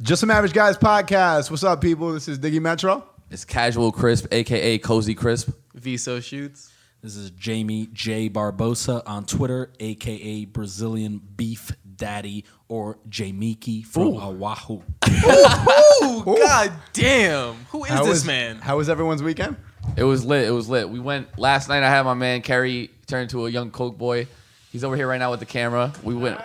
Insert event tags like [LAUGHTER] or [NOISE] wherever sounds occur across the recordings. Just some average guys podcast. What's up, people? This is Diggy Metro. It's Casual Crisp, aka Cozy Crisp. Viso shoots. This is Jamie J Barbosa on Twitter, aka Brazilian Beef Daddy or Jamiki from Oahu. Ooh, god damn. Who is How this was- man? How was everyone's weekend? It was lit. It was lit. We went last night. I had my man Kerry turn into a young Coke boy. He's over here right now with the camera. We went.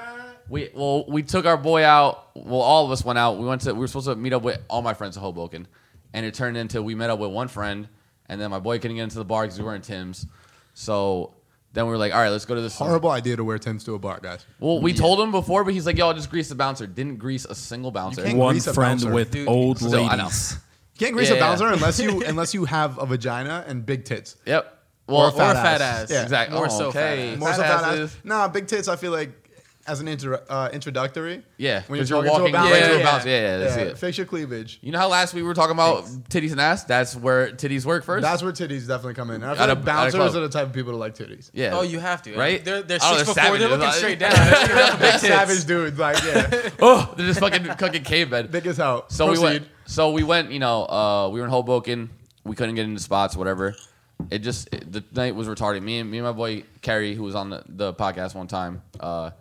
We well, we took our boy out. Well, all of us went out. We went to. We were supposed to meet up with all my friends in Hoboken, and it turned into we met up with one friend, and then my boy couldn't get into the bar because we were in Tim's. So then we were like, all right, let's go to this Horrible idea to wear Tim's to a bar, guys. Well, we told him before, but he's like, yo, I'll just grease the bouncer. Didn't grease a single bouncer. can't- One Grease a friend bouncer. with Dude, old so I know. ladies. You can't grease a Yeah. bouncer unless you [LAUGHS] unless you have a vagina and big tits. Yep. Well, a fat or a ass. fat ass. Yeah. Exactly. More Oh, so fat okay. ass. More so Fat fat asses. ass. Nah, big tits. I feel like as an intro, uh, introductory. Yeah, when you're, 'cause you're talking walking to a right bouncer, to a yeah. bouncer. Yeah, yeah, that's it. Fix your cleavage. You know how last week we were talking about titties and ass? That's where titties work first. That's where titties definitely come in. And I At feel a- like at a bouncers club. are the type of people that like titties. yeah. Oh, you have to. Right? They're, they're Oh, six they're four four. They're savages. looking [LAUGHS] straight down. Big savage dudes, like yeah, oh, they're just fucking cooking [LAUGHS] cavemen. thick as hell. So we went. Proceed. So we went. You know, uh, we were in Hoboken. We couldn't get into spots, whatever. It just it- the night was retarded. Me and me and my boy Kerry, who was on the, the podcast one time, uh,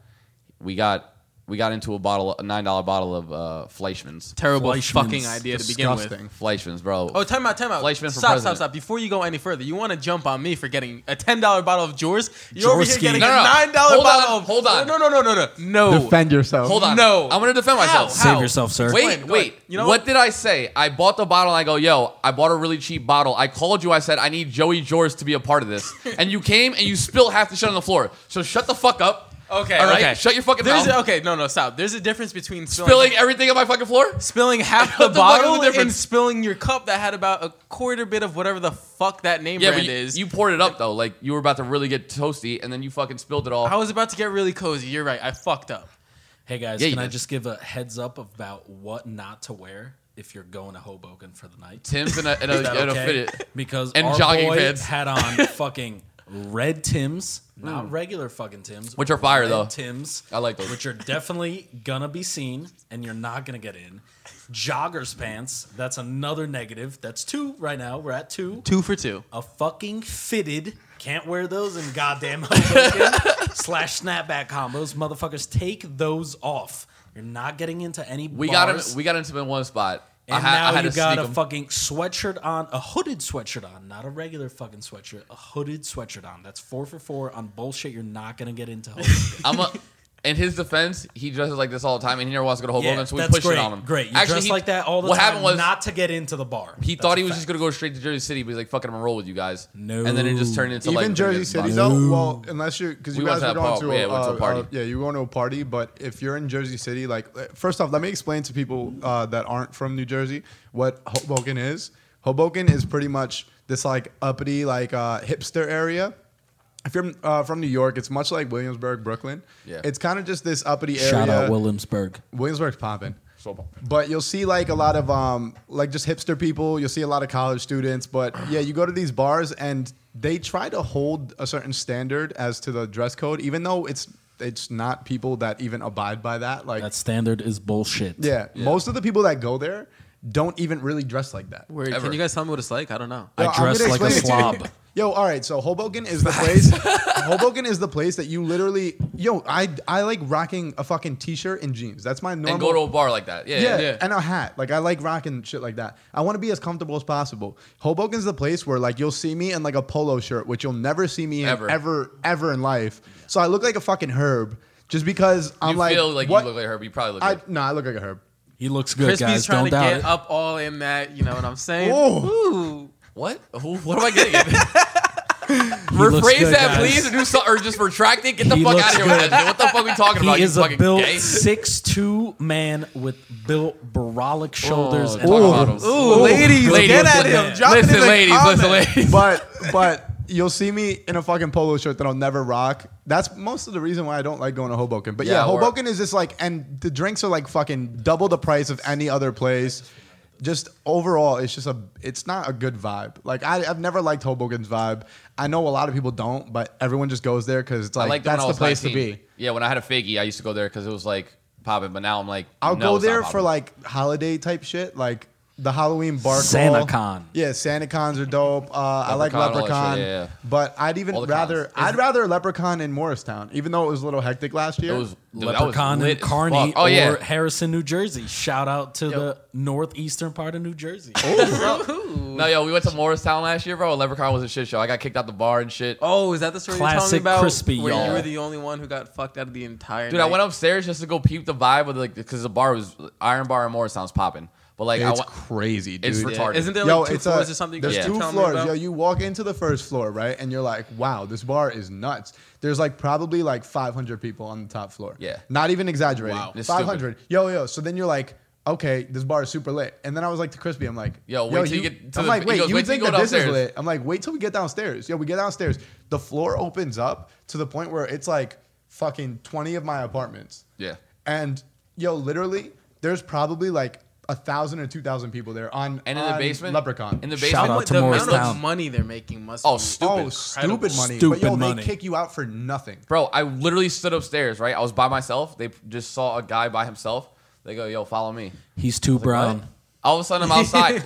we got we got into a bottle, a nine dollar bottle of uh, Fleischmann's. Terrible Fleischmann's fucking idea to begin with. disgusting. Fleischmann's, bro. Oh, time out, time out. Fleischmann for stop, president. stop, stop. Before you go any further, you want to jump on me for getting a ten dollar bottle of Jors? You're over here Jorski. getting No, no, a no. nine dollar Hold bottle on, of hold on. No, no, no, no, no, no. Defend yourself. Oh. Hold on. No. I'm gonna defend How? myself. How? Save yourself, sir. Wait, Explain, go wait. ahead. You know what what? did I say? I bought the bottle and I go, yo, I bought a really cheap bottle. I called you. I said, I need Joey Jors to be a part of [LAUGHS] this. and you came and you spilled half the shit on the floor. So shut the fuck up. Okay, All right. okay. Shut your fucking There's mouth. a, okay, no, no, stop. There's a difference between spilling, Spilling everything on my fucking floor? [LAUGHS] spilling half What the the fuck is the bottle and difference? spilling your cup that had about a quarter bit of whatever the fuck that name Yeah, brand but you, is. you poured it up though. Like you were about to really get toasty and then you fucking spilled it all. I was about to get really cozy. You're right. I fucked up. Hey guys, Yeah, you can I did. just give a heads up about what not to wear if you're going to Hoboken for the night? Tim's in a, [LAUGHS] in a, Is that in a okay? fit. because And our jogging boy pants. [LAUGHS] had on fucking red Tims, not regular fucking Tims, Mm. Which are fire, red though. Tims, I like those. which are definitely gonna be seen, and you're not gonna get in. Joggers pants, that's another negative. That's two right now. We're at two. Two for two. A fucking fitted. Can't wear those in goddamn [LAUGHS] Hoboken. slash snapback combos, motherfuckers. Take those off. You're not getting into any. We got bars. him. We got into in one spot. I, And ha- I now had you to got sneak a him. fucking sweatshirt on, a hooded sweatshirt on, not a regular fucking sweatshirt, a hooded sweatshirt on. That's four for four on bullshit you're not gonna get into. [LAUGHS] Hoboken. I'm a. In his defense, he dresses like this all the time, and he never wants to go to Hoboken, yeah, so we that's pushed great. it on him. Great, you Actually, dress he- like that all the what time. happened was not to get into the bar. He That's thought a he was fact. just gonna go straight to Jersey City, but he's like, "Fuck it, I'm gonna roll with you guys." No. And then it just turned into Even like we're gonna Jersey get City bodies. though, well, unless you because you We went guys to were going that pub. to, a, Yeah, we went to a uh, party. uh, yeah, you went to a party. But if you're in Jersey City, like uh, first off, let me explain to people uh, that aren't from New Jersey what Hoboken is. Hoboken is pretty much this like uppity, like uh, hipster area. If you're uh, from New York, it's much like Williamsburg, Brooklyn. Yeah. it's kind of just this uppity area. Shout uh, out Williamsburg. Williamsburg's popping. So poppin'. But you'll see like a lot of um like just hipster people. You'll see a lot of college students. But yeah, you go to these bars and they try to hold a certain standard as to the dress code, even though it's it's not people that even abide by that. Like That standard is bullshit. yeah, most of the people that go there don't even really dress like that. Word. Ever. Can you guys tell me what it's like? I don't know. I Yo, I'm dress gonna like a explain it to you. slob. [LAUGHS] Yo, all right. So Hoboken is the [LAUGHS] place. Hoboken is the place that you literally. Yo, I I like rocking a fucking t-shirt and jeans. That's my normal. and go to a bar like that. Yeah, Yeah, yeah. yeah. and a hat. Like I like rocking shit like that. I want to be as comfortable as possible. Hoboken's the place where like you'll see me in like a polo shirt, which you'll never see me in Ever. ever, ever, in life. So I look like a fucking herb just because I'm You like, feel like what? you look like her, but you probably look. I like no, I look like a herb. He looks good, Crispy's guys. trying Don't to doubt get it. up all in that. You know what I'm saying? Ooh. What? Who, what am I getting? [LAUGHS] at? [LAUGHS] looks Rephrase good, that, guys. please, or do so, or just retract it. Get the He fuck looks out of here with good. that. shit. What the fuck are we talking about? He is you a fucking built gay. six two man with built brolic shoulders. Oh, and talk arms. about him. Ooh, ladies, Ladies, get at listen, him. Drop it in listen, the ladies, listen, [LAUGHS] comments. ladies. But but you'll see me in a fucking polo shirt that I'll never rock. That's most of the reason why I don't like going to Hoboken. But yeah, Yeah, or- Hoboken is just like, and the drinks are like fucking double the price of any other place. Just overall, it's just a, it's not a good vibe. Like I, I've never liked Hoboken's vibe. I know a lot of people don't, but everyone just goes there because it's I like liked it when that's I the was place 19. to be. Yeah, when I had a figgy, I used to go there because it was like popping. But now I'm like, I'll no, go it's not there for popping. like holiday type shit, like the Halloween bar Santa crawl. Con. Yeah, SantaCons are dope. Uh, I like Leprechaun, all that Leprechaun, shit, yeah, yeah. but I'd even All the rather cons. I'd rather Leprechaun in Morristown, even though it was a little hectic last year. It was- dude, that was Leprechaun in lit as fuck. Kearney Oh yeah, or Harrison, New Jersey. Shout out to the northeastern part of New Jersey. [LAUGHS] Oh. No, yo, we went to Morristown last year, bro. Leprechaun was a shit show. I got kicked out the bar and shit. Oh, is that the story you're Classic telling me about? crispy, where y'all. you were the only one who got fucked out of the entire. Dude, I went upstairs just to go peep the vibe of like because the bar was Iron Bar and Morristown's popping. But like, I it's went, crazy, dude. It's retarded. Isn't there like Yo, two it's floors a, or something? you There's keep two telling me floors. about? Yo, you walk into the first floor, right, and you're like, "Wow, this bar is nuts." There's like probably like 500 people on the top floor. Yeah. not even exaggerating. Wow. It's 500. Yo, yo. So then you're like. Okay, this bar is super lit. And then I was like to Crispy, I'm like, Yo, wait till you get to I'm the- like, he wait, goes, you wait would till you think go that this is downstairs. lit. I'm like, wait till we get downstairs. Yo, we get downstairs. The floor opens up to the point where it's like fucking 20 of my apartments. Yeah. And yo, literally, there's probably like a thousand or two thousand people there on and in the on basement, uh, Leprechaun. in the Shout basement, out What to the amount Morristown. of money they're making must. Oh, be- stupid. oh, stupid money. Stupid but yo, they money. kick you out for nothing. Bro, I literally stood upstairs, right? I was by myself. They just saw a guy by himself. They go, yo, follow me. He's too brown. What? All of a sudden, I'm [LAUGHS] outside.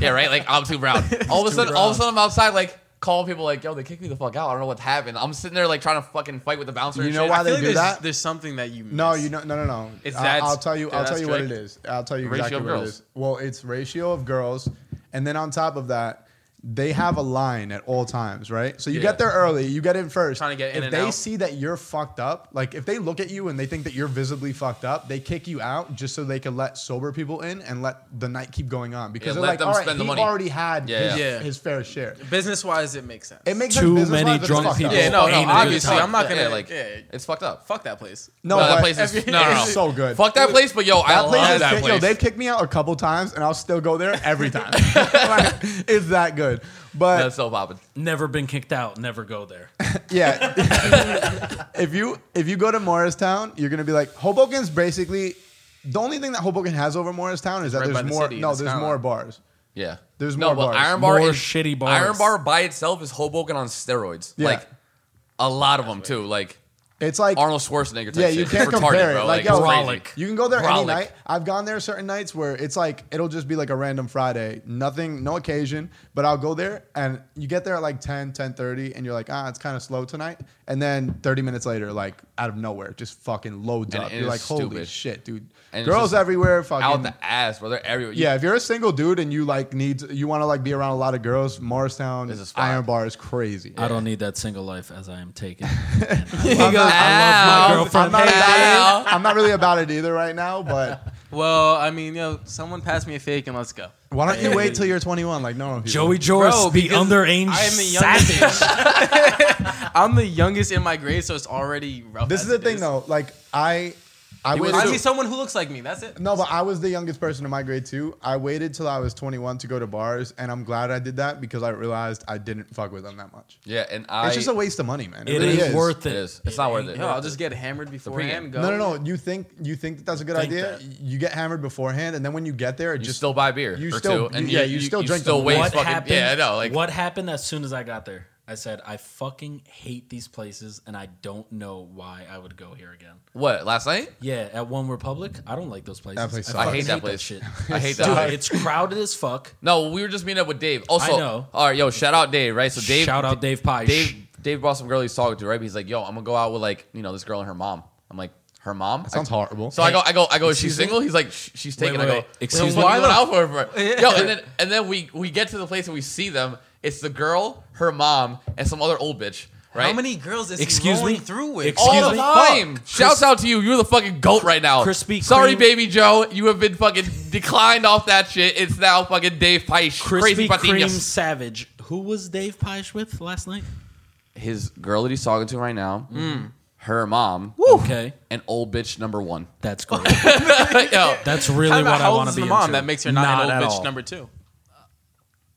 yeah, right? Like, I'm too [LAUGHS] brown. All of a sudden, all of a sudden, I'm outside, like, calling people, like, yo, they kicked me the fuck out. I don't know what happened. I'm sitting there, like, trying to fucking fight with the bouncer. You and know shit. [LAUGHS] why I feel they like do there's, that? there's something that you. Miss. No, you know, no, no, no. It's I- that's- I'll tell you. yeah, I'll tell that's you what it strict. is. I'll tell you Ratio exactly of what it girls. is. Well, it's ratio of girls, and then on top of that, they have a line at all times, right? So you Yeah. get there early. You get in first. Trying to get in if and they out. see that you're fucked up, like if they look at you and they think that you're visibly fucked up, they kick you out just so they can let sober people in and let the night keep going on because Yeah, they're let like, them all right, spend the he money." already had Yeah, his, yeah. his fair share. Business wise, it makes sense. It makes Too sense business-wise, many but it's drunk fucked up. people. yeah, no, Ain't a no. good Obviously, time. I'm not gonna Yeah, like, like. Yeah, it's fucked up. fuck that place. No, that but place [LAUGHS] is every- [LAUGHS] no, no, no. it's so good. Fuck that place, but yo, I That place love is that kick- place. Yo, they've kicked me out a couple times, and I'll still go there every time. [LAUGHS] Like, it's that good. But That's so popping. Never been kicked out. Never go there. yeah, [LAUGHS] if you if you go to Morristown, you're gonna be like Hoboken's basically the only thing that Hoboken has over Morristown is that right by there's the more. city, no, the there's skyline. more bars. Yeah. There's no, more but bars. Iron Bar More is shitty Iron bars. Bar by itself is Hoboken on steroids. Yeah. Like a lot of them too. Like It's like Arnold Schwarzenegger. Type Yeah, you shit. can't It's retarded, compare it. Bro. Like, it's yo, crazy. Brolic. You can go there any Brolic. night. I've gone there certain nights where it's like it'll just be like a random Friday, nothing, no occasion, but I'll go there and you get there at like 10, 10:30 and you're like, "Ah, it's kind of slow tonight." And then 30 minutes later, like out of nowhere, just fucking loads And up. it you're is like, "Holy stupid. shit, dude." And it's Girls just everywhere fucking Out the ass, bro. They're everywhere. You- Yeah, if you're a single dude and you like need you want to like be around a lot of girls, Morristown This is fine. Iron Bar is crazy. I don't need that single life as I am [LAUGHS] taken. I'm goes, not- [LAUGHS] "I love my Ow. girlfriend." I'm not, Ow. about it. I'm not really about it either right now, but Well, I mean, yo, someone pass me a fake and let's go. why don't you wait till you're 21 like normal people? Joey Joris, Bro, the because underage I am the savage. youngest. I'm the youngest in my grade, so it's already rough. This as is the it thing, though. Like I, I waited. I need someone who looks like me. That's it. no, but I was the youngest person in my grade too. I waited till I was 21 to go to bars, and I'm glad I did that because I realized I didn't fuck with them that much. Yeah, and I. It's just a waste of money, man. It really ain't worth It it. is. It's not worth it. Yo, I'll just get hammered beforehand. Go. No, no, no. You think you think that that's a good Think idea? that. You get hammered beforehand, and then when you get there, it You just still buy beer. You or still- two, and you- yeah, you still drink Still them. waste what fucking. happened? Yeah, I know. Like what happened as soon as I got there? I said I fucking hate these places, and I don't know why I would go here again. what? Last night? Yeah, at One Republic, I don't like those places. That place sucks. I fucking hate that place. shit. [LAUGHS] I hate Dude, that. place. it's crowded as fuck. No, we were just meeting up with Dave. Also, I know. all right, yo, shout out Dave, right? So Dave, Shout out Dave Pye. Dave, Dave brought some girl he's talking to, right? He's like, yo, I'm gonna go out with like, you know, this girl and her mom. I'm like, her mom? sounds horrible. So I go, I go, I go. Is she Excuse me? single? He's like, "Sh- she's taken. wait, I wait. go, Excuse so me? Why not out for her? [LAUGHS] Yo, and then and then we we get to the place and we see them. It's the girl, her mom, and some other old bitch. Right? How many girls is Excuse he rolling me? through with? Excuse All the me? time. Fuck. Shouts out to you. You're the fucking goat right now. Krispy Sorry, Kreme- baby Joe. You have been fucking declined off that shit. It's now fucking Dave Peisch. Krispy Crazy Kreme patinas. Savage. Who was Dave Pyesh with last night? His girl that he's talking to right now. Her mom. Okay, And old bitch number one. that's great. Yo, That's really How about what I how old want is to be. the mom into. that makes her not, an at old bitch all. number two.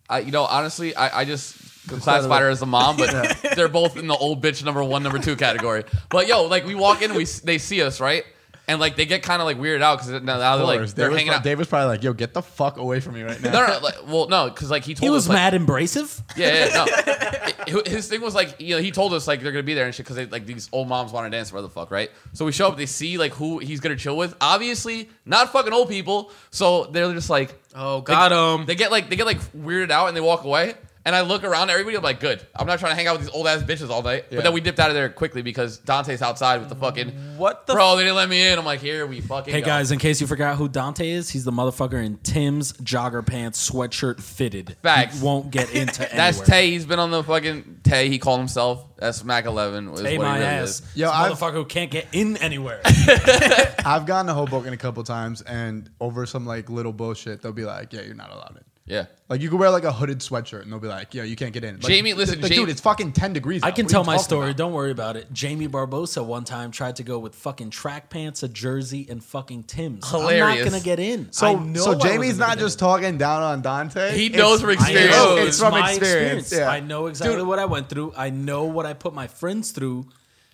I, you know, honestly, I, I just classified her as a mom, but [LAUGHS] they're both in the old bitch number one, number two category. But yo, like we walk in, we s- they see us, right? and like they get kind of like weirded out because now they're Of like course. they're Dave was hanging pro- out. Dave was probably like, "Yo, get the fuck away from me right now." No, no, no, like, well, no, because like he told He was us, like, mad abrasive. Yeah, yeah, no. Hi- His thing was like, you know, he told us like they're gonna be there and shit because like these old moms want to dance, where the fuck, right? So we show up, they see like who he's gonna chill with. Obviously, not fucking old people. So they're just like, Oh, got him. They get like they get like weirded out and they walk away. And I look around at everybody. I'm like, good. I'm not trying to hang out with these old ass bitches all night. Yeah. But then we dipped out of there quickly because Dante's outside with the fucking What the bro. They didn't let me in. I'm like, here we fucking. Hey go. guys, in case you forgot who Dante is, he's the motherfucker in Tim's jogger pants, sweatshirt fitted. Facts. He won't [LAUGHS] get into anywhere. That's Tay. He's been on the fucking Tay. He called himself. That's Mac Eleven. Is Hey, what he my really ass. is. Yo, this I've- motherfucker who can't get in [LAUGHS] anywhere. I've gone to Hoboken a couple times, and over some like little bullshit, they'll be like, "Yeah, you're not allowed in." Yeah. Like you could wear like a hooded sweatshirt, and they'll be like, "Yeah, you can't get in." Like, Jamie, th- listen, like, Jamie- dude, it's fucking ten degrees. I out. can What are tell you my talking story. about? Don't worry about it. Jamie Barbosa one time tried to go with fucking track pants, a jersey, and fucking Tim's. I'm Hilarious. not gonna get in. I So, know I so wasn't Jamie's gonna not get just in. talking down on Dante. He knows from I know. experience. Oh, it's from my experience, yeah. I know exactly Dude. what I went through. I know what I put my friends through.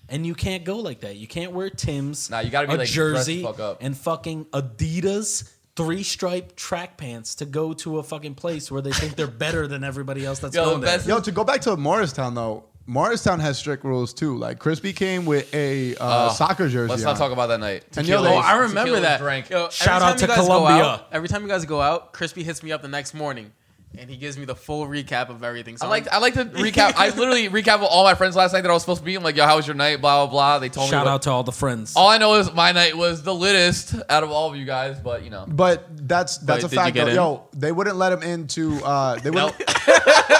And you can't go like that. You can't wear Tim's, Nah, you gotta be, a like, dressed the jersey, fuck up. and fucking Adidas three stripe track pants to go to a fucking place where they [LAUGHS] think they're better than everybody else that's Yo, the going there. best- Yo, to go back to Morristown though, Morristown has strict rules too. Like Crispy came with a uh, soccer jersey. Let's not on. talk about that night. And yo, Tequila- they- Oh, I tequila remember that. Drink. Yo, every Shout time out you to guys go Colombia. out- Every time you guys go out, Crispy hits me up the next morning, and he gives me the full recap of everything. So I I'm- like I like to recap. I [LAUGHS] literally recap with all my friends last night that I was supposed to be. I'm like, yo, how was your night? Blah blah blah. They told Shout me. what- out to all the friends. all I know is my night was the litest out of all of you guys, but you know. But that's that's But did a you fact. get though. in? Yo, they wouldn't let him into. Uh, they wouldn't. [LAUGHS]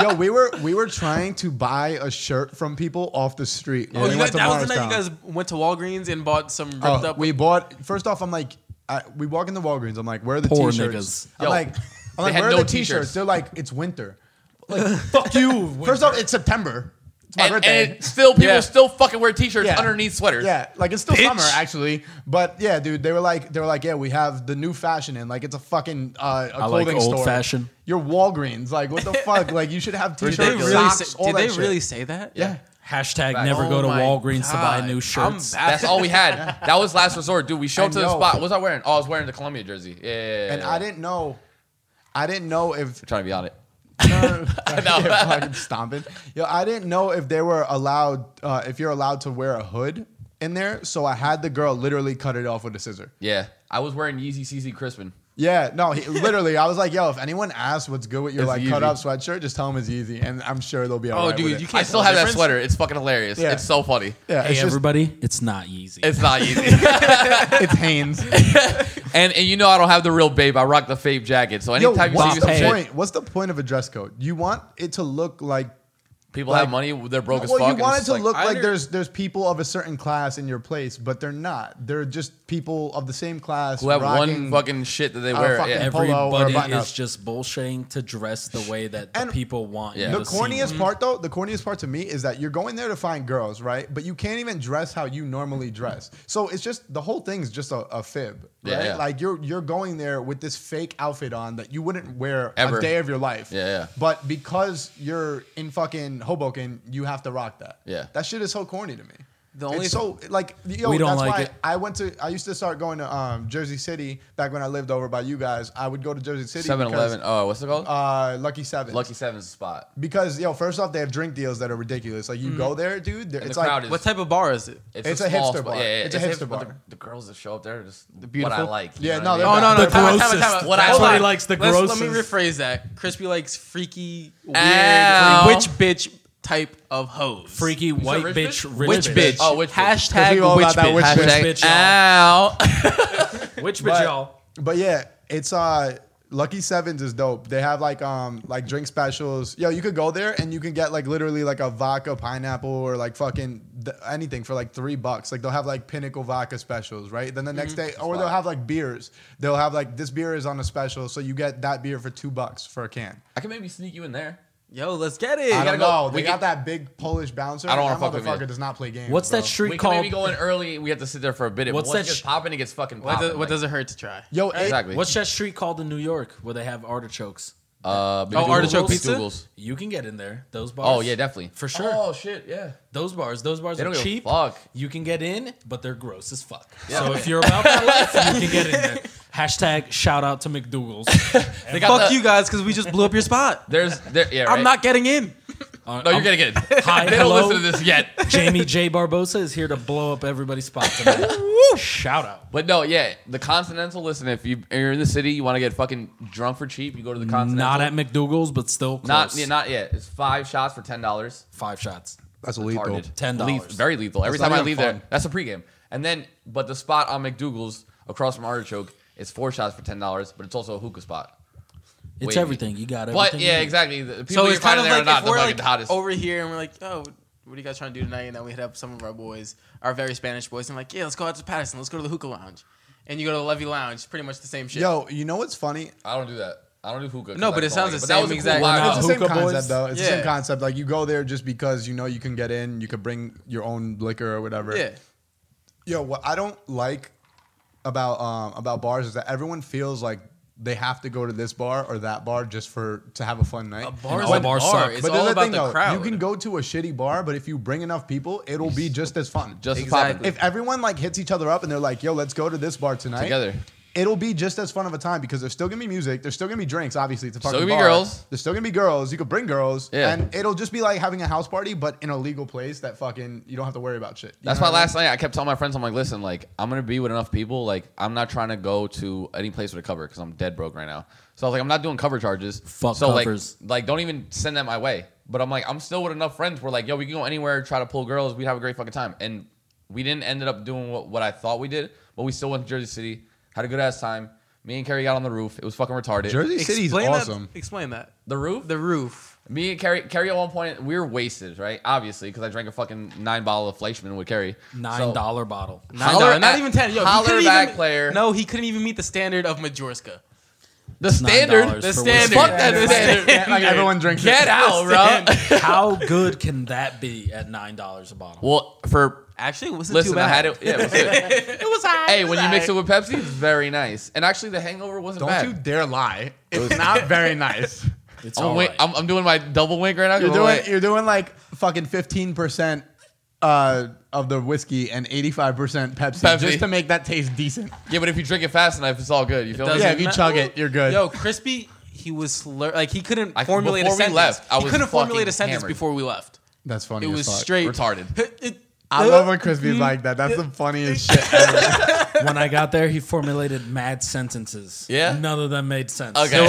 Nope. Yo, we were we were trying to buy a shirt from people off the street. Oh, when we you guys, went to that was the night Morristown. you guys went to Walgreens and bought some ripped Oh, up. we bought. First off, I'm like, I, we walk into Walgreens. I'm like, where are the Poor t-shirts? niggas. I'm Yo, like, I'm like, had where are no the t-shirts. t-shirts? They're like, it's winter. [LAUGHS] [LAUGHS] Fuck you. First off, it's September. It's my And, and birthday. it still people Yeah. still fucking wear t-shirts Yeah. underneath sweaters. yeah, like it's still Bitch. summer actually, but yeah, dude, they were like, they were like, yeah, we have the new fashion in, like it's a fucking uh, a I like clothing old store. fashion. You're Walgreens, like [LAUGHS] what the fuck? Like you should have did t-shirts, they really, socks, say, all did that they shit. really say that? yeah, Hashtag Back- never Oh go to my Walgreens to buy God. new I'm shirts. back. That's all [LAUGHS] we had. That was last resort, dude. We showed up I to the know. spot. What was I wearing? Oh, I was wearing the Columbia jersey. Yeah, yeah, yeah, and yeah. I didn't know, I didn't know if I'm trying to be on it. [LAUGHS] no, Yeah, fucking stomping. Yo, I didn't know if they were allowed, uh, if you're allowed to wear a hood in there. So I had the girl literally cut it off with a scissor. Yeah, I was wearing Yeezy CC Crispin. Yeah, no, [LAUGHS] he, literally, I was like, yo, if anyone asks what's good with your It's like cut Yeezy. up sweatshirt, just tell them it's easy, and I'm sure they'll be. Oh, alright with dude, it. you can't- I still have that difference? sweater. It's fucking hilarious. Yeah. It's so funny. Yeah, Hey it's just everybody, it's not easy. It's not easy. [LAUGHS] [LAUGHS] it's Hanes. And and you know I don't have the real babe. I rock the fave jacket. So Yo, anytime you what's see the me some shit, point? What's the point of a dress code? You want it to look like. people Like- have money, they're broke as fuck. Well, you and want it's it to like- look I like under- there's there's people of a certain class in your place, but they're not. They're just people of the same class who have rocking- one fucking shit that they a wear. fucking yeah. polo or a Everybody button-up. is just bullshitting to dress the way that the And people want. Yeah. The you to see them. corniest part, though, the corniest part to me is that you're going there to find girls, right? But you can't even dress how you normally dress. So it's just the whole thing's just a, a fib, right? Yeah, yeah. Like you're you're going there with this fake outfit on that you wouldn't wear Ever. a day of your life. Yeah, yeah. But because you're in fucking Hoboken, you have to rock that. Yeah. That shit is so corny to me. The It's only- so like yo, We don't that's like why it. I went to I used to start going to um, Jersey City back when I lived over by you guys. I would go to Jersey City. 7 Eleven. because, Oh, what's it called? Uh, Lucky Seven. Lucky Seven's spot. Because yo, first off, they have drink deals that are ridiculous. Like you go there, dude. there- Mm-hmm. And It's the like crowd is- What type of bar is it? It's a small hipster spot. bar. Yeah, yeah, It's a just- hipster but the- bar. The girls that show up there are just what I beautiful? like. you Yeah, know no, what I they're mean? Oh no, no, The time out, time out, grossest. time out. What I That's what he like. likes. The Let's- grossest. Let me rephrase that. Crispy likes freaky, weird, Ow. witch bitch type of hoes. freaky white rich bitch, bitch? rich witch bitch. Oh, witch bitch. Cause we all Hashtag witch got that bitch. witch bitch. Hashtag bitch, Ah. y'all. ow. Witch bitch, But, y'all. but yeah, it's uh Lucky Sevens is dope. They have like um like drink specials. Yo, you could go there and you can get like literally like a vodka pineapple or like fucking th- anything for like three bucks. Like they'll have like pinnacle vodka specials, right? Then the next Mm-hmm. day, or they'll have like beers. They'll have like this beer is on a special, so you get that beer for two bucks for a can. I can maybe sneak you in there. Yo, let's get it. I gotta don't go- know. They we got get- that big Polish bouncer. I don't wanna That fuck with motherfucker you. does not play games. What's that bro. street We can called? maybe go in early. We have to sit there for a bit. And What's once that it gets sh- popping, it gets fucking What, popping. does, what does it hurt to try? Yo, it- Exactly. What's that street called in New York where they have artichokes? Uh, maybe Oh, Dougal- artichoke pizza? Dougal's. You can get in there. Those bars. Oh yeah, definitely. For sure. Oh shit, yeah. Those bars. Those bars They are don't give a cheap. fuck. You can get in, but they're gross as fuck. Yeah. So if you're about [LAUGHS] that life, you can get in there. Hashtag shout out to McDougal's. They got Fuck the- you guys, because we just blew up your spot. There's there, yeah. I'm right? not getting in. No, you're gonna get it. Hi, they hello? don't listen to this yet. Uh, Jamie J. Barbosa is here to blow up everybody's spot [LAUGHS] tonight. shout out. But no, yeah, the Continental. Listen, if you you're in the city, you want to get fucking drunk for cheap, you go to the Continental. Not at McDougal's, but still close. not yeah, not yet. It's five shots for ten dollars. five shots. That's lethal. Targeted. $10. Leth- very lethal. Every That's time not I even leave fun. there, that's a pregame. And then, but the spot on McDougal's across from Artichoke is four shots for ten dollars, but it's also a hookah spot. It's Wait. everything. You got everything. But yeah, you need. exactly. The people So you're it's kind finding there are of like not if the we're fucking like hottest. over here and we're like, oh, what are you guys trying to do tonight? And then we hit up some of our boys, our very Spanish boys, and like, yeah, let's go out to Patterson. Let's go to the hookah lounge. And you go to the Levy Lounge, pretty much the same shit. Yo, you know what's funny? I don't do that. I don't do hookah. 'cause No, I but it just sounds don't the like it. same But that was a cool vibe. exact- We're not It's the same Hookah concept boys? though. It's the Yeah. same concept. Like you go there just because you know you can get in, you could bring your own liquor or whatever. Yeah. Yo, what I don't like about um about bars is that everyone feels like they have to go to this bar or that bar just for to have a fun night. A bar is all a bars bar. suck. It's but all there's about thing the though. crowd. You can go to a shitty bar, but if you bring enough people, it'll be just as fun. Just Exactly. exactly. if everyone like hits each other up and they're like, "Yo, let's go to this bar tonight." Together. It'll be just as fun of a time because there's still gonna be music. There's still gonna be drinks. Obviously, it's a fucking gonna be bar. girls. There's still gonna be girls. You could bring girls. Yeah. And it'll just be like having a house party, but in a legal place that fucking you don't have to worry about shit. You That's know what I why mean? last night I kept telling my friends, I'm like, listen, like I'm gonna be with enough people. Like I'm not trying to go to any place with a cover because I'm dead broke right now. So I was like, I'm not doing cover charges. Fuck so covers. Like, like don't even send that my way. But I'm like, I'm still with enough friends. We're like, yo, we can go anywhere, try to pull girls. We'd have a great fucking time. And we didn't end up doing what, what I thought we did, but we still went to Jersey City, had a good ass time. Me and Carrie got on the roof. It was fucking retarded. Jersey City's awesome. That, explain that. The roof? The roof. Me and Kerry, Kerry at one point, we were wasted, right? Obviously, because I drank a fucking nine bottle of Fleischman with Kerry. Nine dollar bottle. [LAUGHS] Nine Holler dollar- not at- even ten. Yo, he holler couldn't back, even, player. No, he couldn't even meet the standard of Majorska. the standard. $9 The for standard. whiskey. Fuck that Yeah, standard. yeah, like everyone drinks. Get [LAUGHS] it. out, bro. How good can that be at nine dollars a bottle? [LAUGHS] Well, for Actually, it wasn't listen, too bad. I had it. Yeah, it was good. [LAUGHS] It was high. hey, when you mix it with Pepsi, it's very nice. And actually, the hangover wasn't Don't bad. you dare lie. It's not very nice. [LAUGHS] [LAUGHS] It's I'm, all wink- right. I'm, I'm doing my double wink right now. 'cause You're I'm doing like- you're doing like fucking fifteen percent uh, of the whiskey and eighty five percent Pepsi Pepsi. just to make that taste decent. yeah, but if you drink it fast enough, it's all good. You feel me? doesn't Yeah, if you matter. chug it, you're good. Yo, crispy. He was slur- like he couldn't I- formulate a before we sentence. left, I he was couldn't formulate fucking a sentence hammered. before we left. That's funny. It as was fuck. straight Retarded. It- I love [LAUGHS] when Crispy's like that. That's the funniest shit. ever. when I got there, he formulated mad sentences. Yeah? None of them made sense. Okay.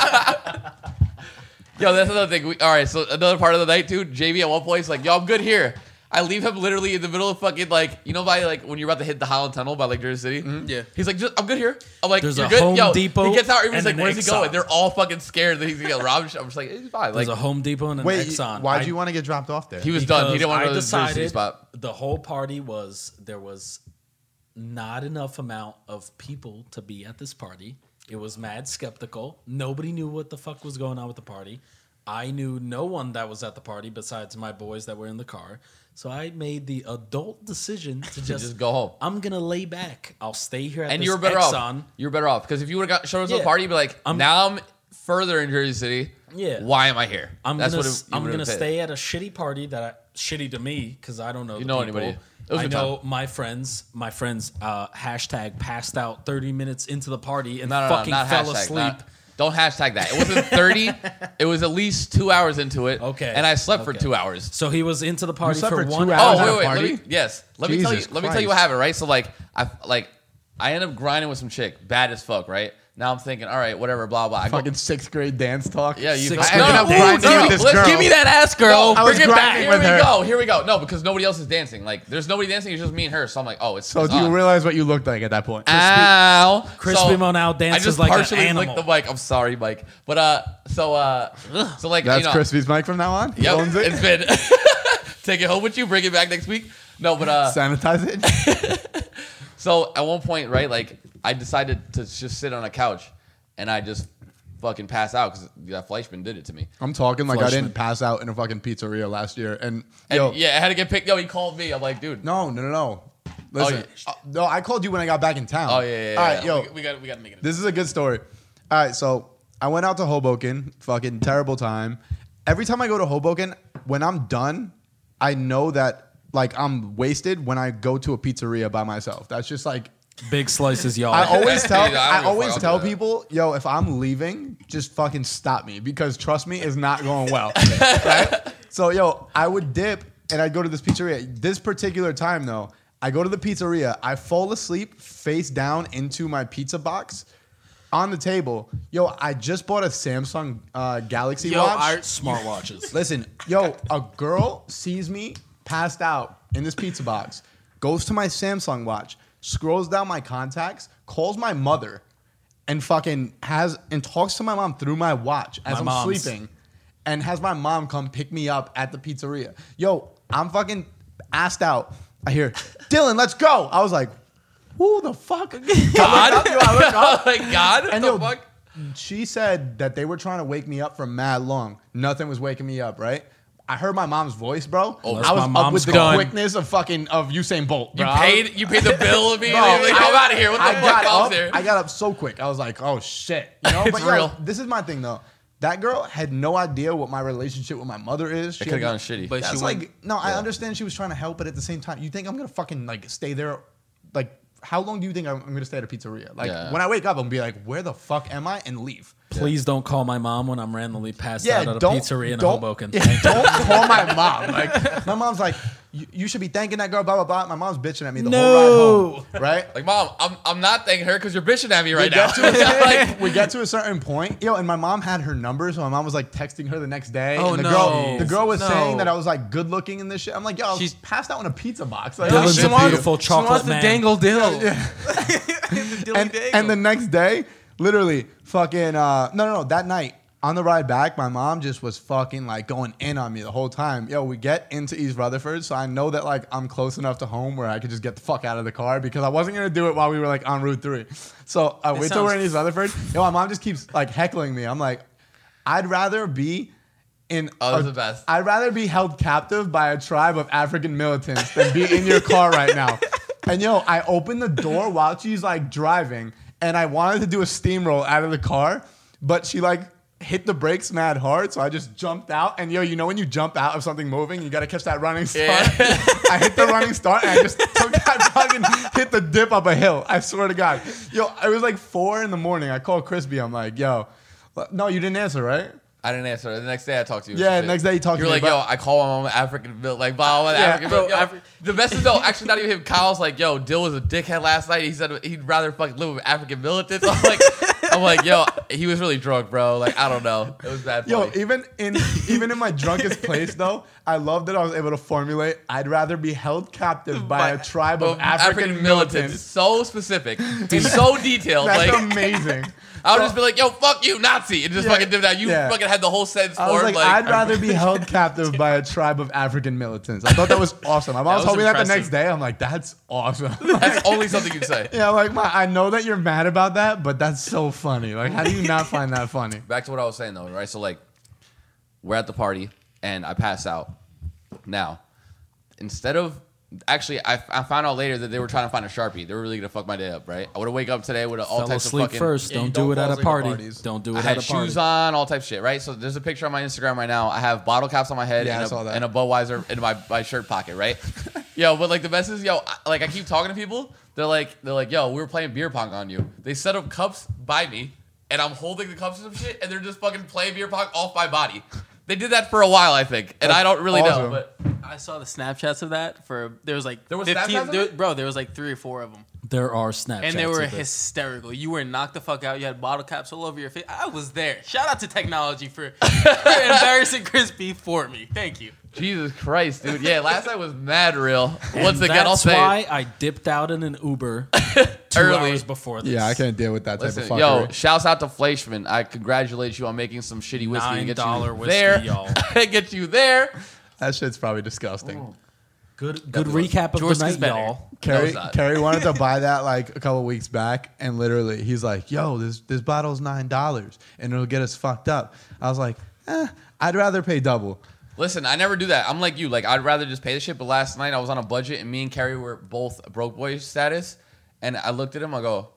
[LAUGHS] yo, that's another thing. We, all right, so another part of the night, dude. JV at one point is like, "Yo, I'm good here." I leave him literally in the middle of fucking like you know by like when you're about to hit the Holland Tunnel by like Jersey City. Yeah. he's like, Just, "I'm good here." I'm like, There's "You're a good." Home Yo, Depot he gets out. He's and like, an "Where's he Exxon." going?" They're all fucking scared that he's gonna get robbed. I'm just like, "It's fine." Like There's a Home Depot and an Wait, Exxon. why'd I- you want to get dropped off there? he was done. He because didn't want I to go to the Jersey City spot. The whole party was there was not enough amount of people to be at this party. It was mad skeptical. Nobody knew what the fuck was going on with the party. I knew no one that was at the party besides my boys that were in the car. So I made the adult decision [LAUGHS] to just, Just go home. I'm gonna lay back. I'll stay here at And this you were better Exxon. off. You were better off because if you would have showed up to the Yeah. party, you'd be like, I'm- "Now I'm further in Jersey City. Yeah. why am I here?" I'm That's gonna what s- it- you I'm would've gonna said. stay at a shitty party that I, shitty to me because I don't know. You know anybody. It was a I good know my friends. My friends uh, hashtag passed out 30 minutes into the party and fucking not fell hashtag, asleep. not- don't hashtag that. It wasn't 30. it was at least two hours into it. Okay. And I slept for Okay. two hours. So he was into the party slept for for two one hours hour. Oh, at a wait, wait. Let party? me, yes. Let me tell you. Jesus Let me tell you what Christ. happened, right? So, like, I like I ended up grinding with some chick, bad as fuck, right? Now I'm thinking, all right, whatever, blah, blah. I go- fucking sixth grade dance talk. yeah, you Six I grade ended up dance. grinding Ooh, with dude, this let's girl. give me that ass, girl. I was bring it back. grinding Here with we her. go. Here we go. No, because nobody else is dancing. Like, there's nobody dancing. It's just me and her. So I'm like, oh, it's So it's do you on. realize what you looked like at that point? Ah, Ow. Crispy Monal I dances just like an partially animal. licked the mic. I'm sorry, Mike. But uh, so uh, so like That's you know, Crispy's mic from now on. He Yep, owns it. has been. [LAUGHS] Take it home with you. Bring it back next week. No, but uh, Sanitize it. so at one point, right, like I decided to just sit on a couch, and I just fucking pass out because that Fleischman did it to me. I'm talking like I Flush didn't me. pass out in a fucking pizzeria last year. And, And yo, yeah, I had to get picked. Yo, he called me. I'm like, [LAUGHS] dude. no, no, no, no. Listen, Oh, yeah. uh, no, I called you when I got back in town. Oh yeah, yeah. yeah, All right, yeah. yo, We got. We got to make it. This is a good story. All right, so I went out to Hoboken, fucking terrible time. Every time I go to Hoboken, when I'm done, I know that like I'm wasted when I go to a pizzeria by myself. That's just like Big slices, y'all. I always tell Yeah, I I, don't give a always fuck, I'll tell do that. people, yo, if I'm leaving, just fucking stop me because trust me, it's not going [LAUGHS] well. Right? So yo, I would dip and I'd go to this pizzeria. This particular time though, I go to the pizzeria, I fall asleep face down into my pizza box on the table. Yo, I just bought a Samsung uh, Galaxy Yo, watch. [LAUGHS] I- Smartwatches. Listen, yo, a girl sees me passed out in this pizza box, goes to my Samsung watch, scrolls down my contacts, calls my mother, and fucking has and talks to my mom through my watch as My I'm mom's. sleeping, and has my mom come pick me up at the pizzeria. Yo, I'm fucking assed out. I hear Dylan, let's go. I was like, who the fuck? God, I looked up, [LAUGHS] yo, I looked up, oh my god! What and the yo, fuck? she said that they were trying to wake me up for mad long. Nothing was waking me up, right? I heard my mom's voice, bro. that's Oh, I was my up mom's with the gun. quickness of fucking of Usain Bolt. You bro. paid. You paid the [LAUGHS] bill Bro, immediately. Like, Oh, I- I'm out of here. What the I fuck? got I was up, there. I got up so quick. I was like, oh shit. [LAUGHS] You know, It's but yo, real. this is my thing though. That girl had no idea what my relationship with my mother is. She It could had- have gone shitty. But That's she like went- no. I understand she was trying to help, but at the same time, you think I'm gonna fucking like stay there? Like, how long do you think I'm, I'm gonna stay at a pizzeria? Like, Yeah. when I wake up, I'm gonna be like, where the fuck am I? And leave. Please don't call my mom when I'm randomly passed out at a pizzeria in Hoboken. [LAUGHS] yeah, Thank you. don't call my mom. Like my mom's like, you you should be thanking that girl. Blah blah blah. My mom's bitching at me the whole ride home. Right. like, mom, I'm, I'm not thanking her because you're bitching at me right we now. Get to, [LAUGHS] like, we get to a certain point, yo, and my mom had her number, so my mom was like texting her the next day. Oh, and the no. girl, the girl was No. saying that I was like good looking in this shit. I'm like, yo, she's She's- passed out in a pizza box. Like, Dylan's she a wants- beautiful she wants chocolate the man. dangle dill. [LAUGHS] and, and the next day, literally, fucking, uh, no, no, no, that night on the ride back, my mom just was fucking like going in on me the whole time. Yo, we get into East Rutherford, so I know that like I'm close enough to home where I could just get the fuck out of the car because I wasn't gonna do it while we were like on Route 3. So I wait till sounds we're in East Rutherford. Yo, my mom just keeps like heckling me. I'm like, I'd rather be. In Oh, that's a- the best. I'd rather be held captive by a tribe of African militants than be in your car right now. And yo, I opened the door while she's like driving, and I wanted to do a steamroll out of the car, but she like hit the brakes mad hard, so I just jumped out. And yo, you know when you jump out of something moving, you gotta catch that running start. [LAUGHS] I hit the running start, and I just took that [LAUGHS] fucking hit the dip up a hill. I swear to God, yo, it was like four in the morning. I called Crispy. I'm like, yo, no, you didn't answer, right? I didn't answer. The next day, I talked to you. Yeah, Shit. next day you talked You're to me, like, but- yo, I call my mom an African bill, like, blah, blah, blah, Yeah, African bro, bill. Yo, Afri- the best is though, actually, not even him. Kyle's like, yo, Dill was a dickhead last night. He said he'd rather fucking live with African militants. I'm like, I'm like, yo, he was really drunk, bro. Like, I don't know. It was bad. Yo, funny. even in even in my drunkest place though, I love that I was able to formulate. I'd rather be held captive by, a By- tribe Of of African, militants. So specific. It's so detailed. That's like, amazing. I would just be like, yo, fuck you, Nazi. And just Yeah, fucking did that. You yeah. fucking had the whole sentence I was for like, it. I'd rather be held captive by a tribe of African militants. I thought that was awesome. My mom was told me that the next impressive. day. I'm like, that's awesome. That's only something you'd say. [LAUGHS] yeah, like my, I know that you're mad about that, but that's so funny. Like, how do you not find that funny? back to what I was saying though, right? So like, we're at the party and I pass out. Now, instead of actually, I, I found out later that they were trying to find a sharpie. They were really gonna fuck my day up, right? I would have wake up today with all Fellow types of sleep fucking. first. Yeah, you don't, don't do it fall at a asleep at party. parties. Don't do I it at had a party. shoes on, all type shit, right? So there's a picture on my Instagram right now. I have bottle caps on my head Yeah, I and, saw a, that. and a Budweiser in my, my shirt pocket, [LAUGHS] right? yo, but like the best is, yo, I, like I keep talking to people. They're like, they're like, yo, we were playing beer pong on you. They set up cups by me, and I'm holding the cups and some shit, and they're just fucking playing beer pong off my body. They did that for a while, I think, and I don't really awesome. know. But I saw the Snapchats of that for there was like There was 15 Snapchats of there- it? bro, there was like three or four of them. There are Snapchats. and they were of it. hysterical. You were knocked the fuck out. You had bottle caps all over your face. I was there. Shout out to technology [LAUGHS] for, for embarrassing Crispy for me. Thank you. Jesus Christ, dude, yeah, last night was mad real. Once And again, I'll that's say. it. why I dipped out in an [LAUGHS] Uber two Early. hours before this. Yeah, I can't deal with that type Listen, of fuckery. yo, shouts out to Fleischman. I congratulate you on making some shitty whiskey to get $9 you whiskey, there. y'all. [LAUGHS] get you there. that shit's probably disgusting. Good, good Definitely. recap of Yours the is night, better. y'all. Kerry, it's not. Kerry wanted [LAUGHS] to buy that like a couple weeks back, and literally he's like, "Yo, this this bottle's nine dollars, and it'll get us fucked up." I was like, eh, "I'd rather pay double." Listen, I never do that. I'm like you. Like I'd rather just pay the shit. But last night I was on a budget, and me and Carrie were both broke boy status, and I looked at him. I go,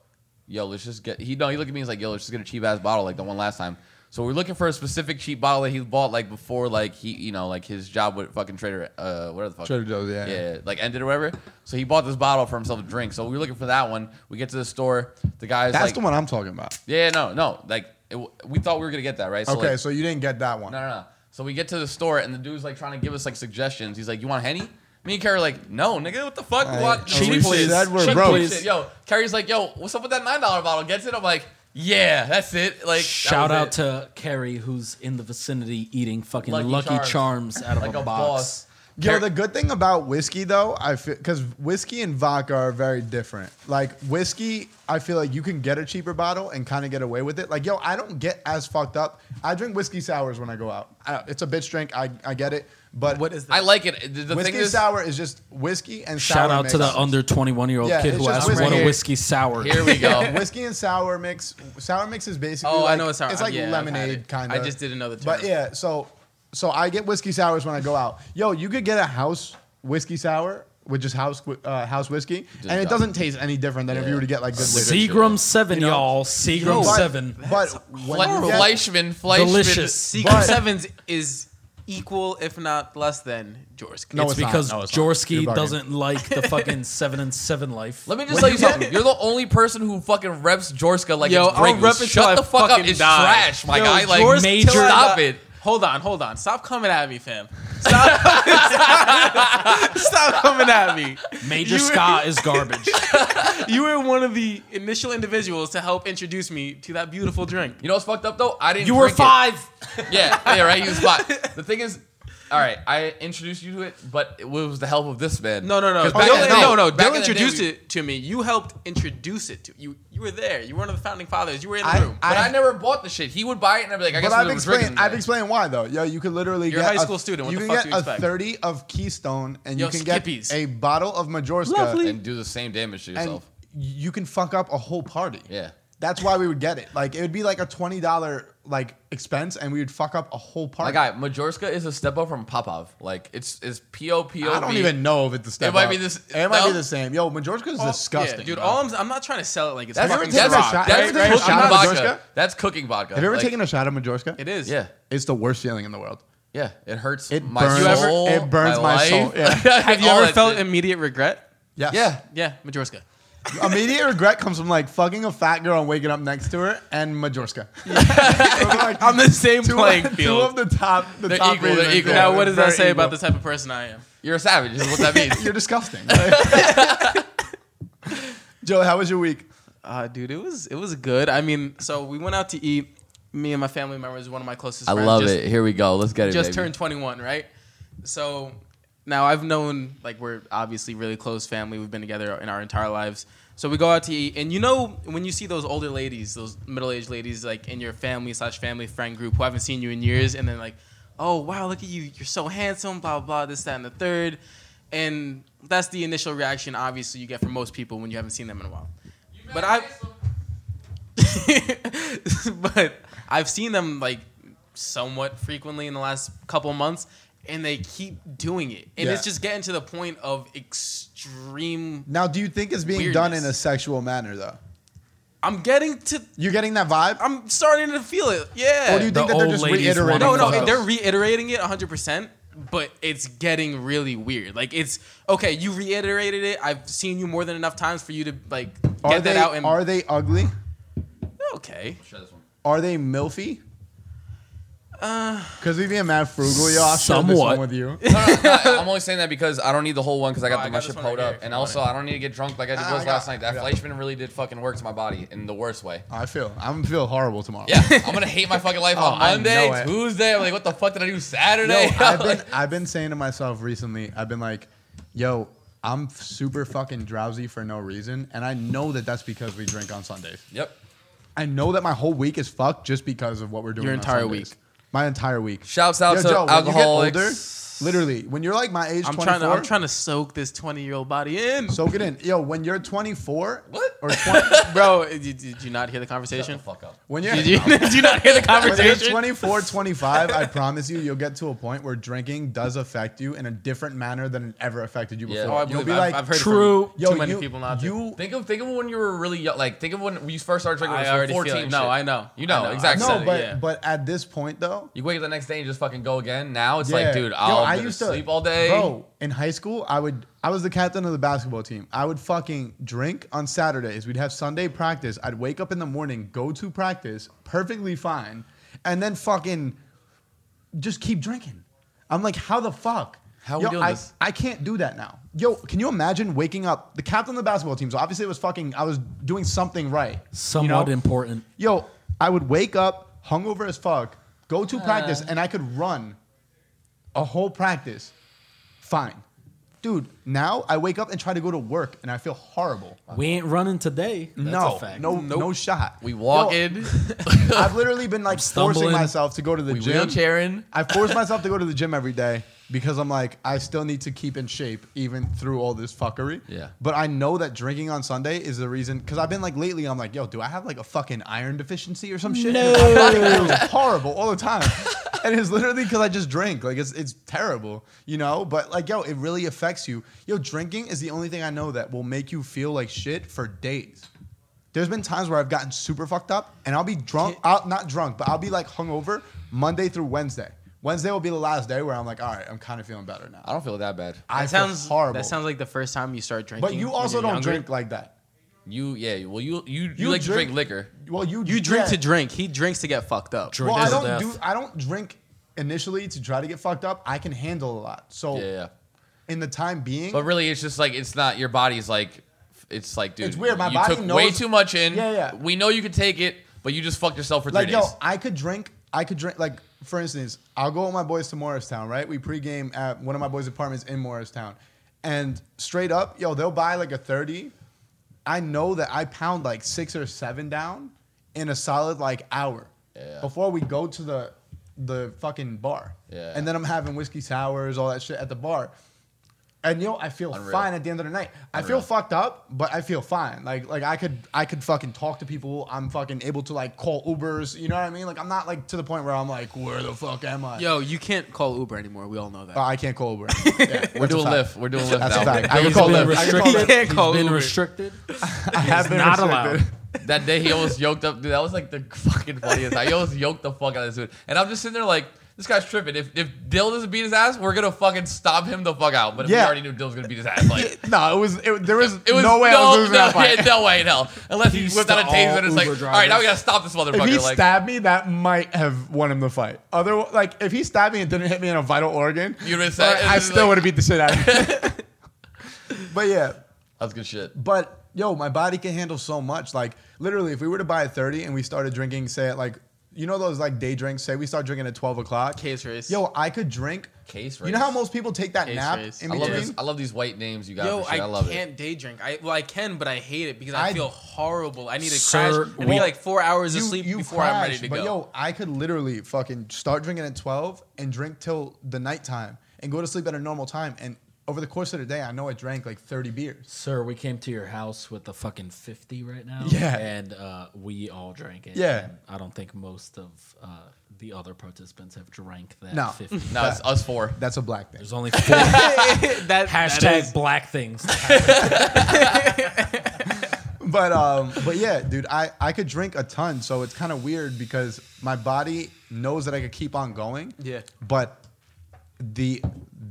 yo, let's just get. He no, he looked at me. He's like, yo, let's just get a cheap ass bottle like the one last time. So we're looking for a specific cheap bottle that he bought like before, like he, you know, like his job with fucking Trader, uh, whatever the fuck. Trader Joe's, yeah. Yeah, like ended or whatever. So he bought this bottle for himself to drink. So we were looking for that one. We get to the store. The guy's That's like, the one I'm talking about. Yeah, no, no. Like it, w- we thought we were gonna get that right. okay, like, so you didn't get that one. no, no, no. So we get to the store and the dude's like trying to give us like suggestions. He's like, "You want henny?" Me and Carrie are like, "No, nigga, what the fuck? Hey, what? cheap we say that, we're cheap broke. shit." Yo, Carrie's like, "Yo, what's up with that nine dollar bottle?" Gets it. I'm like, "Yeah, that's it." Like, that Shout was out it. to Carrie, who's in the vicinity eating fucking Lucky Lucky, Charms. Charms. out of like a, a box. boss. Yo, Car- the good thing about whiskey though, I feel because whiskey and vodka are very different. Like whiskey, I feel like you can get a cheaper bottle and kind of get away with it. Like yo, I don't get as fucked up. I drink whiskey sours when I go out. I, it's a bitch drink. I, I get it, but What is that? I like it. The, the thing whiskey is, sour is just whiskey and sour Shout out to mix. the under 21 year old Yeah, kid it's who just asked what whiskey. a whiskey sour. here we go. whiskey and sour mix. Sour mix is basically Oh, like- I know it's sour. It's like Yeah, I've had lemonade it. kind I of. just did another term. But yeah, so so I get whiskey sours when I go out. Yo, you could get a house whiskey sour with just house whi- uh, house whiskey, and it got doesn't taste any different than if you Yeah. were to get like good liquor. Seagram 7, You know? y'all. Seagram But- 7. But Fle- [LAUGHS] when you get- Fleischman, Fleischman. Delicious. Secret But- Sevens is equal, if not less than, Jorsk. No, it's it's not. because No, it's not. You're Jorski bugging. doesn't like the [LAUGHS] fucking 7 and 7 life. Let me just tell you something. You're the only person who fucking reps Jorska like Yo, it's I'll break rep news. it Shut till the I fuck up. fucking It's die. trash, my Yo, guy. Like, Jorsk major- till I Stop die. it. Hold on, hold on. Stop coming at me, fam. Stop, [LAUGHS] stop coming at me. Major You- Ska is garbage. You were one of the initial individuals to help introduce me to that beautiful drink. [LAUGHS] You know what's fucked up though? I didn't. You were drink it. five. Yeah, yeah, right. He was five. The thing is, all right, I introduced you to it, but it was the help of this man. No, no, no, 'Cause Oh, no, back in no, the day- no, no. back in Dill the day, introduced we- it to me. You helped introduce it to you. You were there. You were one of the founding fathers. You were in the I- room. But I, never bought the shit. He would buy it, and I'd be like, I guess But we I've were drinking. explained. I've today. explained why though. Yo, you could literally You're a get high school student. What you the can get fuck do you a expect? thirty of Keystone, and Yo, you can Skippies. get a bottle of Majorska. Lovely. and do the same damage to and yourself. you can fuck up a whole party. Yeah. That's why we would get it. Like it would be like a twenty dollar like expense, and we would fuck up a whole party. my guy, Majorska is a step up from Popov. Like it's it's P O P O. I don't even know if it's the same. might be this- It might be no. the same. Yo, Majorska is All- disgusting, yeah, dude. bro. All I'm, I'm not trying to sell it like it's That's, fucking that's, taken a rock. shot- that's, Have you ever cooking taken a shot of vodka. Majorska? That's cooking vodka. Have you ever Like, taken a shot of Majorska? It is. Yeah. It's the worst feeling in the world. Yeah, it hurts It my burns- You ever- soul. it burns my life. soul, [LAUGHS] yeah. Have you All ever that felt shit. immediate regret? Yes. Yeah. Yeah, Majorska. Immediate regret comes from like fucking a fat girl and waking up next to her and Majorska. [LAUGHS] On the same two, [LAUGHS] playing two of field. the top. The They're top equal, reasons, they're equal. yeah. Now, what does Very that say about equal. the type of person I am? You're a savage. Is what that means. You're disgusting. [LAUGHS] Joe, how was your week? Uh, dude, it was it was good. I mean, so we went out to eat. Me and my family members, one of my [LAUGHS] closest. I friends, love just, it. Here we go. Let's get it. Just baby. turned 21, right? So now I've known like we're obviously really close family. We've been together in our entire lives. So we go out to eat, and you know when you see those older ladies, those middle-aged ladies, like in your family slash family friend group who haven't seen you in years, and then like, oh wow, look at you, you're so handsome, blah blah, blah this that and the third, and that's the initial reaction obviously you get from most people when you haven't seen them in a while. But I, [LAUGHS] but I've seen them like somewhat frequently in the last couple months, and they keep doing it, and Yeah. it's just getting to the point of extreme. Now, do you think it's being done in Weirdness. a sexual manner though? I'm getting to. You getting that vibe? I'm starting to feel it. Yeah. or Oh, do you The think that they're old just ladies reiterating? wanna no, no, fuck. themselves? they're reiterating it 100, percent but it's getting really weird. Like it's okay. You reiterated it. I've seen you more than enough times for you to like are get they, that out. And Are they ugly? okay. Try this one. Are they milfy? Because we being mad frugal, yo. I shared this Somewhat. one with you. [LAUGHS] [LAUGHS] No, no, no, I'm only saying that because I don't need the whole one because I got the Oh, I got my this shit one right pulled here up, if and you want also I don't need to get drunk like I just Ah, was I got- last night. That yeah. Fleischman really did fucking work to my body in the worst way. I feel. I'm gonna feel horrible tomorrow. Yeah, I'm gonna hate my fucking life Oh, on I Monday, know it. Tuesday. I'm like, what the fuck did I do Yo, Saturday? [LAUGHS] I've been I've been saying to myself recently. I've been like, yo, I'm super fucking drowsy for no reason, and I know that that's because we drink on Sundays. yep. I know that my whole week is fucked just because of what we're doing. Your on entire Sundays. week. My entire week. Shouts out Yo, to Joe, when you get older, alcoholics. Literally, when you're like my age, I'm 24, trying to I'm trying to soak this 20 year old body in. soak it in. Yo, when you're 24, What? Or [LAUGHS] 20, Bro, eh, did, did you not hear the conversation? Shut the fuck up. when you're Did you, [LAUGHS] did you not hear the [LAUGHS] when you're conversation? [LAUGHS] 24, 25, I promise you, you'll get to a point where drinking does affect you in a different manner than it ever affected you Yeah. before. Oh, I you'll believe be I've, like, I've heard true. from yo, too many you- people not to. you, Think of think of when you were really young. Like think of when you first started drinking. when I you were already feel 14. it. No, shit. I know. You know I know. exactly. I No, said, but yeah. but at this point though, You wake up the next day and just fucking go again. Now it's yeah. like, dude, Yo, I'll I used to sleep all day. Bro, in high school, I would I was the captain of the basketball team. I would fucking drink on Saturdays. We'd have Sunday practice. I'd wake up in the morning, go to practice, perfectly fine, and then fucking just keep drinking. I'm like, how the fuck? How are we Yo, doing I, this? I can't do that now. Yo, can you imagine waking up the captain of the basketball team? So obviously it was fucking I was doing something right. Somewhat you know? important. Yo, I would wake up hungover as fuck, go to practice, and I could run a whole practice. Fine. Dude, now I wake up and try to go to work and I feel horrible. We ain't running today. That's no, a fact. no, no shot. We walk Yo, [LAUGHS] in, [LAUGHS] I've literally been like forcing stumbling. myself to go to the we gym. wheelchairing. I [LAUGHS] force myself to go to the gym every day because I'm like, I still need to keep in shape even through all this fuckery. Yeah. But I know that drinking on Sunday is the reason because I've been like lately, I'm like, yo, do I have like a fucking iron deficiency or some shit? No. My body feels horrible all the time. And it's literally because I just drink. Like it's it's terrible, you know? But like, yo, it really affects you. Yo, drinking is the only thing I know that will make you feel like shit for days. There's been times where I've gotten super fucked up and I'll be drunk, I'll, not drunk, but I'll be like hungover Monday through Wednesday. Wednesday will be the last day where I'm like, all right, I'm kind of feeling better now. I don't feel that bad. I that feel sounds horrible. That sounds like the first time you start drinking. but you when also you're don't younger. drink like that. You yeah. Well, you you, you, like to drink liquor. Well, you You drink yeah. to drink. He drinks to get fucked up. Drink Well, I to don't death. do. I don't drink initially to try to get fucked up. I can handle a lot. So Yeah, yeah. in the time being, But really, it's just like it's not your body's like it's like dude. It's weird, my you body took knows- way too much in. Yeah, yeah. We know you could take it, but you just fucked yourself for three like yo, days. I could drink. I could drink. Like for instance, I'll go with my boys to Morristown. Right, we pregame at one of my boys' apartments in Morristown, and straight up, yo, they'll buy like a thirty. I know that I pound like six or seven down in a solid like hour Yeah. before we go to the the fucking bar. Yeah. And then I'm having whiskey sours, all that shit at the bar. And yo, I feel Unreal. fine at the end of the night. I feel Unreal. fucked up, but I feel fine. Like like I could I could fucking talk to people. I'm fucking able to like call Ubers. You know what I mean? Like I'm not like to the point where I'm like, where the fuck am I? Yo, you can't call Uber anymore. We all know that. Oh, I can't call [LAUGHS] Uber. Yeah, We're that's a fact. doing lift. We're doing lift That's a now. fact. I can He's call been Lyft. I can call restricted. Lyft. Lyft. Call He's been Uber. restricted. [LAUGHS] I have been not restricted. allowed. That day he almost yoked up, dude. That was like the fucking funniest. I almost yoked the fuck out of this dude. And I'm just sitting there like, this guy's tripping. If if Dill doesn't beat his ass, we're gonna fucking stop him the fuck out. But we Yeah. already knew Dill was gonna beat his [LAUGHS] ass. Like No, it was it, there was, it was no way I was losing no, that fight. yeah, [LAUGHS] no way in hell. Unless he He's whipped out a to taser all and it's like, Uber all right, now we drivers. gotta stop this If motherfucker. he like stabbed me, that might have won him the fight. Other like if he stabbed me and didn't hit me in a vital organ, You would've I- said- I, it was still like- would have beat the shit out of him. [LAUGHS] but yeah, that's good shit. but yo, my body can handle so much. Like literally, if we were to buy at thirty and we started drinking, say at like you know those like day drinks. Say we start drinking at twelve o'clock. Case race. Yo, I could drink. Case You race. know how most people take that Case nap race. in I love this. between. I love these white names you got. Yo, for shit. I, I, love can't it. day drink. I well, I can, but I hate it because I, I- feel horrible. I need to Sir, crash and be well, like four hours of sleep before I'm ready crash, to but go. yo, I could literally fucking start drinking at 12 and drink till the nighttime and go to sleep at a normal time. And over the course of the day, I know I drank like 30 beers. Sir, we came to your house with a fucking 50 right now. Yeah. And uh, we all drank it. Yeah. And I don't think most of uh, the other participants have drank that No. 50. No, it's us four. That's a black thing. There's only four. that, [LAUGHS] that [LAUGHS] Hashtag is- black things. But um, but yeah, dude, I, I could drink a ton, so it's kind of weird because my body knows that I could keep on going. Yeah. But the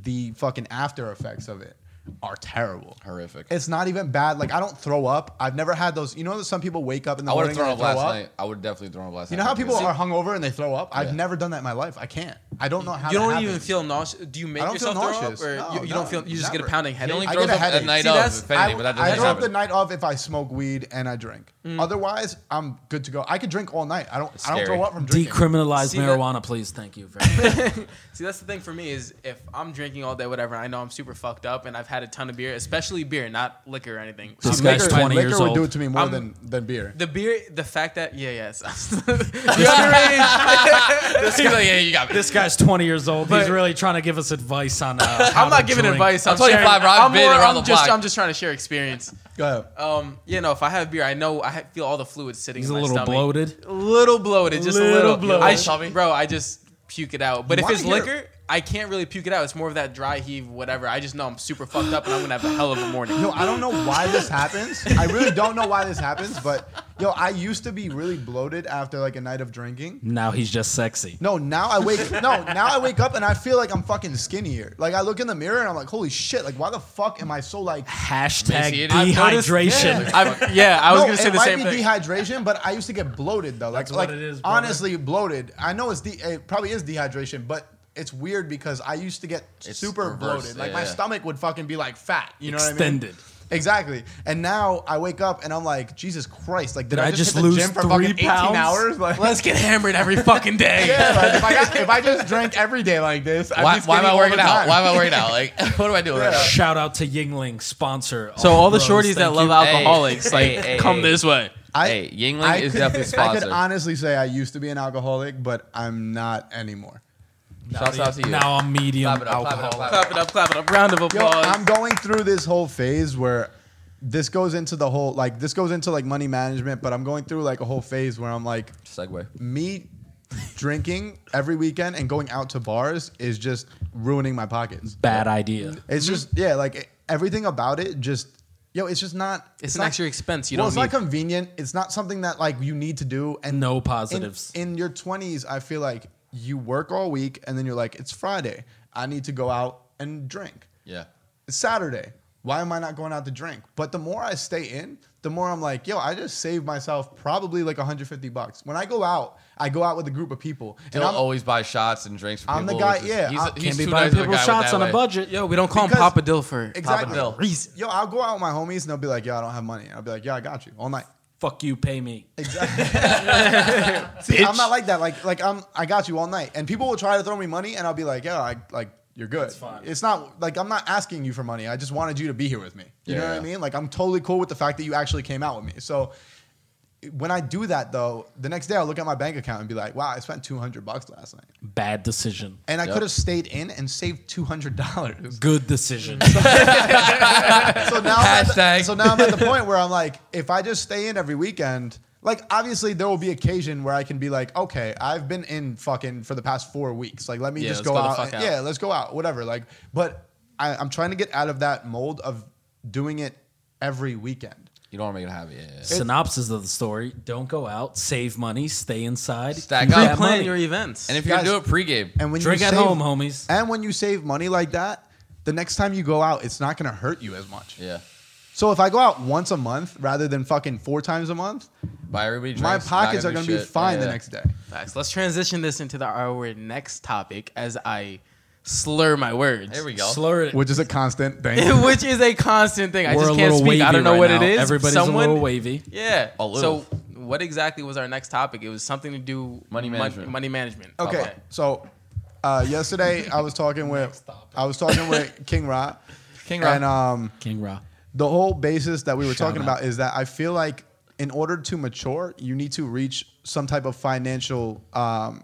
the fucking after effects of it are terrible. Horrific. It's not even bad. Like I don't throw up. I've never had those. You know that some people wake up in the I would morning have thrown and up they throw last up. night. I would have definitely thrown up last You night. know how people are hungover and they throw up? I've Yeah. never done that in my life. I can't. I don't know how. you that don't even happens. feel nauseous. Do you make I don't feel yourself throw up, nauseous. or No, you, you don't no, feel? You just get a never. pounding headache. He only I throws get a up at headache. night See, of, that's- if I, anything, but that doesn't I throw up happen. the night off if I smoke weed and I drink. Mm. Otherwise, I'm good to go. I could drink all night. I don't. I don't scary. throw up from drinking. Decriminalize See that- marijuana, please. Thank you very much. See, that's the thing for me is if I'm drinking all day, whatever, I know I'm super fucked up, and I've had a ton of beer, especially beer, not liquor or anything. This I'm guy's liquor- liquor, 20 liquor years would old. do it to me more I'm- than, than beer. The beer, the fact that yeah, yes, [LAUGHS] the underage. He's like, yeah, you got me. This guy's 20 years old. He's But- really trying to give us advice on. Uh, [LAUGHS] [LAUGHS] how I'm not to giving drink. advice. I'm, I'm 25, sharing- bro. I've I'm been more- around I'm the just, block. I'm just trying to share experience. Go ahead. [LAUGHS] Um, you know, if I have beer, I know I ha- feel all the fluids sitting. He's in a my little stomach. bloated. little bloated, just a Little little bloated. I sh- bro, I just puke it out. But if Why it's here? liquor, I can't really puke it out. It's more of that dry heave, whatever. I just know I'm super fucked up and I'm gonna have a hell of a morning. Yo, I don't know why this happens. I really don't know why this happens, but yo, I used to be really bloated after like a night of drinking. Now he's just sexy. No, now I wake no, now I wake up and I feel like I'm fucking skinnier. Like I look in the mirror and I'm like, holy shit, like why the fuck am I so like Hashtag Emaciated. I've noticed- dehydration. I, yeah, I was No, gonna say it the might same be thing. dehydration, but I used to get bloated though. Like, That's what like, it is, brother. honestly bloated. I know it's de- it probably is dehydration, but it's weird because I used to get It's super reversed, bloated. Like yeah, my yeah. stomach would fucking be like fat. You know what I Extended. mean? Exactly. And now I wake up and I'm like, Jesus Christ! Like, did, Did I, I just, just hit lose the gym for three fucking 18 pounds? hours? Like, Let's get hammered every fucking day. [LAUGHS] yeah, like, if, I got, if I just drank every day like this, I'd Why, be why am skinny I all working the out? time. Why am I working out? Like, [LAUGHS] what am I doing right Yeah. now? Shout out to Yingling sponsor. So all the Bros, shorties that love thank you. alcoholics, Hey, like, hey, come hey. this way. [LAUGHS] I, Hey, Yingling I is could- [LAUGHS] definitely I sponsored. could honestly say I used to be an alcoholic, but I'm not anymore. Shouts out to you. Now I'm medium Clap it up, clap it up, alcoholic. clap Clap it up, clap it up. Round of Yo, applause. I'm going through this whole phase where this goes into the whole like this goes into like money management, but I'm going through like a whole phase where I'm like Segue. me drinking every weekend and going out to bars is just ruining my pockets. Bad idea. It's just yeah, like everything about it just yo, it's just not it's an not- extra expense. You well, don't it's need. not convenient. It's not something that like you need to do. And No in, positives. in your twenties, I feel like you work all week and then you're like, it's Friday. I need to go out and drink. Yeah. It's Saturday. Why am I not going out to drink? But the more I stay in, the more I'm like, yo, I just saved myself probably like 150 bucks. When I go out, I go out with a group of people. And He'll I'm- always buy shots and drinks for I'm the people. guy- which is- yeah, he's, I- he's Can't be too buying nice of a people guy with shots that on a way. budget. Yo, we don't call Because- him Papa Dill for exactly. Papa Reason. Yo, I'll go out with my homies and they'll be like, yo, I don't have money. And I'll be like, yeah, I got you all night. Fuck you, pay me. [LAUGHS] Exactly. See, I'm not like that. Like, like I'm, I got you all night. And people will try to throw me money, and I'll be like, yeah, I like you're good. It's fine. not like I'm not asking you for money. I just wanted you to be here with me. You know Yeah. what I mean? Like I'm totally cool with the fact that you actually came out with me. So when I do that though, the next day I'll look at my bank account and be like, wow, I spent 200 bucks last night. Bad decision. And I Yep. could have stayed in and saved $200. [LAUGHS] Good decision. so now I'm at the- Hashtag. so now I'm at the point where I'm like, if I just stay in every weekend, like obviously there will be occasion where I can be like, okay, I've been in fucking for the past four weeks. Like let me Yeah, just let's go, go the out, fuck and- out. Yeah, let's go out. Whatever. Like, but I, I'm trying to get out of that mold of doing it every weekend. You don't want to make it happy. Yeah, yeah. Synopsis of the story: Don't go out, save money, stay inside, Stack keep up. that money. Plan your events. And if you're Guys- gonna do it pregame, And when Drink you at save- home, homies. And when you save money like that, the next time you go out, it's not gonna hurt you as much. yeah, So if I go out once a month rather than fucking four times a month, buy everybody. my drinks, not pockets are do gonna be shit. fine Yeah, the yeah. next day. Facts. Let's transition this into the, our next topic as I slur my words. There we go. Slur it. Which is a constant thing. [LAUGHS] Which is a constant thing. I just can't speak. I don't know right what now. it is. Everybody's Someone, a little wavy. Yeah. A little. So what exactly was our next topic? It was something to do Money mon- management. money management. Okay, so uh, yesterday I was [LAUGHS] talking with I was talking with King Ra, King Ra. and um, King Ra. the whole basis that we were Shout talking out. about is that I feel like in order to mature, you need to reach some type of financial. Um,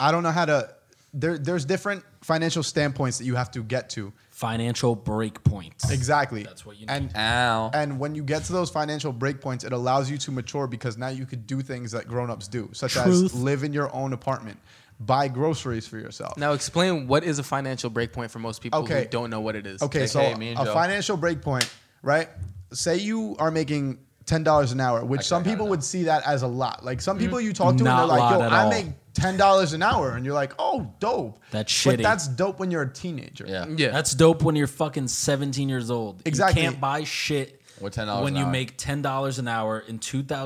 I don't know how to. There, there's different financial standpoints that you have to get to. Financial break points. Exactly. That's what you need. And Ow. and when you get to those financial breakpoints, it allows you to mature because now you could do things that grown-ups do, such Truth. as live in your own apartment, buy groceries for yourself. Now explain what is a financial breakpoint for most people Okay. who don't know what it is. Okay, Like, so hey, me and a Joe. financial breakpoint, right? Say you are making ten dollars an hour, which Okay, some I got people it would see that as a lot. Like some people you talk to Not and they're like, "Yo, lot at I all. make ten dollars an hour," and you're like, "Oh, dope." That's But shitty. that's dope when you're a teenager. Yeah. Yeah. That's dope when you're fucking 17 years old. Exactly. You can't buy shit With $10 when an you hour. make $10 an hour in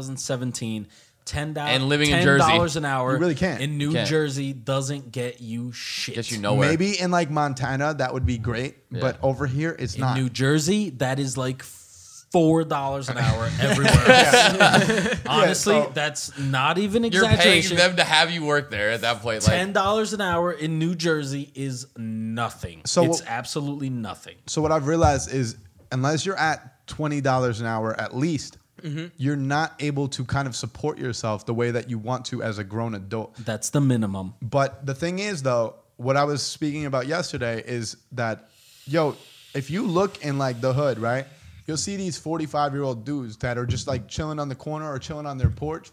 2017. $10 And living in $10 Jersey. an hour You really can't. in New You can't. Jersey doesn't get you shit. Get you nowhere. Maybe in like Montana that would be great, but over here it's In not. New Jersey, that is like f- four dollars [LAUGHS] an hour everywhere. else. [LAUGHS] Honestly, so- that's not even You're paying exaggeration. them to have you work there at that point. Like, Ten dollars an hour in New Jersey is nothing. So So it's what- absolutely nothing. So what I've realized is unless you're at twenty dollars an hour at least, you're not able to kind of support yourself the way that you want to as a grown adult. That's the minimum. But the thing is, though, what I was speaking about yesterday is that, yo, if you look in like the hood, right, you'll see these 45 year old dudes that are just like chilling on the corner or chilling on their porch.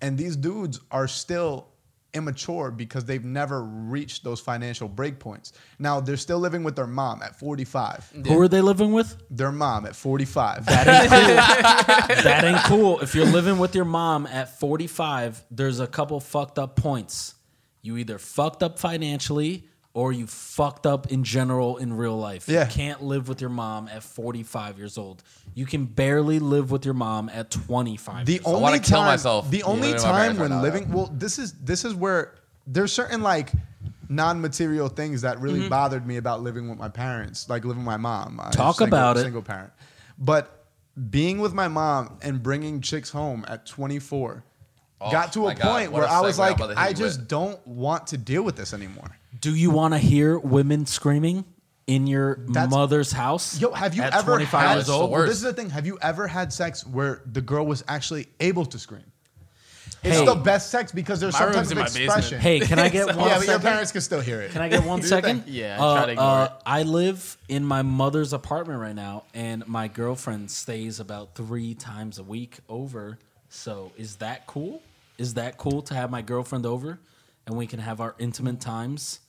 And these dudes are still immature because they've never reached those financial breakpoints. Now, they're still living with their mom at 45, Who are they living with? their mom at 45. [LAUGHS] That ain't cool. If you're living with your mom at 45, there's a couple fucked up points. You either fucked up financially or you fucked up in general in real life. Yeah. You can't live with your mom at 45 years old. You can barely live with your mom at 25. The years old. only wanna kill time, myself. The Yeah, only living with my time parents when right now, living well, this is this is where there's certain like non-material things that Mm-hmm. really bothered me about living with my parents, like living with my mom. I'm Talk single- about it. Single parent, but being with my mom and bringing chicks home at 24 Oh, got to my a God, point what where a I was segue I'm like, about to hit I you just with. don't want to deal with this anymore. Do you want to hear women screaming in your That's- mother's house? Yo, have you at ever 25 had? years well, old? this is the thing. Have you ever had sex where the girl was actually able to scream? It's Hey. the best sex because there's My some type room's of in my basement. expression. Hey, can I get [LAUGHS] one yeah, but your second? parents can still hear it. Can I get [LAUGHS] one Do your second? Uh, thing. Yeah, I try to ignore it. I live in my mother's apartment right now, and my girlfriend stays about three times a week over. So is that cool? Is that cool to have my girlfriend over, and we can have our intimate times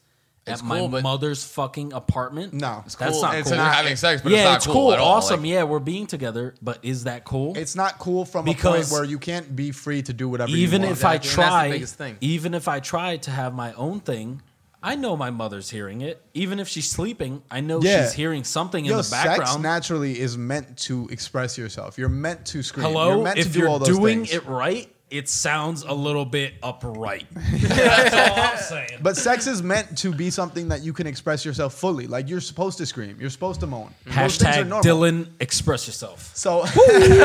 It's at cool, my but- mother's fucking apartment? No. It's that's cool. not it's cool. You're having sex, but yeah, it's not cool. at all. Awesome. Like, yeah, we're being together, but is that cool? It's not cool from a point Because- where you can't be free to do whatever even you want. if I Exactly, and that's the try, biggest thing. even if I try to have my own thing, I know my mother's hearing it. Even if she's sleeping, I know Yeah. she's hearing something Yo, in the sex background. naturally is meant to express yourself. You're meant to scream. Hello, You're meant if to do you're all those doing things. it right, it sounds a little bit [LAUGHS] upright. That's all I'm saying. But sex is meant to be something that you can express yourself fully. Like you're supposed to scream. You're supposed to moan. Those things are Hashtag normal. Dylan, express yourself. So, [LAUGHS]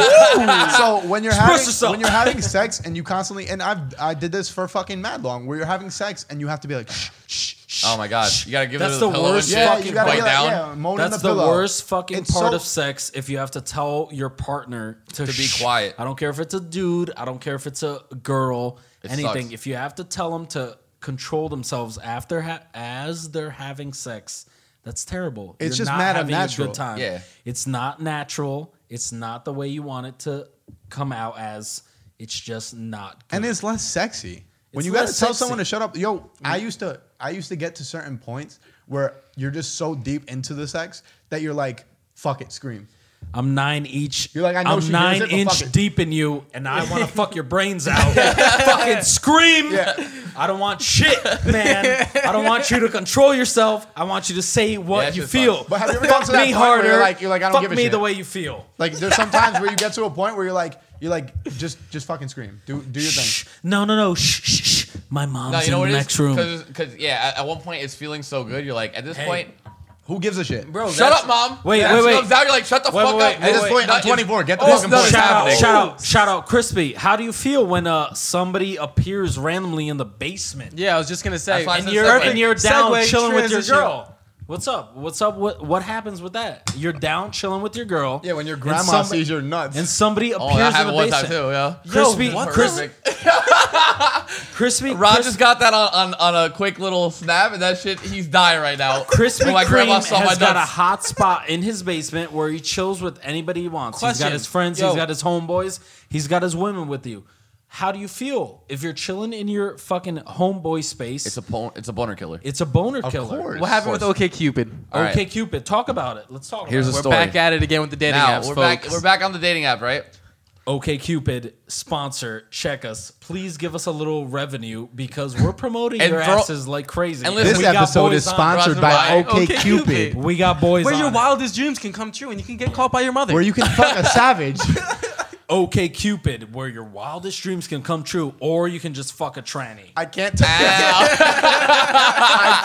so when you're having yourself. when you're having sex and you constantly and I've I did this for fucking mad long where you're having sex and you have to be like shh shh shh. Oh my god, you gotta give That's her the, the pillow worst and shit. fucking you gotta bite be like, down. yeah, moan in That's the, the, pillow. worst fucking It's part so- of sex if you have to tell your partner To to, be shh. quiet. I don't care if it's a dude, I don't care if it's a girl, It anything. sucks. If you have to tell them to control themselves after ha- as they're having sex, that's terrible. It's just not mad having unnatural. A good time. Yeah. It's not natural. It's not the way you want it to come out as. It's just not good. and it's less sexy when It's you gotta less tell sexy. Mm-hmm. someone to shut up yo i used to i used to get to certain points where you're just so deep into the sex that you're like fuck it scream I'm nine each. You're like, I know am she hears nine it, but inch fuck it. deep in you, and I [LAUGHS] want to fuck your brains out. Fucking scream! Yeah. I don't want shit, man. I don't want you to control yourself. I want you to say what Yeah, that you shit feel. sucks. But have you ever gotten fuck to that me point where harder. you're like- you're like, I don't fuck give a me shit. the way you feel. like there's sometimes where you get to a point where you're like you're like just just fucking scream do do your [LAUGHS] Shh. thing No, no, no. Shh, shh, shh. My mom's No, you know in what the it is? next room. Because yeah, at, at one point it's feeling so good. You're like, at this point, who gives a shit Bro, shut that's- up, mom. Wait, Yeah, wait, she wait. Comes out, you're like, shut the Wait, fuck wait, up. wait, At this wait. point, I'm Not- 24. Get the Oh, fucking no, point. it's shout out, happening. shout out, shout out, crispy. How do you feel when uh somebody appears randomly in the basement? Yeah, I was just gonna say. That's why I and said you're- segue. Perfect. And you're down Segue, chilling with transition. your girl. What's up? What's up? What what happens with that? You're down chilling with your girl. yeah when your and grandma somebody- sees your nuts and somebody Oh, appears that in the happened one time basement. too. Yeah. Crispy, Yo, Chris, perfect. crispy, Ron Chris, just got that on, on, on a quick little snap, and that shit, he's dying right now. Krispy [LAUGHS] When my grandma Kreme saw my has got a nuts. hot spot in his basement where he chills with anybody he wants. He's Question. got his friends, Yo. he's got his homeboys, he's got his women with you. How do you feel if you're chilling in your fucking homeboy space? It's a pon- it's a boner killer. it's a boner of killer. course What happened with Of OK Cupid? All right. Okay, Cupid, talk about it. Let's talk. Here's a about We're story. back at it again with the dating now apps, we're folks. back. We're back on the dating app, right? Okay, Cupid, sponsor, check us. Please give us a little revenue because we're promoting And your throw- asses like crazy. [LAUGHS] and this listen, we got episode boys is on. sponsored Brought by to you by OKCupid, OkCupid. We got boys. Where on your it. wildest dreams can come true, and you can get caught by your mother. where you can fuck a savage OK Cupid, where your wildest dreams can come true, or you can just fuck a tranny. [LAUGHS] I [LAUGHS] can't talk. Ah,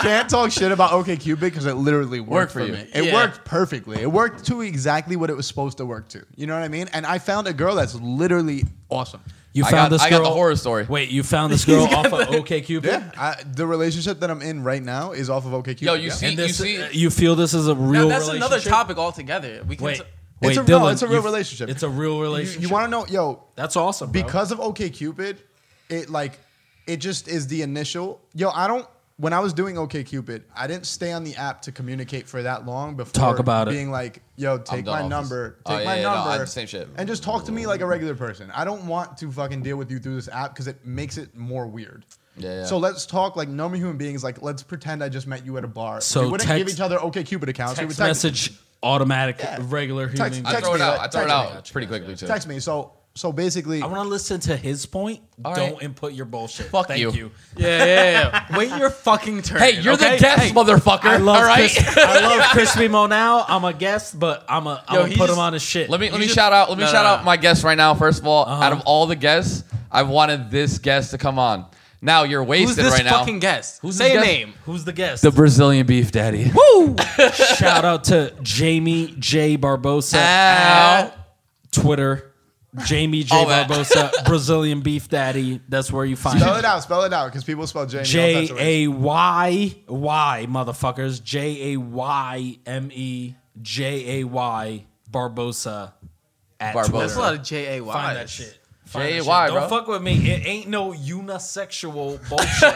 I can't talk shit about OKCupid because it literally worked, Worked for for, you. me. It Yeah. worked perfectly. It worked to exactly what it was supposed to work to. You know what I mean? And I found a girl that's literally awesome. You I got- found this I girl. got the horror story. Wait, you found this girl off of OK Cupid. Yeah, I, the relationship that I'm in right now is off of OKCupid. Yo, you yeah. see- And this, You see- uh, you feel this is a real. Now, that's another relationship? topic altogether. We can Wait, t- wait, It's a real- Dylan, it's a real you- relationship. It's a real You, relationship. you want to know, yo, that's awesome, bro. because of OK Cupid, it like it just is the initial. Yo, I don't. When I was doing OK Cupid, I didn't stay on the app to communicate for that long before Talk about it. being like, "Yo, take done my all this. number, Oh, take my yeah, yeah, no, I number, did the same shit. and just talk to me like a regular person." I don't want to fucking deal with you through this app because it makes it more weird. Yeah, yeah. So let's talk like normal human beings. Like, let's pretend I just met you at a bar. So we wouldn't give text- each other OK Cupid accounts. We would text text- message automatic regular human. Text- I being. text throw it me, out. like, I throw it text out me. pretty quickly too. Text me. So so basically, I want to listen to his point. All Don't right. input your bullshit. Fuck Thank you. you. yeah, yeah, yeah. Wait your [LAUGHS] fucking turn. Hey, you're okay? the guest, motherfucker. I love all right. Chris, I [LAUGHS] love Crispy Mo now. I'm a guest, but I'm a I'm Yo, gonna he put just- him on his shit. Let me You let me just- shout out. Let me No, shout no, out no. my guests right now. First of all, out of all the guests, I've wanted this guest to come on. Now you're wasted Who's this right now. fucking guest? Who's Say this a guest? name. Who's the guest? the Brazilian beef daddy. Woo! [LAUGHS] shout out to Jamie J Barbosa Ow. at Twitter. Jamie J All that. Barbosa, Brazilian Beef Daddy. That's where you find spell him. it out. Spell it out because people spell J. and E you know if J that's a race. A Y Y motherfuckers. J A Y M E J A Y Barbosa at Barbosa. Twitter. That's a lot of J A Y. Find that shit. Find that J-A-Y, shit. bro. Don't fuck with me. It ain't no unisexual bullshit.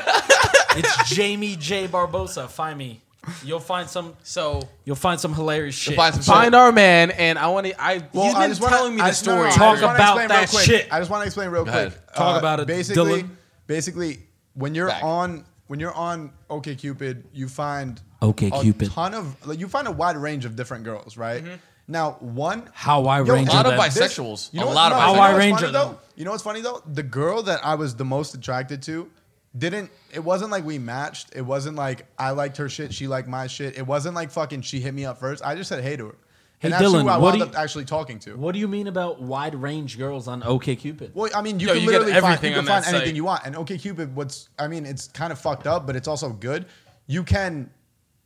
it's Jamie J Barbosa. Find me. You'll find some. So You'll find some hilarious shit. Find some find shit. our man, and I want to. I he's I been just wanna- telling me I the just- no, no, I story. Talk just wanna about explain that real quick. shit. I just want to explain real ahead. quick. Uh, Talk about it, Basically, Dylan. basically, when you're Back. on when you're on OKCupid, you find OkCupid. a ton of like, you find a wide range of different girls, right? Mm-hmm. Now, one How wide range A lot of of that- this- bisexuals. you know a what- lot of no, How you bisexuals. know I what's range funny of though? them. You know what's funny though? The girl that I was the most attracted to didn't. It wasn't like we matched. It wasn't like I liked her shit, she liked my shit. It wasn't like fucking she hit me up first. I just said hey to her. Hey, and that's Dylan, who I what do wound you- up actually talking to. [LAUGHS] What do you mean about wide range girls on OKCupid? Well, I mean, you Yo, can you get literally find, everything you can on that find anything site. you want. And OKCupid, what's I mean, it's kind of fucked up, but it's also good. You can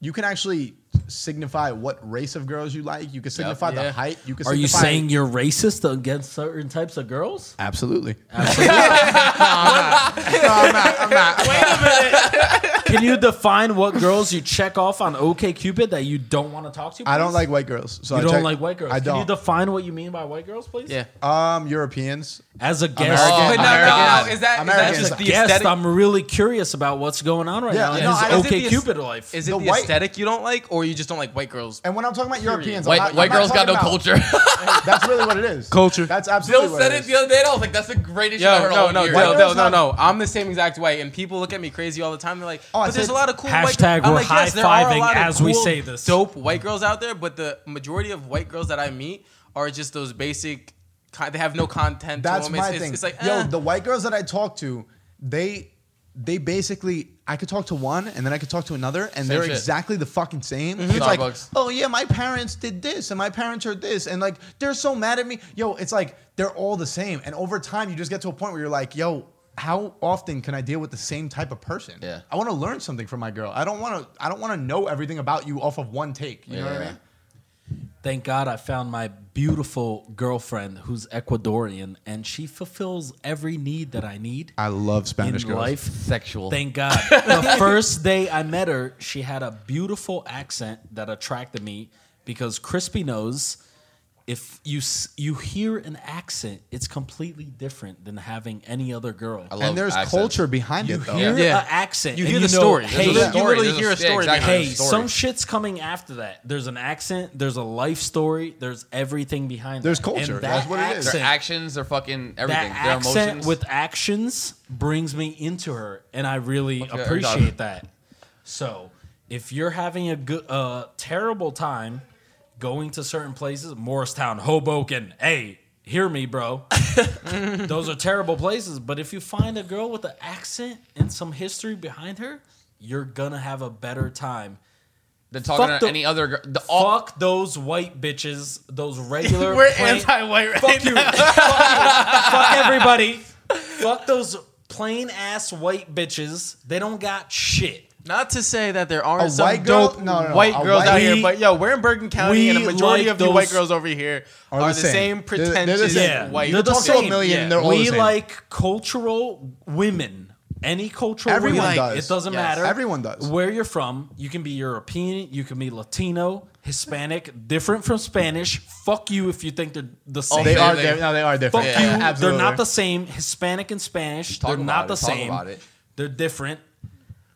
you can actually signify what race of girls you like. You can signify Yeah. the height. You can. Are you signify- saying you're racist against certain types of girls? absolutely? [LAUGHS] Absolutely. no, I'm not. I'm not. Can you define what girls you check off on OKCupid that you don't want to talk to? I don't please? like white girls. So You I don't check- like white girls. I Can you don't. define what you mean by white girls, please? Yeah. um, Europeans. As a guest, American. But no, no, no, American. no. Is that, is that American. just the guest, aesthetic? I'm really curious about what's going on right Yeah, now in no, I his don't OK think the Cupid life. Is it The the, white- aesthetic you don't like, or you just don't like white girls? And when I'm talking about Europeans, I'm White, not- I'm white not girls got no talking about- culture. [LAUGHS] That's really what it is. Culture. That's Bill absolutely. what said it it is. the other day, and I was like, "That's the greatest shit I Yo, heard no, all no, year." no, White no, girls no, not- no. I'm the same exact way, and people look at me crazy all the time. They're like, Oh, I "But there's said- a lot of cool." white Hashtag girls. we're I'm like, yes, there are a high-fiving lot of as we cool, say this. Dope white girls out there, but the majority of white girls that I meet are just those basic. ki- They have no content. That's to them. my it's, thing. It's, it's like, yo, eh. the white girls that I talk to, they they basically I could talk to one and then I could talk to another and they're shit. exactly the fucking same. It's like, Starbucks. oh yeah, my parents did this and my parents are this and like they're so mad at me. Yo, it's like they're all the same. And over time, you just get to a point where you're like, yo. How often can I deal with the same type of person? Yeah. I want to learn something from my girl. I don't want to. I don't want to know everything about you off of one take. You know what I Yeah. mean? Thank God I found my beautiful girlfriend who's Ecuadorian, and she fulfills every need that I need I love Spanish in girls. life. Sexual. [LAUGHS] Thank God. The first day I met her, she had a beautiful accent that attracted me because Crispy knows if you s- you hear an accent, it's completely different than having any other girl. I love And there's accents. culture behind You it though. hear Yeah. an accent, You and hear the know, story. Hey, There's you a story. literally There's hear a yeah, story exactly. hey, There's a story. some shit's coming after that. There's an accent. There's a life story. There's everything behind. There's that. culture. And That's that what it is. Their accent- actions, their fucking everything, that their accent emotions. with actions brings me into her, and I really yeah, appreciate that. So, if you're having a good, uh, terrible time going to certain places, Morristown, Hoboken, hey, hear [LAUGHS] me, bro. Those are terrible places. But if you find a girl with an accent and some history behind her, you're gonna have a better time than talking Fuck to the- any other girl. The, all, Fuck those white bitches. Those regular. We're plain- anti-white right [LAUGHS] Fuck you. now. fuck you. Fuck everybody. Fuck those plain ass white bitches. They don't got shit. Not to say that there aren't A some white girl- dope no, no, no, white a girls white- out We- here, but yo, we're in Bergen County, and a we majority like of you white those- girls over here are, the same, They're- they're the pretentious same. Yeah. white. They're the Talk to a same. million, Yeah. they're all the we same. like cultural women. Any cultural Everyone women. does. It doesn't Yes. matter. Everyone does. Where you're from, you can be European, you can be Latino, Hispanic, different from Spanish. Fuck you if you think they're the same. They Same are. thing. They, no, they are different. Fuck Yeah, you. Absolutely. They're not the same. Hispanic and Spanish. Talk they're about not it. the Talk same. about it. They're different.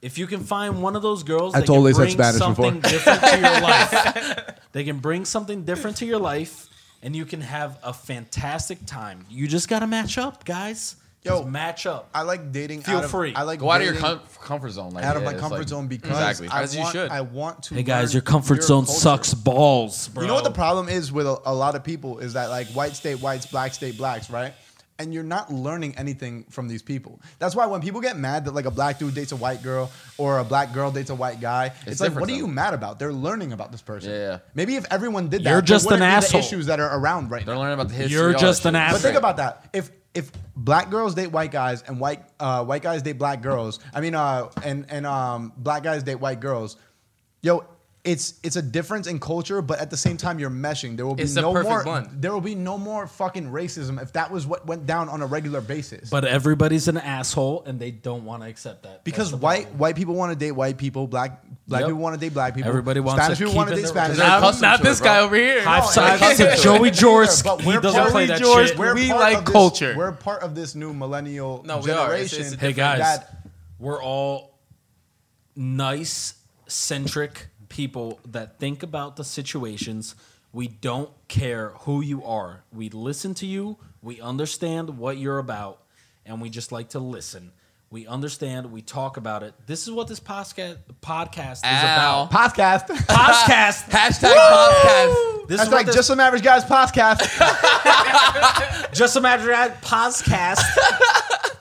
If you can find one of those girls, I that can totally said bring Spanish something before. different to [LAUGHS] your life. they can bring something different to your life, and you can have a fantastic time. You just gotta match up, guys. Yo, Just match up. I like dating. Feel out of- free. I like go out of your dating com- comfort zone. Like, out of yeah, my it's comfort like- zone because exactly. I As you want, should. I want to. hey guys, learn your comfort zone culture. sucks balls, bro. You know what the problem is with a, a lot of people is that like white state whites, black state blacks, right? And you're not learning anything from these people. That's why when people get mad that like a black dude dates a white girl or a black girl dates a white guy, it's, like, different, what are though. you mad about? They're learning about this person. Yeah, yeah. Maybe if everyone did that, You're there just wouldn't an be the asshole. issues that are around right They're now. learning about the history. You're all that just shit. an But asshole. think about that. If if black girls date white guys and white uh, white guys date black girls, I mean, uh, and and um, black guys date white girls, yo, it's it's a difference in culture, but at the same time, you're meshing. There will be It's the no perfect more. blend. There will be no more fucking racism if that was what went down on a regular basis. But everybody's an asshole, and they don't want to accept that. That's because the white problem. white people want to date white people, black black Yep. people want to date black people, Everybody wants Spanish to people keep want it to date their- Spanish. They're Not- people. accustomed not to it, this bro. guy over here. High No, five it's- to Joey Jorts. But He we're doesn't part- play Joey that Jorts, shit. We're We part like of this- culture. We're part of this new millennial No, we are. It's- generation. it's a Hey guys, that- we're all nice, centric people that think about the situations. We don't care who you are. We listen to you. We understand what you're about, and we just like to listen. We understand. We talk about it. This is what this podcast podcast is Ow. [LAUGHS] about. podcast. Podcast. Hashtag podcast. This That's is what like this- just some average guys [LAUGHS] podcast. just imagine that podcast.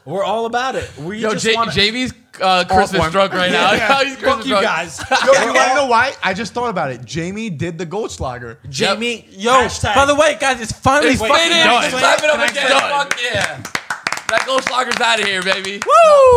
We're all about it. We Yo, just J- want JV's uh, Christmas drunk right now. [LAUGHS] He's Christmas fuck you drunk. guys. Yo, you want to know why? I just thought about it. Jamie did the Goldschlager. Jamie, Yo, hashtag- by the way, guys, it's finally It's fucking fucking done. Clap it up It's again. done. Fuck yeah. That gold slogger's out of here, baby.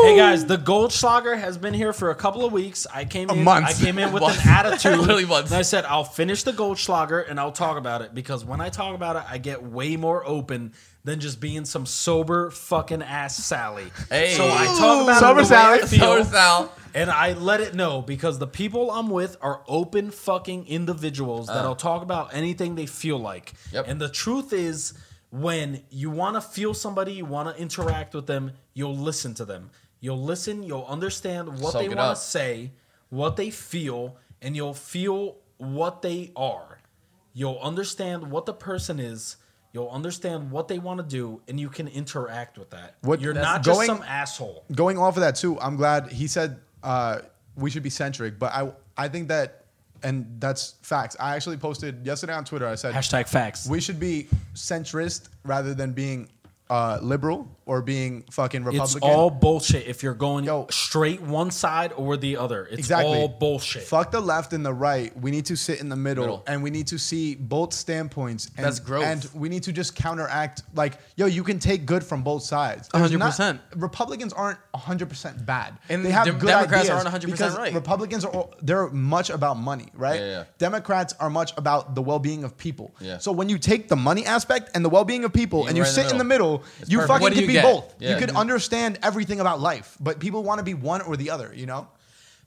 Hey guys, the Goldschlager has been here for a couple of weeks. I came in, month. I [LAUGHS] came in with an Month. attitude. Literally months. And I said, I'll finish the Goldschlager and I'll talk about it because when I talk about it, I get way more open than just being some sober fucking ass Sally. Hey. So I talk about Sober it the way I Sally. feel, Sober Sal. and I let it know because the people I'm with are open fucking individuals that'll talk about anything they feel like. Uh. Yep. And the truth is, when you want to feel somebody, you want to interact with them, you'll listen to them. You'll listen, you'll understand what Soak they it want up. to say, what they feel, and you'll feel what they are. You'll understand what the person is. You'll understand what they want to do, and you can interact with that. What- You're that's not just going- some asshole. Going off of that too, I'm glad he said uh, we should be centric, but I I think that and that's facts. I actually posted yesterday on Twitter. I said Hashtag facts. we should be centrist rather than being uh, liberal or being fucking It's Republican. all bullshit if you're going Yo. straight one side or the other. It's Exactly. all bullshit. Fuck the left and the right. We need to sit in the middle, Middle. and we need to see both standpoints. And, That's growth. And we need to just counteract. Like, yo, you can take good from both sides. There's 100%. not- Republicans aren't 100% bad. And they have Dem- good Democrats ideas aren't 100% because right. Republicans are all- they're much about money, right? Yeah, yeah, yeah. Democrats are much about the well-being of people. Yeah. So when you take the money aspect and the well-being of people, and you right in the sit in the middle. middle, It's you perfect. fucking What do could you be get? both. You Yeah. could understand everything about life, but people want to be one or the other. You know.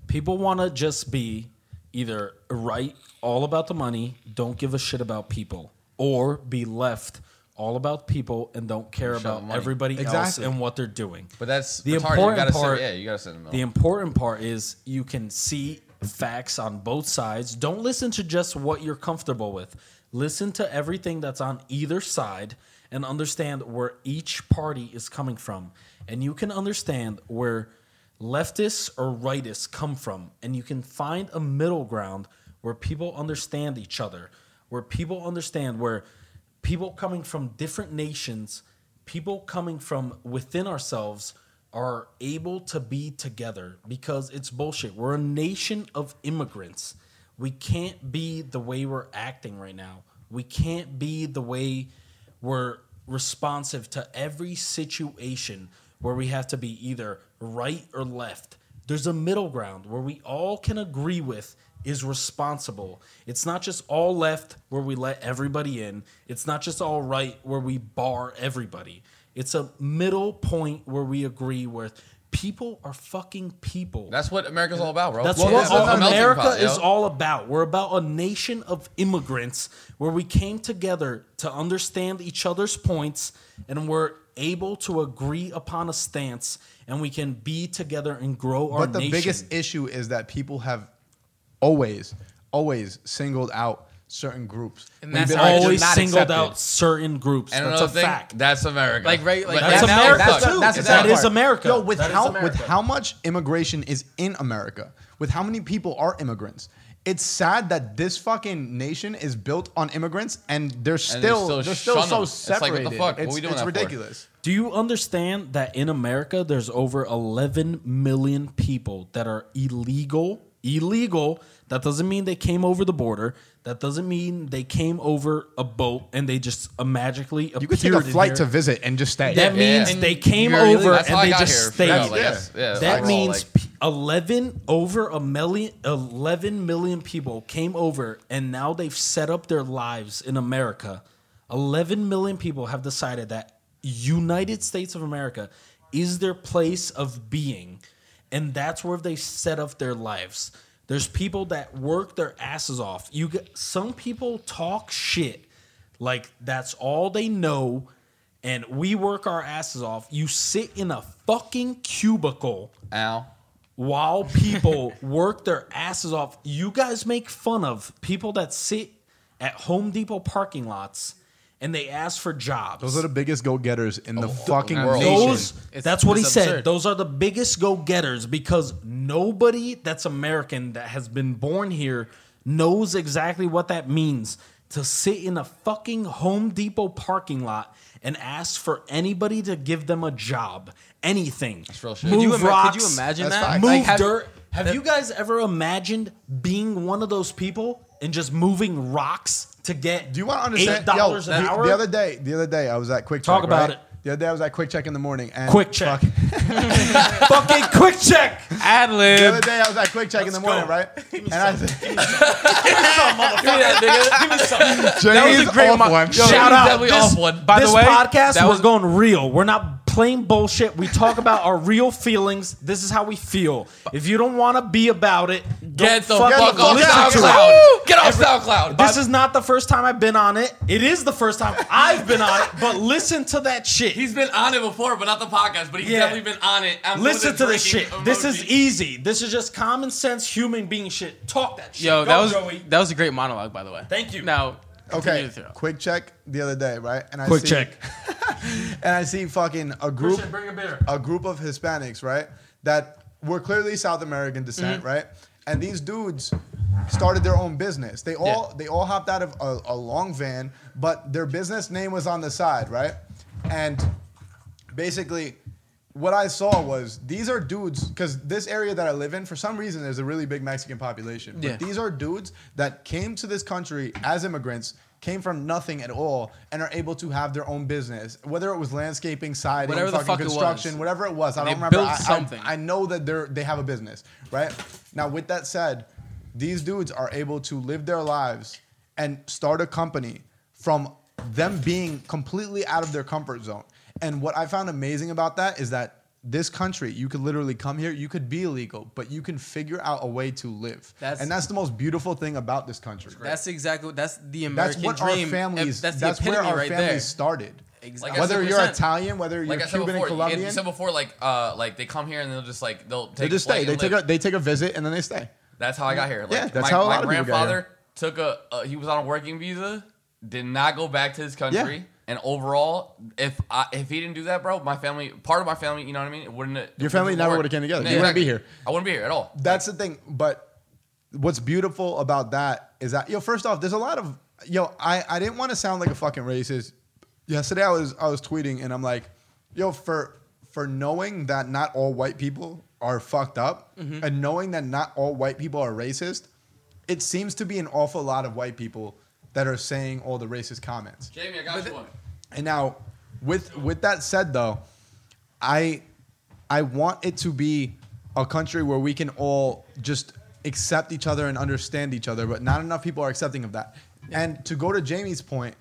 People want to just be either right, all about the money, don't give a shit about people, or be left, all about people, and don't care about money. everybody else Exactly. and what they're doing. But that's retarded. the You important gotta sit- part. yeah, you gotta sit in the middle. The important part is you can see facts on both sides. Don't listen to just what you're comfortable with. Listen to everything that's on either side and understand where each party is coming from. And you can understand where leftists or rightists come from. And you can find a middle ground where people understand each other, where people understand where people coming from different nations, people coming from within ourselves are able to be together because it's bullshit. We're a nation of immigrants. We can't be the way we're acting right now. We can't be the way we're responsive to every situation where we have to be either right or left. There's a middle ground where we all can agree with is responsible. It's not just all left where we let everybody in. It's not just all right where we bar everybody. It's a middle point where we agree with people are fucking people. That's what America's all about, bro. That's Oh, Well, what it's a all- melting America pot, yo. is all about. We're about a nation of immigrants where we came together to understand each other's points and we're able to agree upon a stance and we can be together and grow our but the nation. biggest issue is that people have always, always singled out certain groups. And We've that's been how like, it's always "You're not singled accepted." out certain groups. And That's another a thing, fact. that's America. Like, right- like, But that's now- America, that's- too. that's the That sad part. is America. Yo, with That is how with America. how much immigration is in America, with how many people are immigrants, it's sad that this fucking nation is built on immigrants, and they're still still they're still shun so 'em. It's like, what the separated. fuck? What It's, we doing it's that for? ridiculous. Do you understand that in America there's over 11 million people that are illegal? Illegal. That doesn't mean they came over the border. That doesn't mean they came over a boat and they just uh, magically appeared. You could take a in flight here. to visit and just stay. That Yeah. means And they came you're illegal. over That's how and I they got just here. stayed. Yeah, like, Yeah. that's- yeah, that like, means like, p 11 over a million 11 million people came over and now they've set up their lives in America. 11 million people have decided that United States of America is their place of being and that's where they set up their lives. There's people that work their asses off. You get some people talk shit like that's all they know and we work our asses off. You sit in a fucking cubicle ow. while people [LAUGHS] work their asses off. You guys make fun of people that sit at Home Depot parking lots and they ask for jobs. Those are the biggest go getters in the fucking Oh, world. nation. Those- It's- that's what he it's said. absurd. Those are the biggest go getters because nobody that's American that has been born here knows exactly what that means to sit in a fucking Home Depot parking lot and ask for anybody to give them a job, anything. That's real shit. Move Could you ima- could you rocks, imagine That's that? Move facts. Like, have- dirt. Have you guys ever imagined being one of those people and just moving rocks to get? Do you want to understand? Eight Yo, dollars an the, hour. the other day, the other day, I was at Quick Check. Talk about right? it. The other day, I was at Quick Check in the morning. And Quick Check. fuck- fucking quick check. ad the other lib. day, I was at Quick Check in the morning, go. right? [LAUGHS] And I said, [LAUGHS] was a Jay's great off mo- one. Yo, Shout out. definitely this, off one. By the this way, podcast, that we're was- going real. We're not playing bullshit. We talk about our real feelings. This is how we feel. If you don't want to be about it, Get the don't fuck fucking off on listen to it. SoundCloud. [LAUGHS] Get off SoundCloud. This is not the first time I've been on it. It is the first time I've been on it. But listen to that shit. He's been on it before, but not the podcast. But he's Yeah. definitely been on it. I'm listen doing to this shit. drinking This is emoji. easy. This is just common sense human being shit. Talk that shit. Yo, Go, that was Joey. that was a great monologue, by the way. Thank you. Now, continue Okay, the throw. Quick Check the other day, right? And I quick see, check. And I see fucking a group, Christian, bring a beer. a group of Hispanics, right? That were clearly South American descent, right? And these dudes started their own business. They all they all hopped out of a, a long van, but their business name was on the side, right? And basically what I saw was these are dudes because this area that I live in, for some reason, there's a really big Mexican population. But Yeah. these are dudes that came to this country as immigrants, came from nothing at all, and are able to have their own business, whether it was landscaping, siding, Whatever the fucking fuck it was. construction, whatever it was. I They don't remember. built I- I- something. I, know that they're they have a business, right? Now, with that said, these dudes are able to live their lives and start a company from them being completely out of their comfort zone. And what I found amazing about that is that this country, you could literally come here, you could be illegal, but you can figure out a way to live. That's- and that's the most beautiful thing about this country. That's exactly that's the That's American what dream. our families. If- That's, the where epitome our right families there. started. Exactly. Like I Whether said- you're 100%. Italian, whether you're Like I said Cuban before, and and Colombian, you said before, like uh, like they come here and they'll just like they'll take they just a flight stay. They and take live. a they take a visit and then they stay. That's how I got here. Like, Yeah, that's my, how a my lot of people got grandfather took a. Uh, he was on a working visa, did not go back to his country, Yeah. and overall, if I, if he didn't do that, bro, my family, part of my family, you know what I mean, it wouldn't. it Your family wouldn't never work. would've came together. Yeah, You wouldn't be exactly. here. I wouldn't be here at all. That's the thing. But what's beautiful about that is that yo, first off, there's a lot of yo. I I didn't want to sound like a fucking racist. Yesterday I was I was tweeting and I'm like, yo, for for knowing that not all white people are fucked up and knowing that not all white people are racist. it seems to be an awful lot of white people that are saying all the racist comments. Jamie, I got you one. And now, with with that said, though, I I want it to be a country where we can all just accept each other and understand each other, but not enough people are accepting of that. And to go to Jamie's point,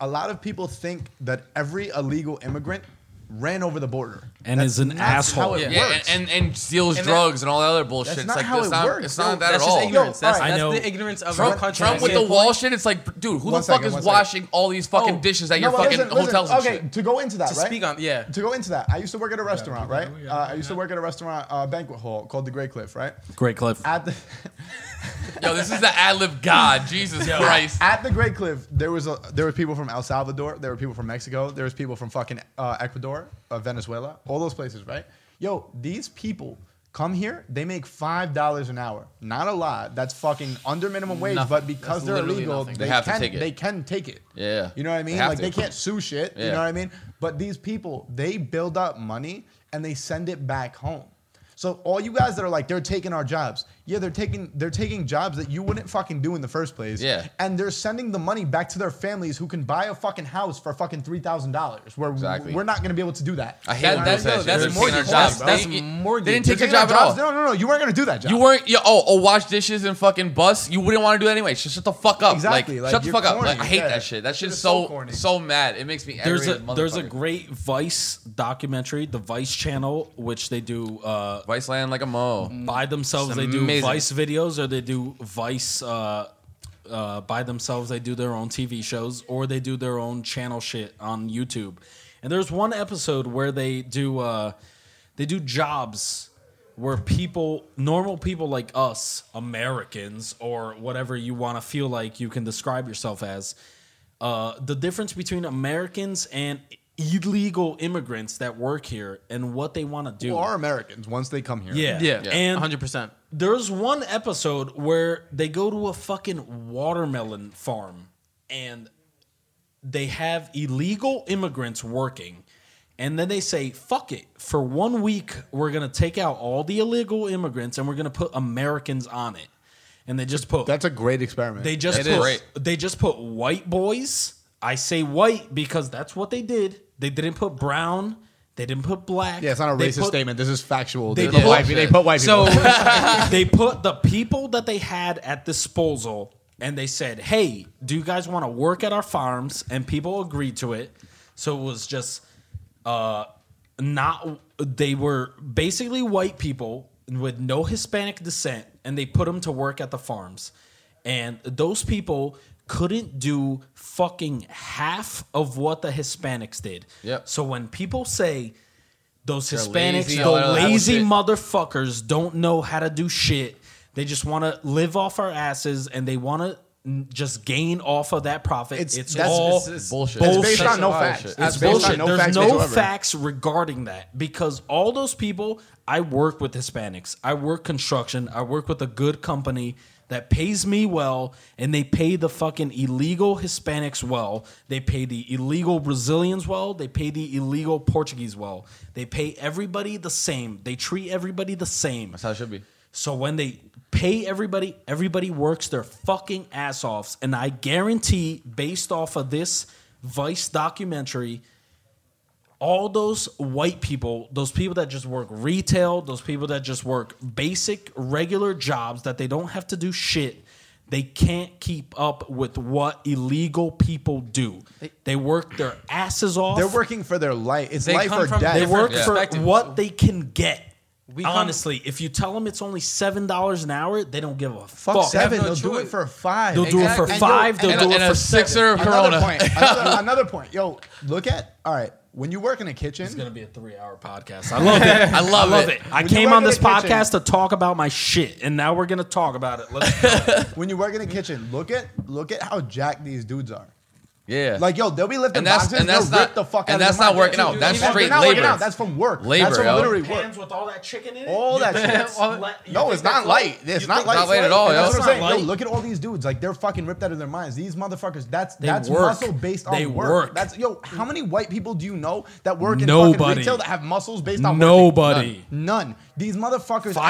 a lot of people think that every illegal immigrant ran over the border And is an not how asshole. it Yeah, works. and, and, and steals And that- drugs and all that other bullshit. That's it's not like how it's it not, works. It's not No, that at that's just all. ignorance. That's, alright. that's I know. the ignorance of our Trump, country. Trump with the wall shit, it's like, dude, who One the fuck second, is one second. washing all these fucking Oh, dishes at no, your but fucking listen, listen, hotels and okay, shit? to go into that, To right? speak on- yeah. To go into that, I used to work at a restaurant, keep right? going, we gotta Uh, I keep used to going. work at a restaurant uh, banquet hall called the Great Cliff, right? Great clip. [LAUGHS] At the Yo, this is the ad lib god. Jesus Christ. at the Great Cliff, there was a, there were people from El Salvador, there were people from Mexico, there was people from fucking uh, Ecuador, uh, Venezuela, all those places, right? Yo, these people come here, they make five dollars an hour, not a lot. That's fucking under minimum wage, Nothing. but because That's they're literally illegal, nothing. they, They have to can take it. they can take it. Yeah. you know what I mean. They have like to. they can't sue shit. You Yeah. know what I mean. But these people, they build up money and they send it back home. So all you guys that are like they're taking our jobs, yeah, they're taking they're taking jobs that you wouldn't fucking do in the first place. Yeah. And they're sending the money back to their families who can buy a fucking house for fucking three thousand dollars. Where Exactly. we're not gonna be able to do that. I hate That- when that's- they do no, shit. that's They're mortgage. taking our jobs. That's- They- that's mortgage. They didn't take You're their taking job our at all. jobs? No, no, no. You weren't gonna do that job. You weren't, yo, oh, oh, wash dishes and fucking bus. You wouldn't want to do that anyway. Sh- Shut the fuck up. Exactly, like, Like, shut the you're fuck up. corny, Like, I hate yeah. that shit. That shit Shit is is so so corny. so mad. It makes me there's a aggravated. there's a motherfucker. great Vice documentary, the Vice Channel, which they do uh, Vice land like a mo. by themselves. It's They do amazing. Vice videos, or they do Vice uh, uh, by themselves. They do their own TV shows, or they do their own channel shit on YouTube. And there's one episode where they do uh, they do jobs where people, normal people like us, Americans, or whatever you want to feel like you can describe yourself as, uh, the difference between Americans and illegal immigrants that work here and what they want to do. Who are Americans once they come here? yeah. Yeah, And 100%. there's one episode where they go to a fucking watermelon farm and they have illegal immigrants working. And then they say, fuck it. For one week, we're going to take out all the illegal immigrants and we're going to put Americans on it. And they just put That's a great experiment. they just It put, is. Great. they just put white boys. I say white because that's what they did. They didn't put brown. They didn't put black. yeah, it's not a They racist put- statement. This is factual. They They, put did. white, they put white people. So [LAUGHS] they put the people that they had at disposal and they said, Hey, do you guys want to work at our farms? And people agreed to it. So it was just uh not they were basically white people with no Hispanic descent, and they put them to work at the farms. And those people couldn't do fucking half of what the Hispanics did. Yep. So when people say those Hispanics, lazy, the all that other lazy bullshit. motherfuckers don't know how to do shit. They just want to live off our asses and they want to just gain off of that profit. It's, It's- that's- all it's- It's bullshit. It's based on no Bullshit. facts. It's It's based on bullshit. no There's facts no whatsoever. facts regarding that because all those people. I work with Hispanics. I work construction. I work with a good company that pays me well, and they pay the fucking illegal Hispanics well. They pay the illegal Brazilians well. They pay the illegal Portuguese well. They pay everybody the same. They treat everybody the same. That's how it should be. So when they pay everybody, everybody works their fucking ass offs. And I guarantee, based off of this Vice documentary, all those white people, those people that just work retail, those people that just work basic, regular jobs that they don't have to do shit, they can't keep up with what illegal people do. They work their asses off. They're working for their life. It's They life come or from death. They different work for perspectives. what they can get. We come- Honestly, if you tell them it's only seven dollars an hour, they don't give a fuck. Fuck, seven. no they'll do choice. it for five. They'll do it for Exactly. And yo- five. They'll and do a- it and for a sixer Seven. Corona. Another [LAUGHS] point. [LAUGHS] Another, another point. Yo, look at. All right. When you work in a kitchen, It's gonna be a three-hour podcast. I love it. I love, it. [LAUGHS] I When you came work on in this the kitchen- podcast to talk about my shit, and now we're gonna talk about it. Let's Mm-hmm. when you work in a kitchen, look at look at how jacked these dudes are. Yeah. Like yo, they'll be lifting And that's- boxes and that's they'll rip not- the fuck and out of that's their not mind. working Yeah, out. dude, That's even- straight not working labor. out. That's from work. Labor, That's from yo. literally work. Pans with all that chicken in it. All that shit. All that- you No, think it's that's not light. You It's think not light. Not light at all, And yo. That's what I'm It's saying. not Yo, light. look at all these dudes. Like they're fucking ripped out of their minds. These motherfuckers. That's They that's work. muscle based on They work. work. That's yo. How many white people do you know that work in fucking Nobody. retail that have muscles based on working? Nobody. None. These motherfuckers. 5%,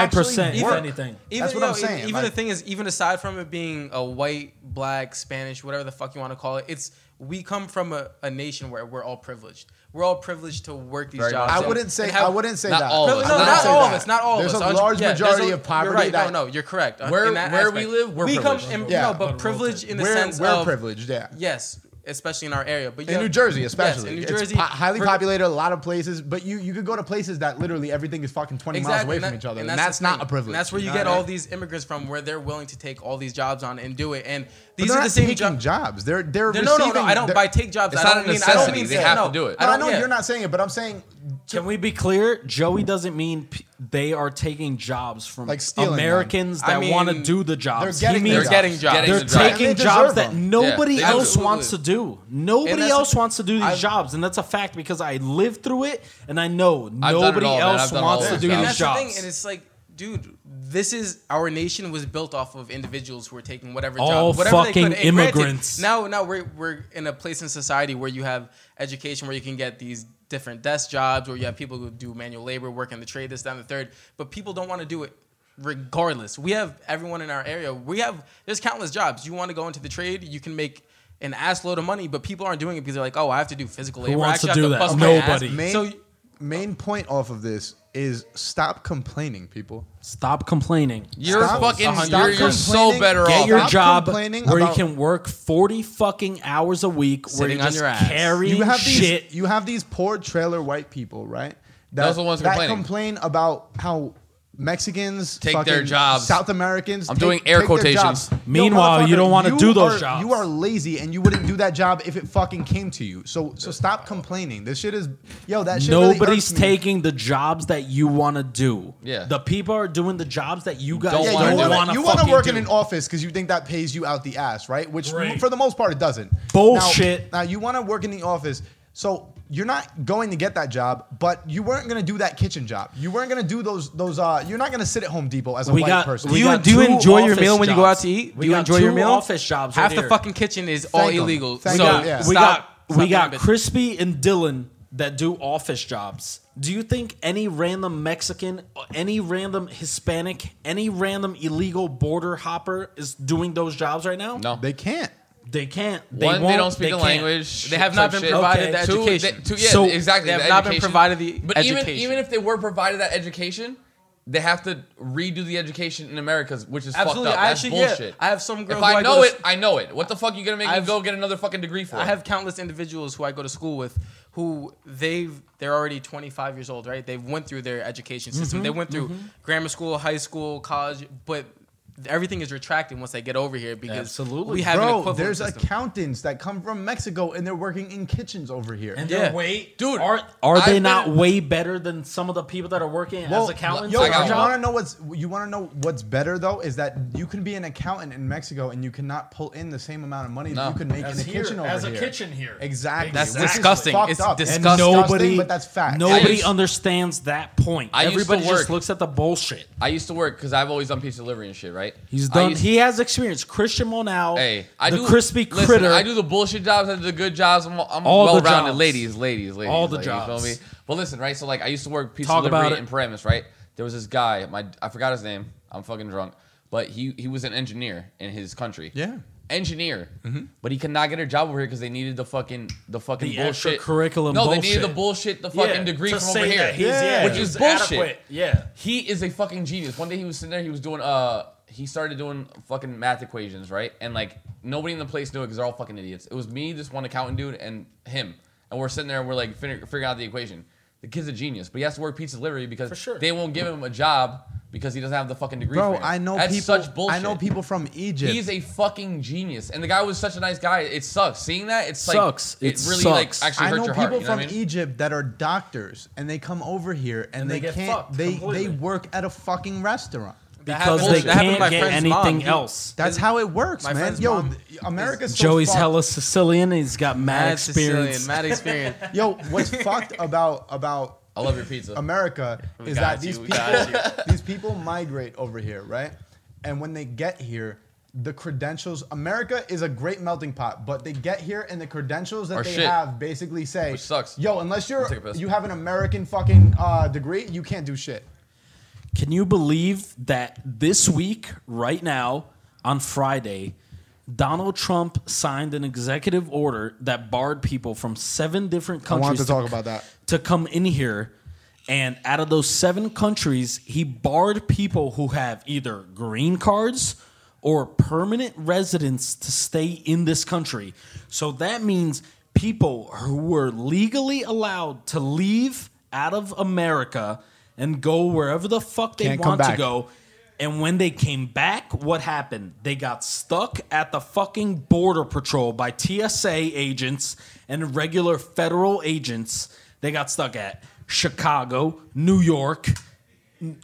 actually if work. anything. Even, That's what yo, I'm e- saying, Even the like- thing is, even aside from it being a white, black, Spanish, whatever the fuck you want to call it, it's we come from a, a nation where we're all privileged. We're all privileged to work these Very jobs. I out wouldn't say. and have- I wouldn't say Not that. all of No, no, us. not, I wouldn't say all of that. us. Not all There's of us. a Aren't you- large yeah, there's majority a- of poverty You're right. that no, no, you're correct. uh, Where- in that where we aspect. live, we're we privileged. come in, Yeah. no, but But we're privilege in the we're sense we're of privileged. Yeah. yes, especially in our area, but In yeah, New Jersey, yes, especially, in New It's Jersey, po- highly we're- populated, a lot of places. But you you could go to places that literally everything is fucking twenty miles away and from that- each other, and the that's, not thing. a privilege. And that's where you know get what I all mean? these immigrants from, where they're willing to take all these jobs on and do it. And But these they're are the not same taking jobs. jobs. They're they're No, no, receiving. no, no. I don't they're- buy take jobs. It's I not don't a mean. I don't necessity. mean They say- have no, to do it. I know yeah. you're not saying it, but I'm saying Can we be clear? Joey doesn't mean p- they are taking jobs from Like stealing them. Americans I that want to mean, do the jobs. they're getting he the means They're getting jobs. Getting They're the jobs. taking And they jobs deserve that them. nobody Yeah, they else deserve wants to them. do. Nobody that's- else wants to do these I've- jobs, and that's a fact because I lived through it, and I know it nobody all, man. I've else done wants all to those do jobs. And that's these the thing. jobs. And it's like, dude, this is our nation was built off of individuals who were taking whatever All job, whatever fucking they could. And granted, immigrants. now, now we're we're in a place in society where you have education, where you can get these different desk jobs, where you have people who do manual labor, work in the trade, this, that, and the third. But people don't want to do it. Regardless, we have everyone in our area. We have there's countless jobs. You want to go into the trade, you can make. An ass load of money, but people aren't doing it because they're like, "Oh, I have to do physical labor." I wants to actually have do that? bust my ass." Nobody. main So main point off of this is stop complaining, people. Stop complaining. You're Stop- fucking. stop You're, you're so complaining. better Get off. your Stop job where complaining you about- can work 40 fucking hours a week where Sitting you're on just your ass. carrying You have these shit. you have these poor trailer white people, right? That, Those are the ones that complaining. complain about how Mexicans Take their fucking jobs. South Americans. I'm take- doing air take their jobs. quotations. Yo, Meanwhile, you don't wanna motherfucker, do you those are- jobs. You are lazy, and you wouldn't do that job if it fucking came to you. So so stop complaining. This shit is yo. That shit really Nobody's irks me. taking the jobs that you want to do. Yeah. The people are doing the jobs that you guys Don't don't, Yeah, wanna you do. wanna- want to you want want to work in an office because you think that pays you out the ass, right? Which m- Right. for the most part it doesn't. Bullshit. Now, now you want to work in the office, so you're not going to get that job, but you weren't going to do that kitchen job. You weren't going to do those those. Uh, you're not going to sit at Home Depot as a We white got- person. we Do you, got do you two enjoy your office meal when you go out jobs. to eat? We do you got enjoy two your meal? office jobs Half right the here. fucking kitchen is all 'em. illegal. Thank so 'em, yeah. stop, we got we stop got doing business. Crispy and Dylan that do office jobs. Do you think any random Mexican, any random Hispanic, any random illegal border hopper is doing those jobs right now? No. they can't. they can't. They One, won't, they don't speak the can't. language. They have not Type been shit. provided the Okay. Two, they- education. two- yeah, So- exactly. They have the not been education. provided the but even education. even if they were provided that education, they have to redo the education in America, which is Absolutely. fucked up. I That's actually- yeah. bullshit. I have some girl If who I I go know to it, I know it. What the fuck you gonna make me I've- go get another fucking degree for? I have countless individuals who I go to school with who they've they're already 25 years old, right? They've went through their education system. Mm-hmm, They went through grammar school, high school, college, but everything is retracted once they get over here because Absolutely. we have an Bro, equivalent there's system. accountants that come from Mexico and they're working in kitchens over here. And Yeah. they're way, Dude, Are, are I've they been- not way better than some of the people that are working as accountants? Yo, I you got one. want to know what's you want to know what's better though is that you can be an accountant in Mexico and you cannot pull in the same amount of money No. that you can make in a kitchen over here. here. Exactly. That's Which is disgusting. fucked It's up. disgusting. And Nobody, but that's fact. I Nobody used- understands that point. I used to Everybody work- just looks at the bullshit. I used to work because I've always done pizza delivery and shit, right? He's I done. used- he has experience. Christian Monal, Hey, I the do crispy listen, critter. I do the bullshit jobs. I do the good jobs. I'm, I'm All the well-rounded. jobs. Ladies, ladies, ladies. All the like, You jobs. feel me? But listen, right? So like, I used to work pizza Talk delivery about it. in Paramus, right? There was this guy. My I forgot his name. I'm fucking drunk. But he he was an engineer in his country. Yeah. Engineer, but he could not get a job over here because they needed the fucking the fucking Mm-hmm. The extra bullshit curriculum No, they needed bullshit. the bullshit, the fucking degree from over here. yeah, which is bullshit. Yeah. He is a fucking genius. One day he was sitting there, he was doing uh he started doing fucking math equations, right? And like nobody in the place knew it because they're all fucking idiots. It was me, this one accountant dude, and him. And we're sitting there and we're like fin- figuring out the equation. The kid's a genius, but he has to work pizza delivery because sure. they won't give him a job because he doesn't have the fucking degree. Bro, for him. I know That's people. such bullshit. I know people from Egypt. He's a fucking genius, and the guy was such a nice guy. It sucks seeing that. It's like Sucks. It, It really sucks. like actually I hurt know your people heart. you know from E- what I mean? Egypt that are doctors, and they come over here and, And they, they get can't. fucked they they completely. work at a fucking restaurant. because happened- they that happened to can't my get friend's mom. anything He- else. That's His- how it works, my man. friend's Yo, mom th- America's so Joey's fucked. hella Sicilian. and He's got mad Mad experience. Sicilian, mad [LAUGHS] experience. Yo, what's fucked about about I love your pizza. [LAUGHS] America is got that you, these we people [LAUGHS] got these people migrate over here, right? And when they get here, the credentials America is a great melting pot, but they get here and the credentials that Are they shit. have basically say Which sucks. Yo, unless you're I'll take a piss. you have an American fucking uh, degree, you can't do shit. Can you believe that this week, right now, on Friday, Donald Trump signed an executive order that barred people from seven different I countries wanted to talk about that. to come in here. And out of those seven countries, he barred people who have either green cards or permanent residence to stay in this country. So that means people who were legally allowed to leave out of America and go wherever the fuck they Can't come want to back. go. And when they came back, what happened? They got stuck at the fucking border patrol by TSA agents and regular federal agents. They got stuck at Chicago, New York,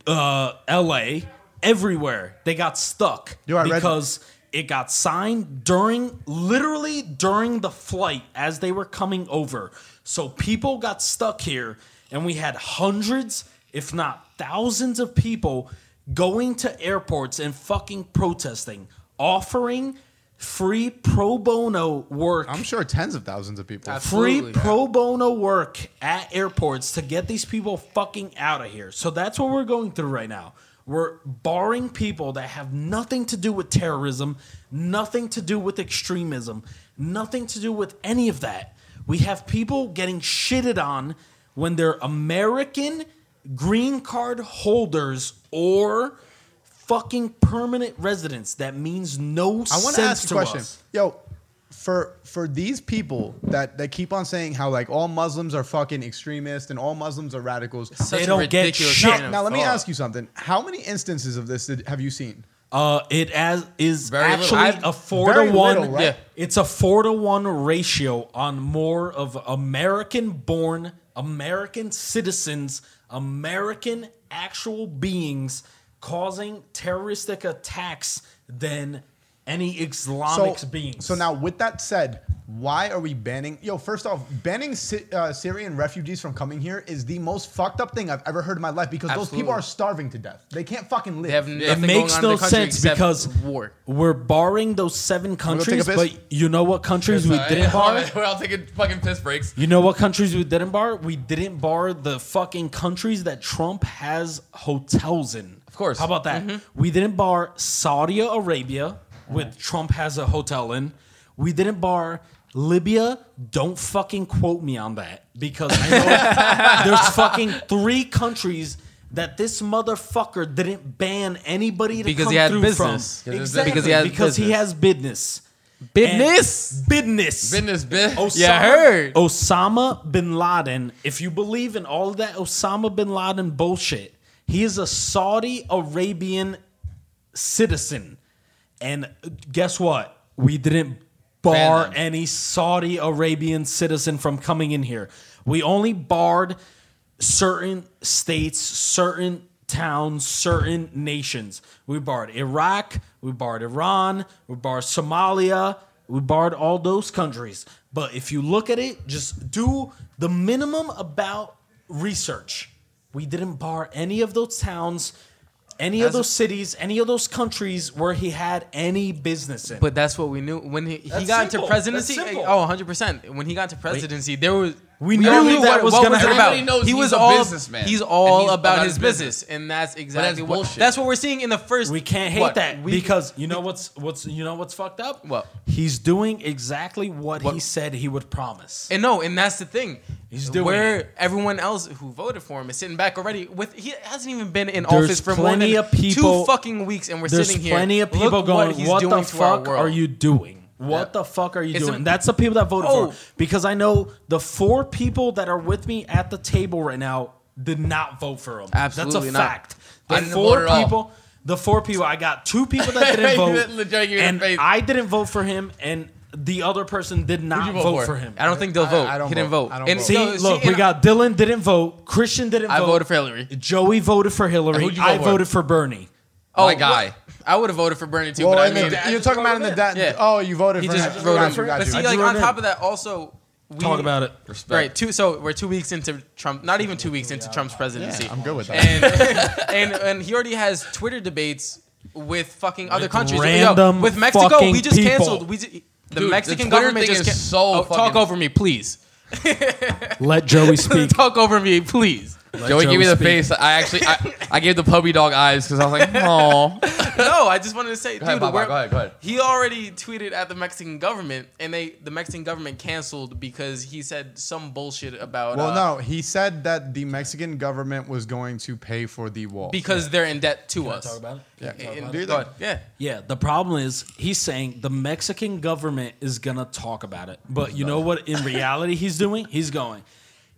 uh, LA, everywhere. They got stuck Yo, I read- because it got signed during literally during the flight as they were coming over. So people got stuck here, and we had hundreds, if not thousands, of people going to airports and fucking protesting, offering free pro bono work I'm sure tens of thousands of people. That's- free Absolutely. pro bono work at airports to get these people fucking out of here. So that's what we're going through right now. We're barring people that have nothing to do with terrorism, nothing to do with extremism, nothing to do with any of that. We have people getting shitted on when they're American green card holders or fucking permanent residents. That means no I sense want to ask to you a question, us. yo. For for these people that that keep on saying how like all Muslims are fucking extremists and all Muslims are radicals, Such a don't get ridiculous shit. train Now, of now let me thought. ask you something. How many instances of this did, have you seen? Uh, it as is Very little. actually I've- a four very to one. little, right? Yeah. It's a four to one ratio on more of American-born, American citizens, American actual beings causing terroristic attacks than any Islamic beings. so now, with that said, why are we banning? Yo, first off, banning Sy- uh, Syrian refugees from coming here is the most fucked up thing I've ever heard in my life because those people Absolutely. are starving to death. They can't fucking live. They have Yeah. nothing it going makes on no in the country sense except because war. we're barring those seven go take a countries, piss? but you know what countries we [LAUGHS] didn't bar? We're all taking fucking piss breaks. You know what countries we didn't bar? We didn't bar the fucking countries that Trump has hotels in. Of course. How about that? We didn't bar Saudi Arabia, with Trump has a hotel in. We didn't bar Libya. Don't fucking quote me on that because I know there's fucking three countries that this motherfucker didn't ban anybody to Because come he had through business. from. Because Exactly, he has because he business. has business. Business? And- business. Business, bitch. Osama, Yeah, I heard. Osama bin Laden. If you believe in all of that Osama bin Laden bullshit, he is a Saudi Arabian citizen. And guess what? We didn't bar them. any Saudi Arabian citizen from coming in here. We only barred certain states, certain towns, certain nations. We barred Iraq, we barred Iran, we barred Somalia, we barred all those countries. But if you look at it, just do the minimum about research. We didn't bar any of those towns, any of As a- those cities, any of those countries where he had any business in. But that's what we knew when he, he got That's into simple. presidency. That's simple. Oh, 100 percent. When he got to presidency, there was We knew all that was gonna it happen. Everybody knows he he's was a all businessman, He's and all he's about, about his his business. and that's exactly what bullshit. that's what we're seeing in the first. We can't hate what? that We- because you know what's what's you know what's fucked up. What? he's doing exactly what, he What? said he would promise. And no, and that's the thing. He's doing where it. everyone else who voted for him is sitting back already. With he hasn't even been in There's office for plenty more than of people- two fucking weeks, and we're There's sitting here. plenty of people Look going, What, he's "What doing the to our fuck world." are you doing? What Yeah. the fuck are you It's a- doing?" That's the people that voted for Oh. him. because I know the four people that are with me at the table right now did not vote for him. that's Absolutely a not. fact. The I didn't four vote at all. people. The four people. I got two [LAUGHS] people that didn't You vote, didn't- Joey, give me the and face. I didn't vote for him, and the other person did not you vote vote for? for him. I don't think they'll I- vote. I don't he didn't vote. vote. I don't vote. See, no, look, see, we and got Dylan didn't vote. Christian didn't I vote. voted for Hillary. Joey voted for Hillary. Who'd you vote I for? voted for Bernie. Oh, what- guy. I would have voted for Bernie too, Well, but I in the- mean, that- you're talking about in the da- Yeah. Oh, you voted he for just him. wrote Got him. you, got But you. see, I like drew on it top in. of that, also we, Talk about it. Respect. Right, two. So we're two weeks into Trump. Not even two weeks into Trump's presidency. I'm good with that. and, [LAUGHS] and and he already has Twitter debates with fucking other countries. random with Mexico, fucking we just people. canceled. We ju- the Dude, the Mexican Twitter government thing is just can- so oh, talk fucking- over me, please. Let Joey [LAUGHS] speak. talk over me, please. Let Joey gave me the speak. face. I actually, I, I gave the puppy dog eyes because I was like, oh. [LAUGHS] No, I just wanted to say, Go ahead, dude, Bob, we're- go ahead, go ahead. he already tweeted at the Mexican government, and they the Mexican government canceled because he said some bullshit about. Well, uh, no, he said that the Mexican government was going to pay for the wall. because they're in debt to Can I us. talk about it? yeah, And- and- do go that. ahead. yeah. Yeah, the problem is he's saying the Mexican government is gonna talk about it. But you know what in reality he's doing? He's going,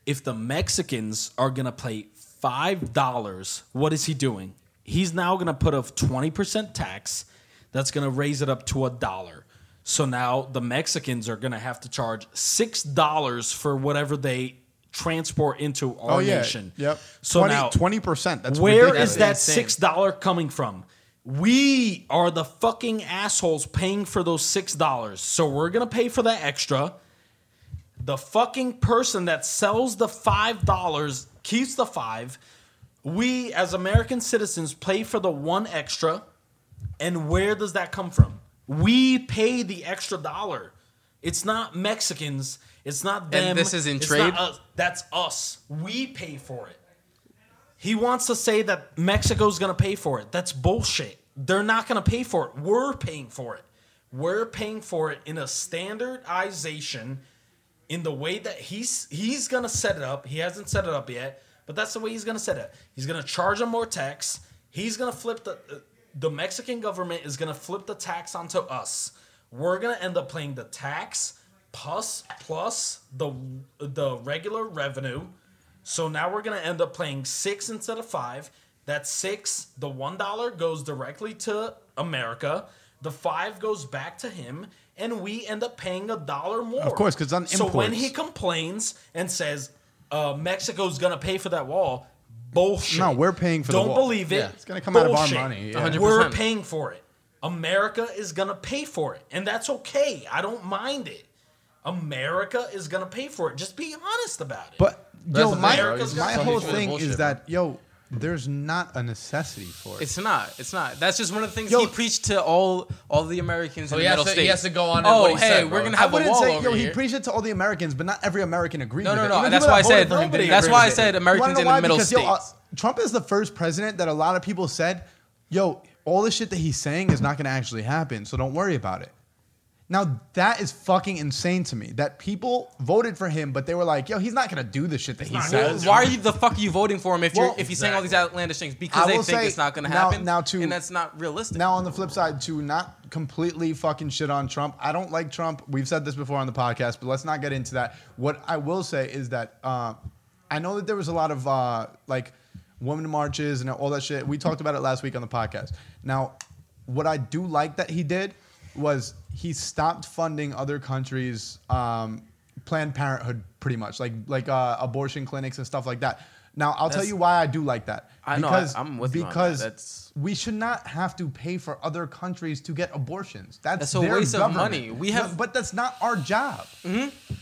if the Mexicans are gonna pay five dollars, what is he doing? He's now gonna put a twenty percent tax that's gonna raise it up to a dollar. So now the Mexicans are gonna have to charge six dollars for whatever they transport into our Oh yeah, nation. yep. So now twenty percent. That's where ridiculous. is that That's six dollar coming from? We are the fucking assholes paying for those six dollars. So we're gonna pay for that extra. The fucking person that sells the five dollars keeps the five. We as American citizens pay for the one extra. And where does that come from? We pay the extra dollar. It's not Mexicans. It's not them. this is in it's trade? not us. That's us. We pay for it. He wants to say that Mexico's going to pay for it. That's bullshit. They're not going to pay for it. We're paying for it. We're paying for it in a standardization in the way that he's he's going to set it up. He hasn't set it up yet, but that's the way he's going to set it. He's going to charge them more tax. He's going to flip the uh, the Mexican government is going to flip the tax onto us. We're going to end up paying the tax plus plus the the regular revenue so now we're gonna end up playing six instead of five. That six, the one dollar goes directly to America. The five goes back to him, and we end up paying a dollar more. Of course, 'cause on so when imports. he complains and says uh, Mexico's gonna pay for that wall, bullshit. No, we're paying for the Don't wall. believe it. Yeah, it's gonna come out of our Bullshit. money, yeah. 100%. We're paying for it. America is gonna pay for it, and that's okay. I don't mind it. America is gonna pay for it. Just be honest about it. But That's yo, the my thing, bro. He's my whole just fucking full of thing is bullshit, that yo, there's not a necessity for it. It's not. It's not. That's just one of the things Yo. he preached to all all the Americans in he the has middle to- he states. has to go on and Oh, what he hey, said, we're bro. gonna I have a wouldn't wall say over yo, here. he preached it to all the Americans, but not every American agreed. No, with no, it. no, Even that's people why I that voted said- for him didn't that's agree why with I it. said You wanna Americans know in the why? middle because, Yo, uh, states. Trump is the first president that a lot of people said, yo, all the shit that he's saying is not going to actually happen, so don't worry about it. Now that is fucking insane to me that people voted for him, but they were like, "Yo, he's not gonna do the shit that he not says." gonna do Why are you the fuck are you voting for him if you're Well, if he's saying all these outlandish things because I they will think say, it's not gonna now- happen? now to- and that's not realistic. Now, on the flip side, to not completely fucking shit on Trump, I don't like Trump. We've said this before on the podcast, but let's not get into that. What I will say is that uh, I know that there was a lot of uh, like women marches and all that shit. We talked about it last week on the podcast. Now, what I do like that he did was he stopped funding other countries' um, Planned Parenthood, pretty much like like uh, abortion clinics and stuff like that. Now, I'll tell That's- you why I do like that. I know, I- I'm with you on that. because That's- we should not have to pay for other countries to get abortions. That's, That's a their waste of government. money. We have- Mm-hmm. but that's not our job.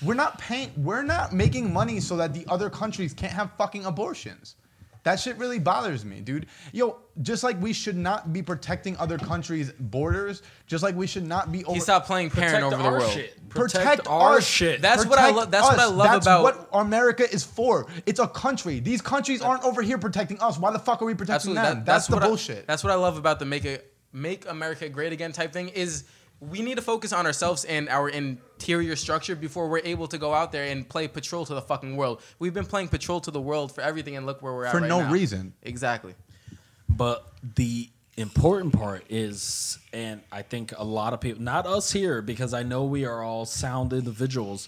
We're not paying. We're not making money so that the other countries can't have fucking abortions. That shit really bothers me, dude. Yo, just like we should not be protecting other countries' borders, just like we should not be. Over- he stopped playing parent over the our world. shit. protect, our our shit. That's what I Protect lo- that's what I us. love That's about- what America is for. It's a country. These countries aren't over here protecting us. Why the fuck are we protecting Absolutely. them? That- that's, the what I- bullshit. that's what I love about the make a, make America great again type thing is we need to focus on ourselves and our interior structure before we're able to go out there and play patrol to the fucking world. We've been playing patrol to the world for everything and look where we're at For right no now. reason. Exactly. But the important part is, and I think a lot of people, not us here, because I know we are all sound individuals.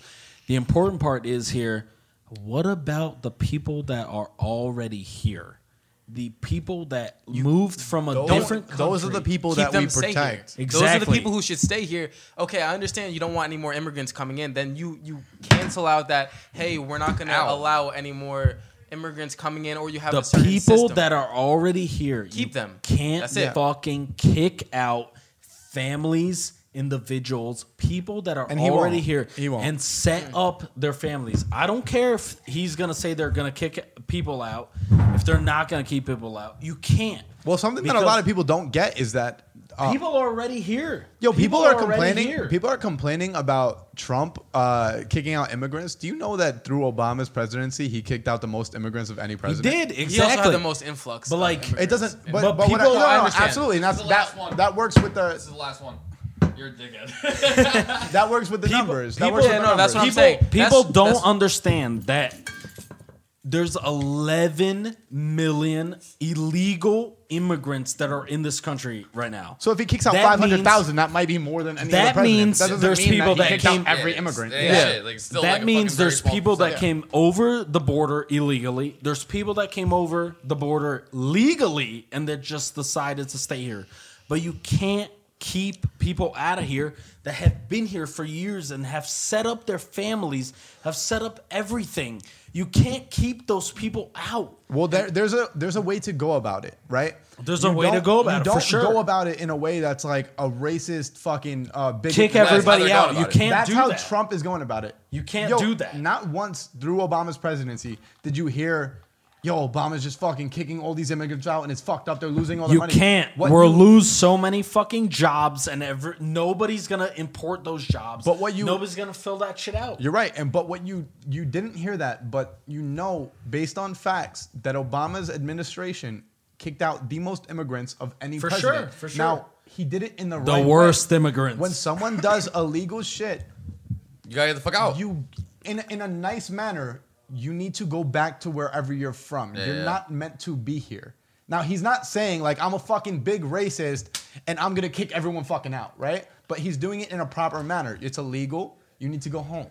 The important part is here what about the people that are already here? The people that moved from a different country. those are the people Keep that them we safe protect. here. Those are the Exactly. people who should stay here. Okay, I understand you don't want any more immigrants coming in. Then you you cancel out that hey, we're not going to Out. allow any more immigrants coming in, or you have the a certain people system. that are already here. Keep you them. Can't That's it. fucking kick out families, individuals, people that are And he already won't. here, He won't. and set up their families. I don't care if he's gonna say they're gonna kick people out. If they're not gonna keep people out, you can't. Well, something that a Because lot of people don't get is that uh, people are already here. Yo, people, are, already complaining. here. People are complaining about Trump uh, kicking out immigrants. Do you know that through Obama's presidency, he kicked out the most immigrants of any He president? did exactly. he also had the most influx. But, of like, It immigrants. doesn't. But, But but what I- people- no, no, I no, understand. absolutely. And that's, This is the that, last one. that works with This the is the last one. You're a [LAUGHS] dickhead. that works with the numbers. That works Yeah, with no, the numbers. that's what I'm people, saying. people That's- don't that's- understand that there's 11 million illegal immigrants that are in this country right now. so if he kicks out That five hundred thousand, that might be more than any that other president. means that doesn't there's mean people that, that he kicked out came- every Yeah, immigrant. it's- Yeah. yeah. shit, like, still that like a means fucking very there's small people that percentage. came over the border illegally. There's people that came over the border legally and that just decided to stay here. But you can't keep people out of here that have been here for years and have set up their families, have set up everything. You can't keep those people out. Well, there, there's a there's a way to go about it, right? There's a You way to don't- go about you it, for Don't sure. go about it in a way that's like a racist fucking uh, big Kick how everybody they're going out. about You it. can't That's do how that. Trump is going about it. You can't Yo, do that. Not once through Obama's presidency did you hear, "Yo, Obama's just fucking kicking all these immigrants out, and it's fucked up. They're losing all their You money." can't. What We'll you- lose so many fucking jobs, and every, nobody's gonna import those jobs. But what you- nobody's gonna fill that shit out. You're right, and but what you you didn't hear that, but you know based on facts that Obama's administration kicked out the most immigrants of any For president. sure, for sure. Now he did it in the, the right way. worst immigrants. When someone does [LAUGHS] illegal shit, you gotta get the fuck out. you in a- in a nice manner you need to go back to wherever you're from you're yeah. not meant to be here now he's not saying like i'm a fucking big racist and i'm gonna kick everyone fucking out right but he's doing it in a proper manner it's illegal you need to go home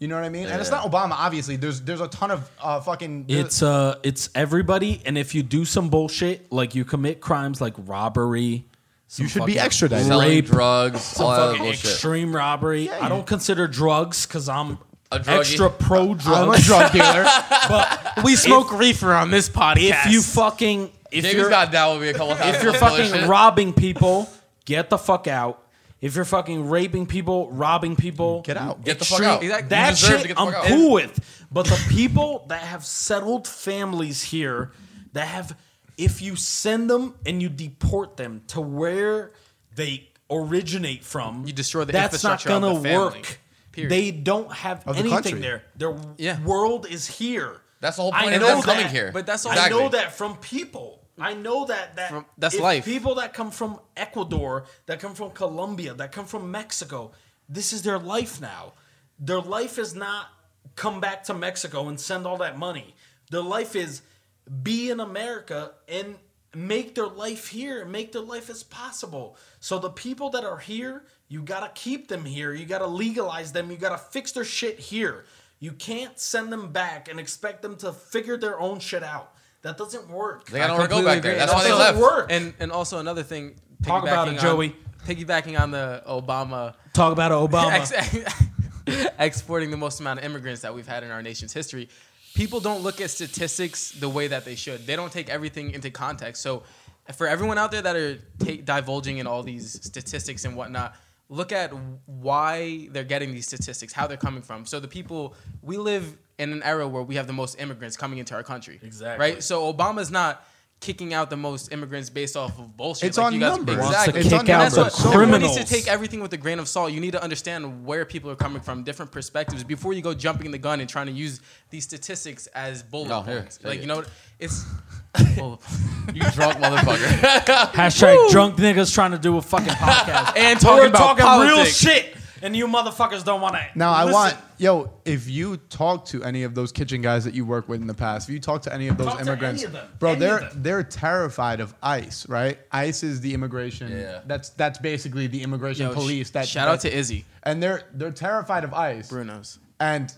you know what i mean and it's yeah. not obama obviously there's there's a ton of uh, fucking it's uh, it's everybody, and if you do some bullshit, like you commit crimes like robbery, some You should be fucking- extradited. Selling rape, drugs, all that other Fucking bullshit. extreme robbery. Yeah, I you- don't consider drugs because I'm A druggie. extra pro i'm a drugs. drug dealer [LAUGHS] but we smoke reefer on this podcast. if you fucking if Jamie's you're got down with me a couple times. if you're on some other fucking shit. robbing people, get the fuck out. If you're fucking raping people, robbing people, get out Get the fuck out. Exactly. You That deserve to shit get the I'm fuck out. cool with. But the people that have settled families here that have if you send them and you deport them to where they originate from, You destroy the that's not infrastructure of gonna the family, work. period. They don't have Of the country. anything there. Their Yeah. world is here. That's the whole I point of know them coming that, here. but that's all- I know Exactly. that from people. I know that that From- that's if life. People that come from Ecuador, that come from Colombia, that come from Mexico, this is their life now. Their life is not come back to Mexico and send all that money. Their life is be in America and make their life here, make their life as possible. So the people that are here, you gotta keep them here. You gotta legalize them. You gotta fix their shit here. You can't send them back and expect them to figure their own shit out. That doesn't work. They got nowhere to go back completely there. agree. That's why they That left. doesn't work. And and also another thing. Talk about it, piggybacking on- Joey. Piggybacking on the Obama Talk about Obama. ex- [LAUGHS] exporting the most amount of immigrants that we've had in our nation's history. People don't look at statistics the way that they should. They don't take everything into context. So, for everyone out there that are ta- divulging in all these statistics and whatnot, look at why they're getting these statistics, how they're coming from. So, the people we live in an era where we have the most immigrants coming into our country. Exactly. Right. So Obama's not kicking out the most immigrants based off of bullshit. it's like on you guys- numbers Wants to It's kick on out numbers. and that's the So- what criminal. everyone needs to criminals. take everything with a grain of salt. You need to understand where people are coming from, different perspectives, before you go jumping the gun and trying to use these statistics as bullet No, here, points. take like it. you know, it's You drunk motherfucker. Hashtag drunk niggas trying to do a fucking podcast. and But talking we're about talking real politics. shit, and you motherfuckers don't want to. Now I want yo, if you talk to any of those kitchen guys that you work with in the past, if you talk to any of those Talk to any immigrants, of them. bro, Any they're of them. they're terrified of ICE, right? ICE is the immigration. Yeah. That's that's basically the immigration Yo, sh- police. That shout out that- to Izzy and they're they're terrified of ICE. Bruno's. And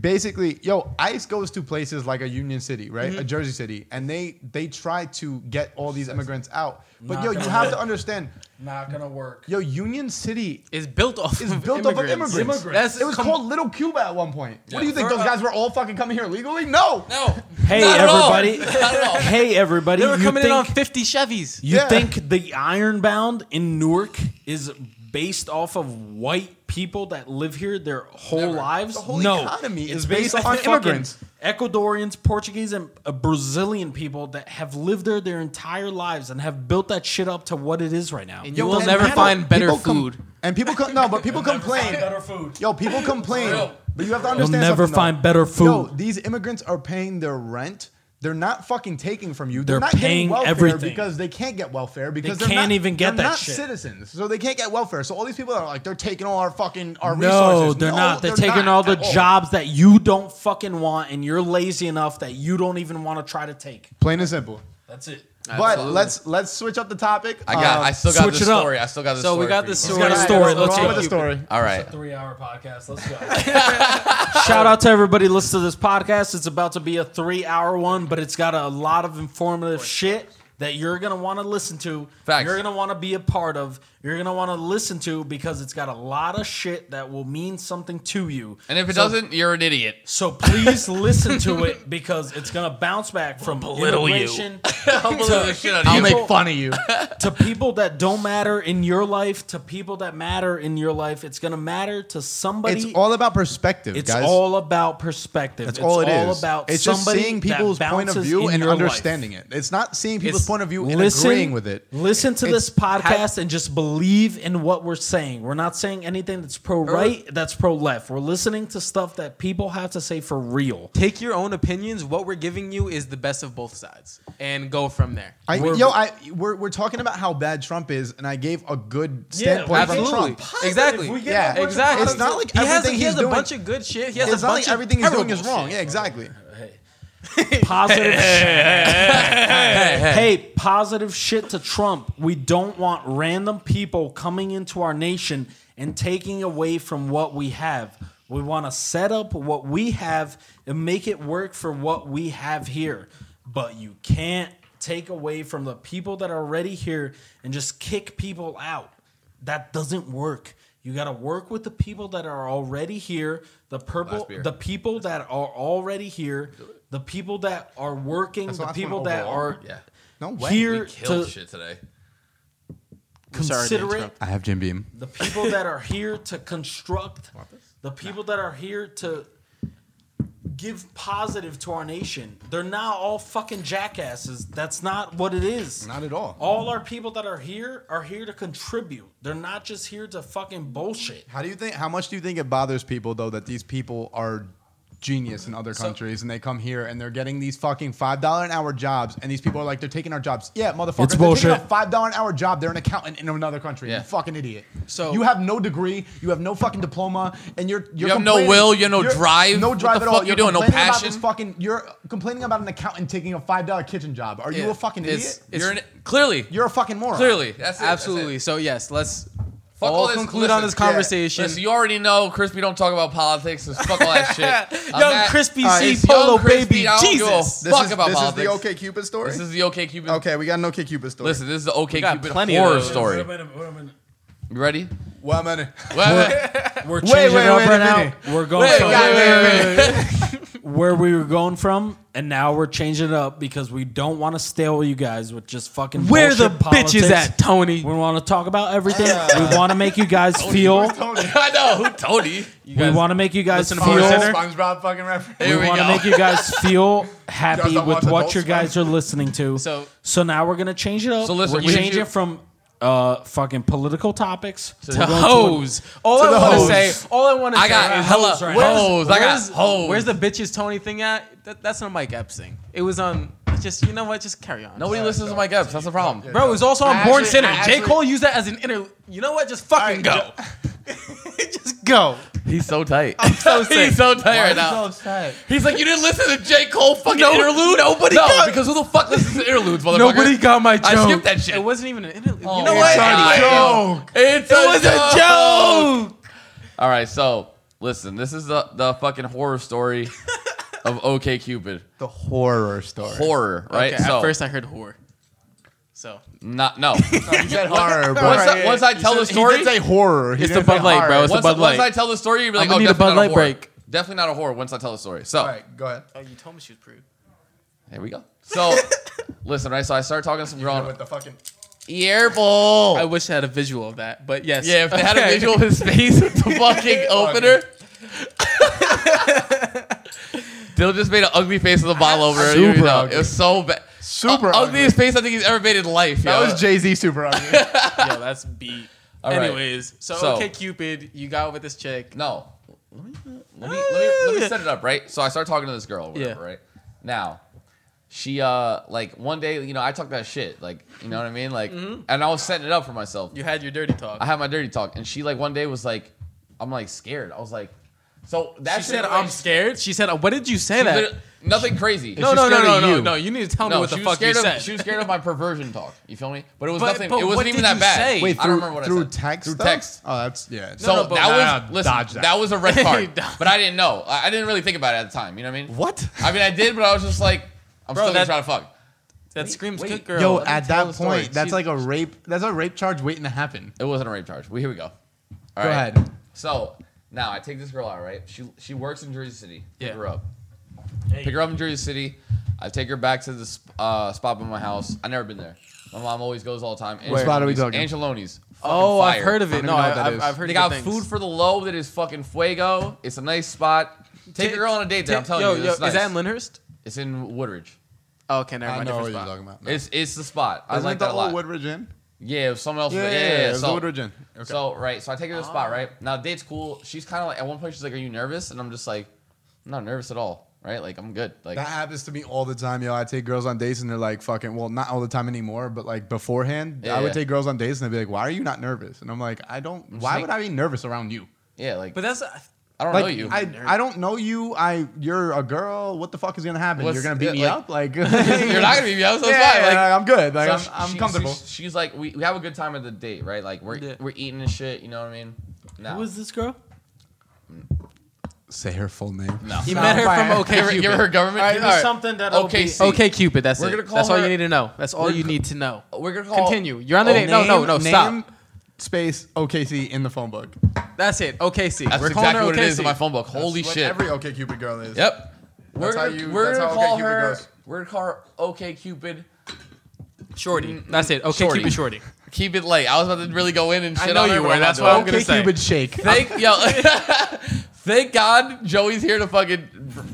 basically, yo, ICE goes to places like a Union City, right, Mm-hmm. a Jersey City, and they they try to get all these immigrants out. But Not yo, you gonna have work. to understand, Not gonna work. yo, Union City It's built off. is of built up of immigrants. immigrants. Immigrants. That's- it was come- called Little Cuba at one point. What do you think? For Those a- guys were all fucking coming here illegally? No. No, Hey Not at all. everybody! [LAUGHS] Not at all. Hey everybody! they were you coming think, in on fifty Chevys. You Yeah. think the Ironbound in Newark is based off of white people that live here their whole lives? The whole no, economy it's is based on fucking immigrants. Ecuadorians, Portuguese, and uh, Brazilian people that have lived there their entire lives and have built that shit up to what it is right now. And you Yo, will and never people- find better people com- food. and people come no, but people complain. better food. Yo, people complain, real. but you have to You'll understand. never something, though. find better food. Yo, these immigrants are paying their rent. They're not fucking taking from you. They're, They're not getting paying welfare everything. because they can't get welfare because are can't not, even get they're that not shit. citizens, so they can't get welfare. So all these people are like, they're taking all our fucking our No, resources. they're not. They're, taking not all the at jobs that you don't fucking want, and you're lazy enough that you don't even want to try to take. Plain and simple. That's it. But Absolutely. let's let's switch up the topic. Um, I got. I still got Uh, switch the it up. story. I still got the So story. we got for the you, bro. story. got a story. Let's go hear with the it. story. All right. Three-hour podcast. Let's go. [LAUGHS] Shout out to everybody listening to this podcast. It's about to be a three-hour one, but it's got a lot of informative shit that you're gonna want to listen to. Facts. You're gonna want to be a part of. You're gonna want to listen to because it's got a lot of shit that will mean something to you. And if it So- doesn't, you're an idiot. So please listen to it because it's gonna bounce back from belittle you. immigration I'll believe the shit out I'll of you. make fun of [LAUGHS] you. to people that don't matter in your life to people that matter in your life. It's gonna matter to somebody. It's all about perspective, It's guys. all about perspective. That's it's all it is. about it's just somebody seeing people's that point of bounces view in and your life. understanding it. It's not seeing people's It's- point of view and listen- agreeing with it. Listen to It's- this podcast and just believe in what we're saying. We're not saying anything that's pro right, that's pro left. We're listening to stuff that people have to say for real. Take your own opinions. What we're giving you is the best of both sides, and go from there. I, We're- yo, I we're, we're talking about how bad Trump is, and I gave a good standpoint from Absolutely, Trump. exactly, If we get Yeah. a bunch of exactly. It's not like he has, everything he has he's a doing- bunch of good shit. He has It's a not like bunch of everything he's doing is terrible wrong. shit. Yeah, exactly. positive shit. hey, positive shit to Trump. We don't want random people coming into our nation and taking away from what we have. We want to set up what we have and make it work for what we have here. But you can't take away from the people that are already here and just kick people out. That doesn't work. You got to work with the people that are already here, the purple, beer. the people that are already here, the people that are working, That's the the last people one that overall. are Yeah. No way. here We killed to shit today. I'm sorry to consider it, interrupt. I have Jim Beam. the people that are here to construct, [LAUGHS] the people that are here to give positive to our nation. They're not all fucking jackasses. That's not what it is. Not at all. All our people that are here are here to contribute. They're not just here to fucking bullshit. How do you think? How much do you think it bothers people though that these people are genius in other countries and they come here and they're getting these fucking five dollar an hour jobs and these people are like they're taking our jobs. Yeah, motherfucker. It's they're Taking bullshit. a five dollar an hour job. They're an accountant in another country. Yeah. You fucking idiot. So- you have no degree. You have no fucking diploma, and you're, you're have no complaining- will, you have no you're- drive. No What drive the at fuck all. you doing? No complaining about passion? this fucking. You're complaining about an accountant taking a five dollar kitchen job. Are you Yeah. a fucking idiot? It's- You're an clearly. you're a fucking moron. Clearly. That's it. Absolutely. So yes, let's Fuck all all this- conclude listen, on this yeah, conversation. Listen, you already know, Chris. We don't talk about politics. So fuck all [LAUGHS] that shit. I'm Young at- Crispy Alright, C. it's Polo young Crispy, Baby. I don't give a Jesus. This Fuck is, about this is politics. the OK Cupid story. This is the OK Cupid. okay. We got an OK Cupid story. Listen, this is the OK got Cupid plenty of horror those. Wait story. a minute, wait a minute. You [LAUGHS] ready? One minute. Well, We're changing wait, it up wait a right now. minute. We're going Wait, from wait, where we were going from, and now we're changing it up because we don't want to stale you guys with just fucking. Where the bullshit bitches politics. at, Tony? We want to talk about everything. we want to make you guys feel. [LAUGHS] I know who Tony. We want to make you guys listen feel. to Oh, Barnes and Noble? SpongeBob fucking reference. Here we we want to go. make you guys feel Guys happy don't with watch what Adult you guys are listening to. So- so now we're gonna change it up. So listen, we're you- changing you- it from uh fucking political topics [LAUGHS] to, to hoes. All I the want hoes. to say, all I want to say, I got is hella hoes right now. hoes. I got where's, hoes. where's the bitches Tony thing at? That, that's not Mike Epps thing. It was on. Just you know what? Just carry on. Nobody listens to my gaps. That's the problem. Bro, it was also on I Born actually- Sinner. I J. actually- Cole used that as an inter. You know what? Just fucking go. just go. He's so tight. [LAUGHS] So sick. He's so tight right now. He's like, you didn't listen to J. Cole fucking interlude? Nobody No, got- because who the fuck listens to interludes, motherfucker? got my I skipped that shit. It wasn't even an interlude. Oh you know my what? God. Anyway, It's It was a joke. All right, so Listen, this is the, the fucking horror story of OK Cupid. The horror story. Horror, right? Okay, so, at first I heard whore. So not [LAUGHS] no. You said horror, bro. Once I, once I tell the story, He did say horror. He It's didn't the say Bud Light, horror. bro. It's- once, Bud once Light. I tell the story, you'll be like, I'ma oh, need a definitely Bud not a Light whore. break. Definitely not a whore. Once I tell the story, so All right, go ahead. oh, you told me she was prude. here we go. So, [LAUGHS] listen, right? So I started talking to some girl. With the fucking Earball. I wish I had a visual of that, but yes. Yeah, if they [LAUGHS] had a Okay. visual of his [LAUGHS] face with the fucking opener. Dill just made an ugly face with a bottle over it. You Super know, ugly. it was so bad. super Uh, ugly. ugliest face I think he's ever made in life. That yo. was Jay Z super [LAUGHS] ugly. Yo, that's beat. All right. Anyways, so, So- okay, Cupid, you got with this chick. No. Let me let me, [LAUGHS] let me let me set it up, right? So I started talking to this girl, or whatever, Yeah. right? Now, she uh like one day, you know, I talked that shit, like you know what I mean, like, Mm-hmm. and I was setting it up for myself. You had your dirty talk. I had my dirty talk, and she like one day was like, I'm like scared. I was like, so that she said, shit, "I'm like, scared." She said, "What did you say she that?" literally- Nothing crazy. No, She's no, no, scared no, of no, you. no. You need to tell me what the she was fuck you scared of, said. She was scared of my perversion talk. You feel me? But it was But- nothing. but it what wasn't even did that you bad. say? Wait, through- I don't remember what I through said. text. Through though? text. Oh, that's yeah. So [LAUGHS] no, but- that nah, was nah, listen, dodge that. that. was a [LAUGHS] red card, Dodge. but I didn't know. I, I didn't really think about it at the time. You know what I mean? what? I mean, I did, but I was just like, I'm Bro, still gonna that- try to fuck. that screams wait. good girl. Yo, let me at tell that the story. point, that's She- like a rape. That's a rape charge waiting to happen. It wasn't a rape charge. Well, here we go. All right. Go ahead. So now I take this girl out. Right? She she works in Jersey City. Pick Yeah. her up. Pick her up in Jersey City. I take her back to this uh, spot by my house. I never been there. My mom always goes all the time. What spot are we Angeloni's- talking? Angeloni's. oh, Fucking I've fire. heard of I it. don't No, even know I, what that I've, is. I've heard. They good got things. food for the low that is fucking fuego. It's a nice spot. Take Ta- a girl on a date there. I'm ta- telling yo, you, yo, it's nice. is that in Lyndhurst? It's in Woodridge. Oh, okay, never mind. different spot. about. It's it's the spot. I Isn't like it the that a old lot. Woodridge Inn? yeah, it was someone else. Yeah, yeah, yeah. it was the so, Woodridge Inn. Okay. so right, so I take her to the spot. Oh. Right now, the date's cool. She's kind of like at one point she's like, "Are you nervous?" And I'm just like, "I'm not nervous at all. Right? Like I'm good. Like That happens to me all the time, yo. I take girls on dates and they're like, fucking, well, not all the time anymore, but like beforehand, Yeah, I would yeah. take girls on dates and they'd be like, why are you not nervous? And I'm like, I don't, why like- would I be nervous around you? yeah, like But that's I don't Like, know you. I, I don't know you. I, you're a girl. What the fuck is gonna happen? What's- you're gonna beat yeah, me like- up? Like, [LAUGHS] You're not gonna be me. I was so yeah, fine. Like, yeah, I'm good. Like, So I'm, I'm she- comfortable. she- she's like, we, we have a good time at the date, right? Like we're Yeah. we're eating and shit. You know what I mean? No. Who [LAUGHS] was this girl? Say her full name. no. you met her from Give her, OK give her her Cupid. government. Give All me right. something that Okay, OP. see. OK Cupid. That's We're it. gonna call That's all her- you need to know. That's all We're- you need to know. We're gonna call Continue. You're on the Oh, date. No, no, no. name- Stop. name, Space OKC in the phone book. That's it. OKC. That's We're calling exactly her what it is OKC. in my phone book. Holy That's what shit. Every OK Cupid girl is. yep. We're how gonna, you- we're that's gonna how call OkCupid her. goes. We're gonna call her OK Cupid. Shorty. That's it. OK Shorty. Cupid Shorty. Keep it light. I was about to really go in and I shit know on her, you but were. I'm not That's doing what it. I'm gonna say. OKCupid shake. [LAUGHS] Thank [LAUGHS] yo. [LAUGHS] Thank God Joey's here to fucking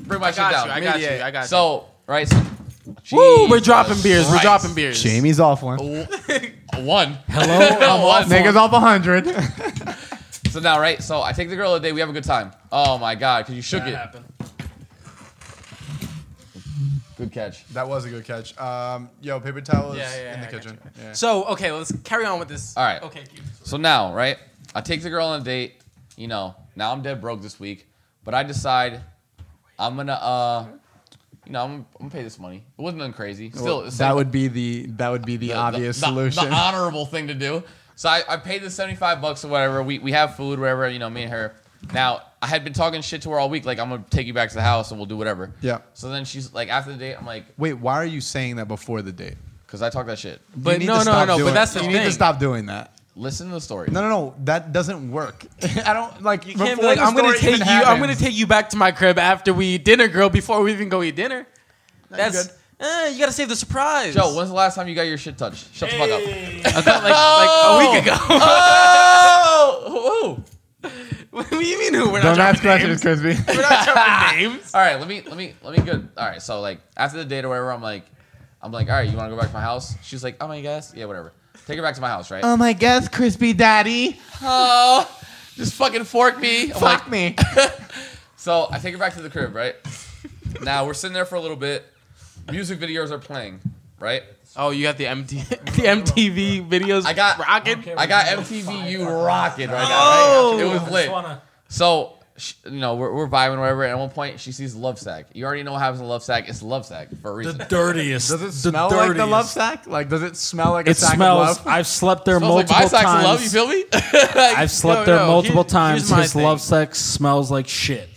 bring my shit got down. you, I got you, I got you. So right. So, Woo! We're Jesus dropping beers. We're Christ. dropping beers. Jamie's off one. [LAUGHS] one. Hello, No, one. Niggas off 100. So now, right? So I take the girl a day. We have a good time. Oh my god, because you shook it. Good catch. [LAUGHS] that was a good catch. Um, yo, paper towel is Yeah, yeah, in the yeah, I got kitchen. Yeah. So okay, let's carry on with this. All right. Okay. Cupid. So now, right? I take the girl on a date. You know, now I'm dead broke this week, but I decide I'm gonna, uh, you know, I'm, I'm gonna pay this money. It wasn't nothing crazy. Still, it's that like- would be the that would be the, obvious the- the- solution. [LAUGHS] the honorable thing to do. So I, I paid the 75 bucks or whatever. We, we have food, whatever, you know, me and her. Now, I had been talking shit to her all week, like, I'm going to take you back to the house and we'll do whatever. Yeah. So then she's like, after the date, I'm like, Wait, why are you saying that before the date? because I talk that shit. But You need no, to no, stop no. But doing- that's the you thing. need to stop doing that. Listen to the story. No, no, no. That doesn't work. I don't like. You can't be like, I'm gonna take you. I'm gonna take you back to my crib after we eat dinner, girl. Before we even go eat dinner. That's eh, you gotta save the surprise. Joe, when's the last time you got your shit touched? Shut the fuck up. I thought, like, like a [LAUGHS] week ago. Oh! [LAUGHS] what do you mean who? We're not Don't ask dropping questions, Crispy. [LAUGHS] We're not dropping names. all right, let me let me let me good. All right, so like after the date or whatever, I'm like, I'm like, all right, you want to go back to my house? She's like, oh my gosh, yeah, whatever. Take her back to my house, right? oh my gosh, Crispy Daddy, oh, [LAUGHS] just fucking fork me. I'm like- fuck me. so I take her back to the crib, right? now we're sitting there for a little bit. Music videos are playing, right? Oh, you got the MT the MTV videos. I got rocking. I got MTVU rocking right now. Oh! Right? It was I lit. just wanna- So sh you know, we're, we're vibing, whatever. And at one point, she sees love sack. You already know what happens in love sack. It's love sack for a The reason. dirtiest. Does it the smell like the love dirtiest. sack? Like, does it smell like a It sack smells. of [LAUGHS] love? I've slept there Smells like multiple my sack's times. love. You feel me? I've slept No, no, there multiple here- times. here's my His thing. love sex smells like shit.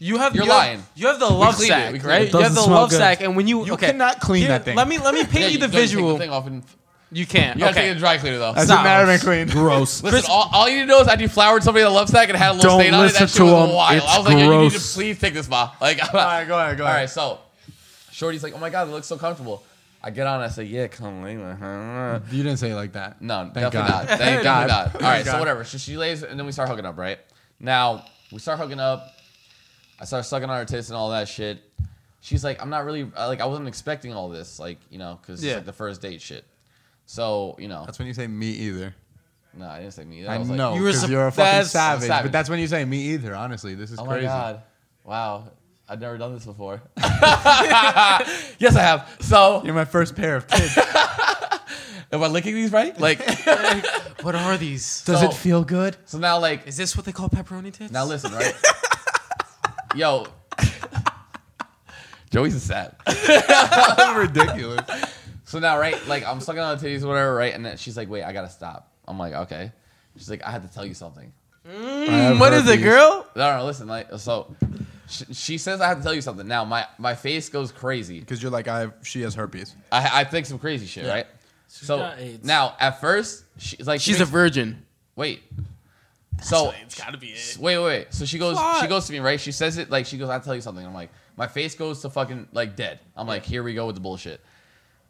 You have You're you have- lying. you have the love cleaned it. We sack, cleaned it. right? It You have doesn't the smell love good. sack, and when you You okay, cannot clean Here, that thing. Let me let me paint Yeah, you the don't take visual. thing off and, you can't. you gotta okay. take a dry cleaner though. That's Listen, it matter and clean. [LAUGHS] Gross. all, all you need to know is I deflowered somebody in a love sack and had a little Don't stain on it. listen That shit to was him. wild. It's I was like, yo, you need to gross. please take this, ma. Like, [LAUGHS] [LAUGHS] all All right, go ahead, go All ahead. right, so Shorty's like, oh my god, it looks so comfortable. I get on, I say, yeah, come lay with her. You didn't say it like that. No, [LAUGHS] Thank definitely God. not. Thank God. God. All right, Thank so God. whatever. So she lays, and then we start hooking up, right? Now, we start hooking up. I start sucking on her tits and all that shit. She's like, I'm not really, uh, like, I wasn't expecting all this, like, you know, because Yeah. it's like the first date shit. So, you know, That's when you say me either. no, I didn't say me. I was like, know you were because sup- you're a fucking that's- savage, savage. but that's when you say me either. Honestly, this is Oh my crazy. god! Wow, I've never done this [LAUGHS] before. [LAUGHS] yes, I have. So, You're my first pair of kids. am I licking these right? Like, What are these? Does it feel good? so now, like, Is this what they call pepperoni tits? now listen, [LAUGHS] right? Yo, Joey's a sap. ridiculous. So now, right? Like, I'm sucking on the titties, or whatever, right? And then she's like, "Wait, I gotta stop." I'm like, "Okay." She's like, "I had to tell you something." Mm, what is it, girl? No, no, listen. Like, so she, she says, "I have to tell you something." Now, my my face goes crazy. Because you're like I. Have, she has herpes. I, I think some crazy shit, right? so got AIDS. now, at first, she's like, she She's a makes- virgin. wait. So It's gotta be it. wait, wait, wait. So she goes, Fuck. she goes to me, right? She says it like she goes, "I tell you something." I'm like, my face goes to fucking like dead. I'm like, here we go with the bullshit.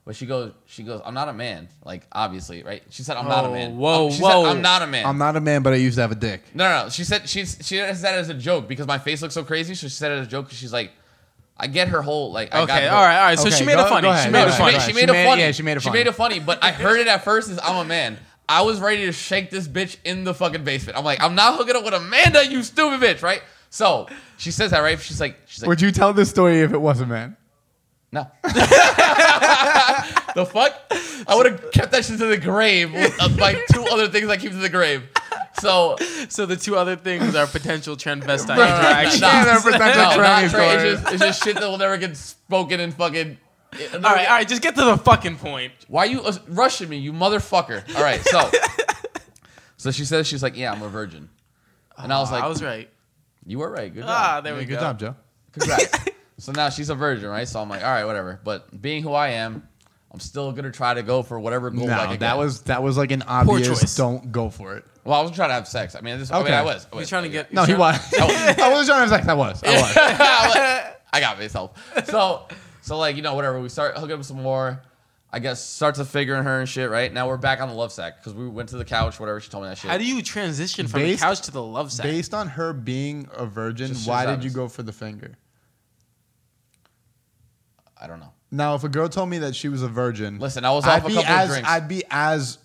But she goes, she goes, I'm not a man. Like obviously, right? She said, I'm not a Oh, man. whoa, I'm, she whoa. Said, I'm not a man. I'm not a man, but I used to have a dick. No, no, no. She said she she said that as a joke because my face looks so crazy. So she said it as a joke because she's like, I get her whole like. I got Okay, the- all right, all right. So Okay, she made go- a funny. go ahead, She go made a ahead. She made, funny. Right, she right. made She a made- funny. yeah, she made a funny. She made a funny, but I heard it at first as I'm a man. I was ready to shake this bitch in the fucking basement. I'm like, I'm not hooking up with Amanda, you stupid bitch, right? So she says that, right? She's like, she's like, Would you tell this story if it was a man? no. the fuck? I would have kept that shit to the grave with uh, [LAUGHS] like two other things I keep to the grave. So So the two other things are potential transvestite No, no, no, [LAUGHS] interactions. no, no, Yeah, they're potential no, not trannies, tra- it's, Corey. just, it's just shit that will never get spoken and fucking. All All right, all right. Just get to the fucking point. Why you uh, rushing me, you motherfucker? All right, [LAUGHS] so, so she says she's like, yeah, I'm a virgin, and I was like, I was right. you were right, good Ah, job, there [LAUGHS] we Good go. job, Joe. congrats. so now she's a virgin, right? So I'm like, all right, whatever. But being who I am, I'm still gonna try to go for whatever goal I No, can that get. was that was like an choice. obvious. Don't go for it. well, I wasn't trying to have sex. I mean, this, I mean, Okay. I was. I He's was. trying to get. No, he he's was. I was trying to like that was. I was. [LAUGHS] [LAUGHS] I got myself. So, so like you know, whatever. We start hooking up some more. I guess starts to figuring her and shit. Right now we're back on the love sack because we went to the couch. Whatever she told me that shit. How do you transition from Based- the couch to the love sack? Based on her being a virgin, Just why shows did you obvious. go for the finger? I don't know. Now, if a girl told me that she was a virgin, Listen, I was I'd off a be couple of as drinks. I'd be as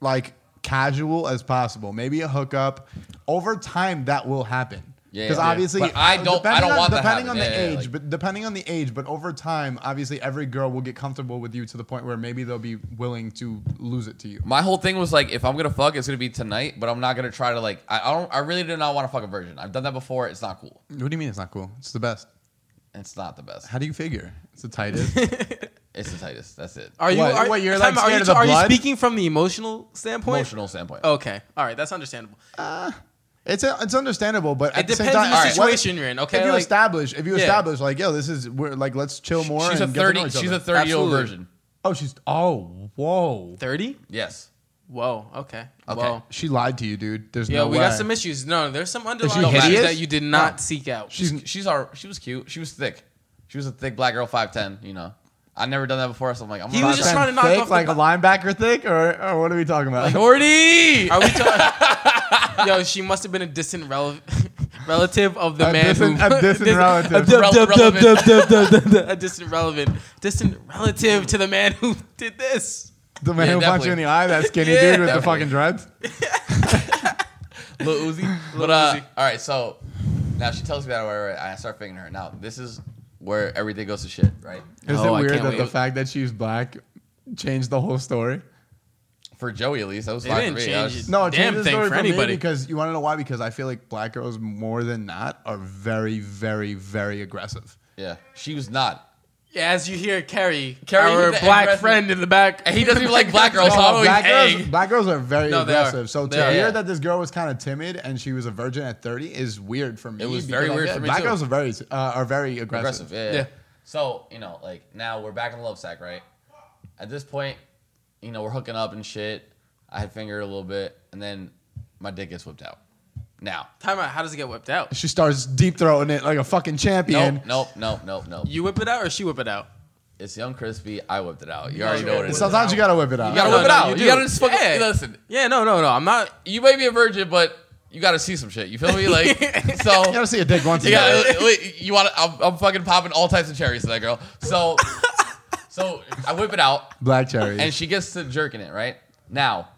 like casual as possible. Maybe a hookup. Over time, that will happen. Yeah, Because yeah. obviously, But I don't- I depending don't on, want that depending on the happen. Yeah, yeah, age, yeah, like- but depending on the age, but over time, obviously, every girl will get comfortable with you to the point where maybe they'll be willing to lose it to you. My whole thing was like, if I'm gonna fuck, it's gonna be tonight. But I'm not gonna try to like. I, I don't. I really do not want to fuck a virgin. I've done that before. It's not cool. What do you mean it's not cool? It's the best. It's not the best. How do you figure? It's the tightest. It's the tightest. That's it. Are you? What, are, what, you're, time like, out, are scared you, of the are blood? you speaking from the emotional standpoint? Emotional standpoint. Okay. All right. That's understandable. [LAUGHS] It's it's understandable, but at It the same depends time, on the all right, what- situation you're in, okay? if you Like- establish, if you Yeah. establish, like, yo, this is we're like, let's chill more. she's a and get to know thirty. each She's a other. thirty year old Absolutely. virgin. Oh, she's oh whoa. Thirty. Yes. Whoa. Okay. Okay. Whoa. She lied to you, dude. There's Yeah, no we way. got some issues. No, there's some underlying she issues hideous? that you did not seek out. She's- She's she's our she was cute. She was thick. She was a thick black girl, five ten. You know, I've never done that before, so I'm like, I'm He not was just Five-ten trying to knock thick, off the like a linebacker thick, or, or what are we talking about? Jordy. Are we talking? [LAUGHS] Yo, she must have been a distant rel- [LAUGHS] relative of the A man distant- who [LAUGHS] a distant dis- relative. A, dub- Rel- dub- dub- relevant. dub- dub- dub- dub- a distant relevant, distant relative to the man who [LAUGHS] did this. [LAUGHS] the man Yeah, who punched definitely. you in the eye, [LAUGHS] that skinny Yeah. dude with the fucking Definitely. dreads. Lil Uzi. But [LAUGHS] uh, all right, so now she tells me that. Right, right, I start figuring her. Now this is where everything goes to shit, right? Is Oh, I it weird can't that wait. the fact that she's black changed the whole story? for Joey at least. That was They five didn't for me. I change was- it. No, it Damn changes thing the story for for me anybody. because you want to know why? Because I feel like black girls more than not are very, very, very aggressive. Yeah, she was not. Yeah, as you hear Kerry, Kerry, our the black aggressive- friend in the back, And he doesn't even like black girls. so No, I'm always black, girls, egging. black girls are very No, they are. aggressive. So to They are. hear Yeah. that this girl was kind of timid and she was a virgin at 30 is weird for me. It was because very I weird feel for like me, Black too. girls are very uh, are very aggressive. aggressive. Yeah, yeah. Yeah. So you know, like now we're back in the love sack, right? At this point, you know we're hooking up and shit. I had fingered a little bit, and then my dick gets whipped out. Now, time out. How does it get whipped out? She starts deep throating it like a fucking champion. nope, nope, nope, nope, nope. You whip it out or she whip it out? It's young crispy. I whipped it out. You already know you what it And is. You Sometimes you gotta whip it out. gotta No, whip it no, out. you You, do. gotta just fucking Yeah. listen. Yeah, no, no, no. I'm not. You may be a virgin, but you gotta see some shit. You feel me? Like [LAUGHS] so. You gotta see a dick once. in a while. Yeah, wait, you want? I'm, I'm fucking popping all types of cherries to that girl. [LAUGHS] So, so I whip it out, Black cherry. and she gets to jerking it right now.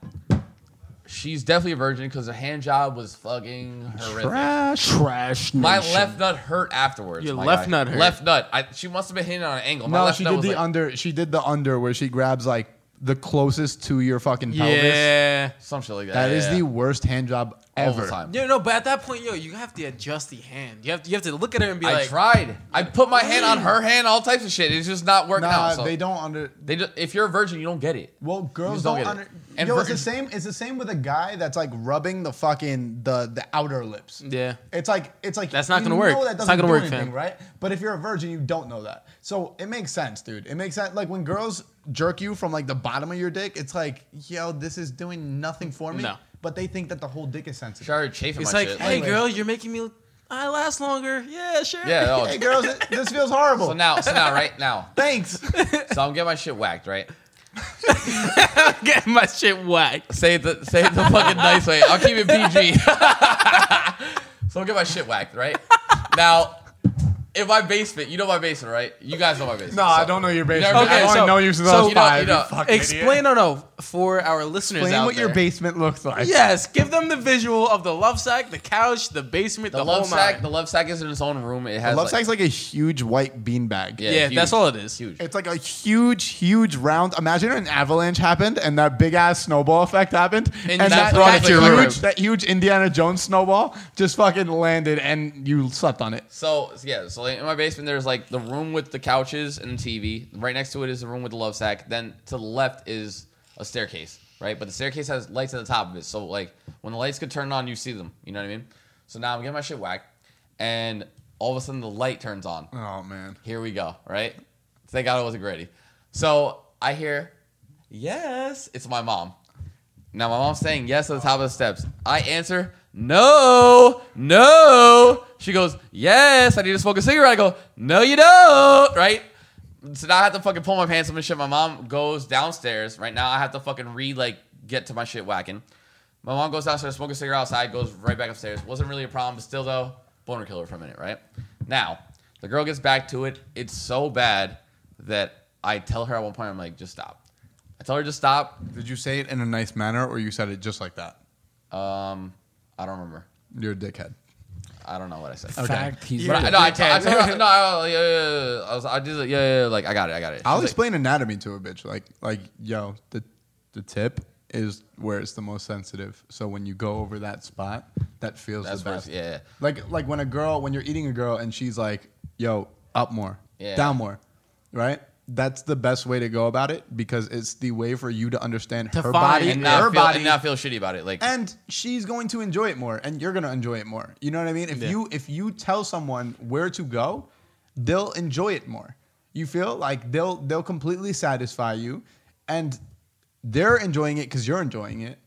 She's definitely a virgin because her hand job was fucking horrific. Trash, trash. My nation. left nut hurt afterwards. Your my left guy. nut hurt. Left nut. I, she must have been hitting on an angle. My no, left she nut did was the like- under. She did the under where she grabs like the closest to your fucking pelvis. Yeah. some shit like that. That yeah, is yeah. the worst hand job all the ever. time. Yeah, no, but at that point, yo, you have to adjust the hand. You have to, you have to look at her and be I like, tried. I put my hand on her hand, all types of shit. It's just not working Nah, out. So they don't under. They just, if you're a virgin, you don't get it. Well, girls just don't don't, get it. under. And yo, for- it's the same. It's the same with a guy that's like rubbing the fucking the the outer lips. Yeah. It's like it's like That's not you gonna work. Know that It's doesn't not gonna do work, anything, fam. right? But if you're a virgin, you don't know that. So it makes sense, dude. It makes sense. Like when girls jerk you from like the bottom of your dick, it's like, yo, this is doing nothing for me. No. But they think that the whole dick is sensitive. Started chafing it's my like, shit. hey, like- girl, you're making me. I last longer. Yeah, sure. [LAUGHS] yeah. no, Hey girls, this feels horrible. So now, so now, right now, Thanks. so I'm getting my shit whacked, right? Getting my shit whacked. Say it the say it the fucking nice way. I'll keep it PG. [LAUGHS] so I'm getting my shit whacked, right? Now, in my basement, you know my basement, right? You guys know my basement. so- know your basement. Okay, I've only so- known you since I so was you know- five, you you know, fucking Explain, no, no, for our listeners Explain out what your there. basement looks like. Yes, give them the visual of the love sack, the couch, the basement, the, The, love whole sack. nine. The love sack is in its own room. It A has love like, sack's like a huge white beanbag. Yeah, yeah, huge. that's all it is. huge. It's like a huge, huge round. Imagine an avalanche happened and that big ass snowball effect happened, and, And you just that, brought it that to your huge, room. that huge Indiana Jones snowball just fucking landed, and you slept on it. So yeah, so like, in my basement there's like the room with the couches and TV. Right next to it is the room with the love sack. Then to the left is a staircase, right? But the staircase has lights at the top of it. So like when the lights get turned on, you see them. You know what I mean? So now I'm getting my shit whacked, and all of a sudden the light turns on. Oh man, Here we go, right? Thank God it wasn't Grady. So I hear, yes, it's my mom. Now my mom's saying yes at the top of the steps. I answer, no, no. She goes, yes, I need to smoke a cigarette. I go, no, you don't, right? So now I have to fucking pull my pants up and shit. My mom goes downstairs. Right now I have to fucking re like get to my shit whacking. My mom goes downstairs, smoke a cigarette outside, goes right back upstairs. Wasn't really a problem, but still though, boner killer for a minute, right? Now, the girl gets back to it. It's so bad that I tell her at one point, I'm like, just stop. I tell her just stop. did you say it in a nice manner, or you said it just like that? Um, I don't remember. You're a dickhead. I don't know what I said. Okay. Fact, he's But I, right. no, I, t- I told [LAUGHS] her, no, I, yeah, yeah, yeah. I was, I did, like, yeah, yeah, yeah, like I got it, I got it. She I'll was like- explain anatomy to a bitch. Like, like, yo, the the tip is where it's the most sensitive. So when you go over that spot, that feels That's the where it's- best. yeah. Like, like when a girl, when you're eating a girl and she's like, yo, up more, Yeah. down more, right? That's the best way to go about it because it's the way for you to understand her find body, and her not, feel, body, and not feel shitty about it. Like, and she's going to enjoy it more and you're going to enjoy it more you know what i mean if you if you tell someone where to go they'll enjoy it more you feel like they'll they'll completely satisfy you and they're enjoying it because you're enjoying it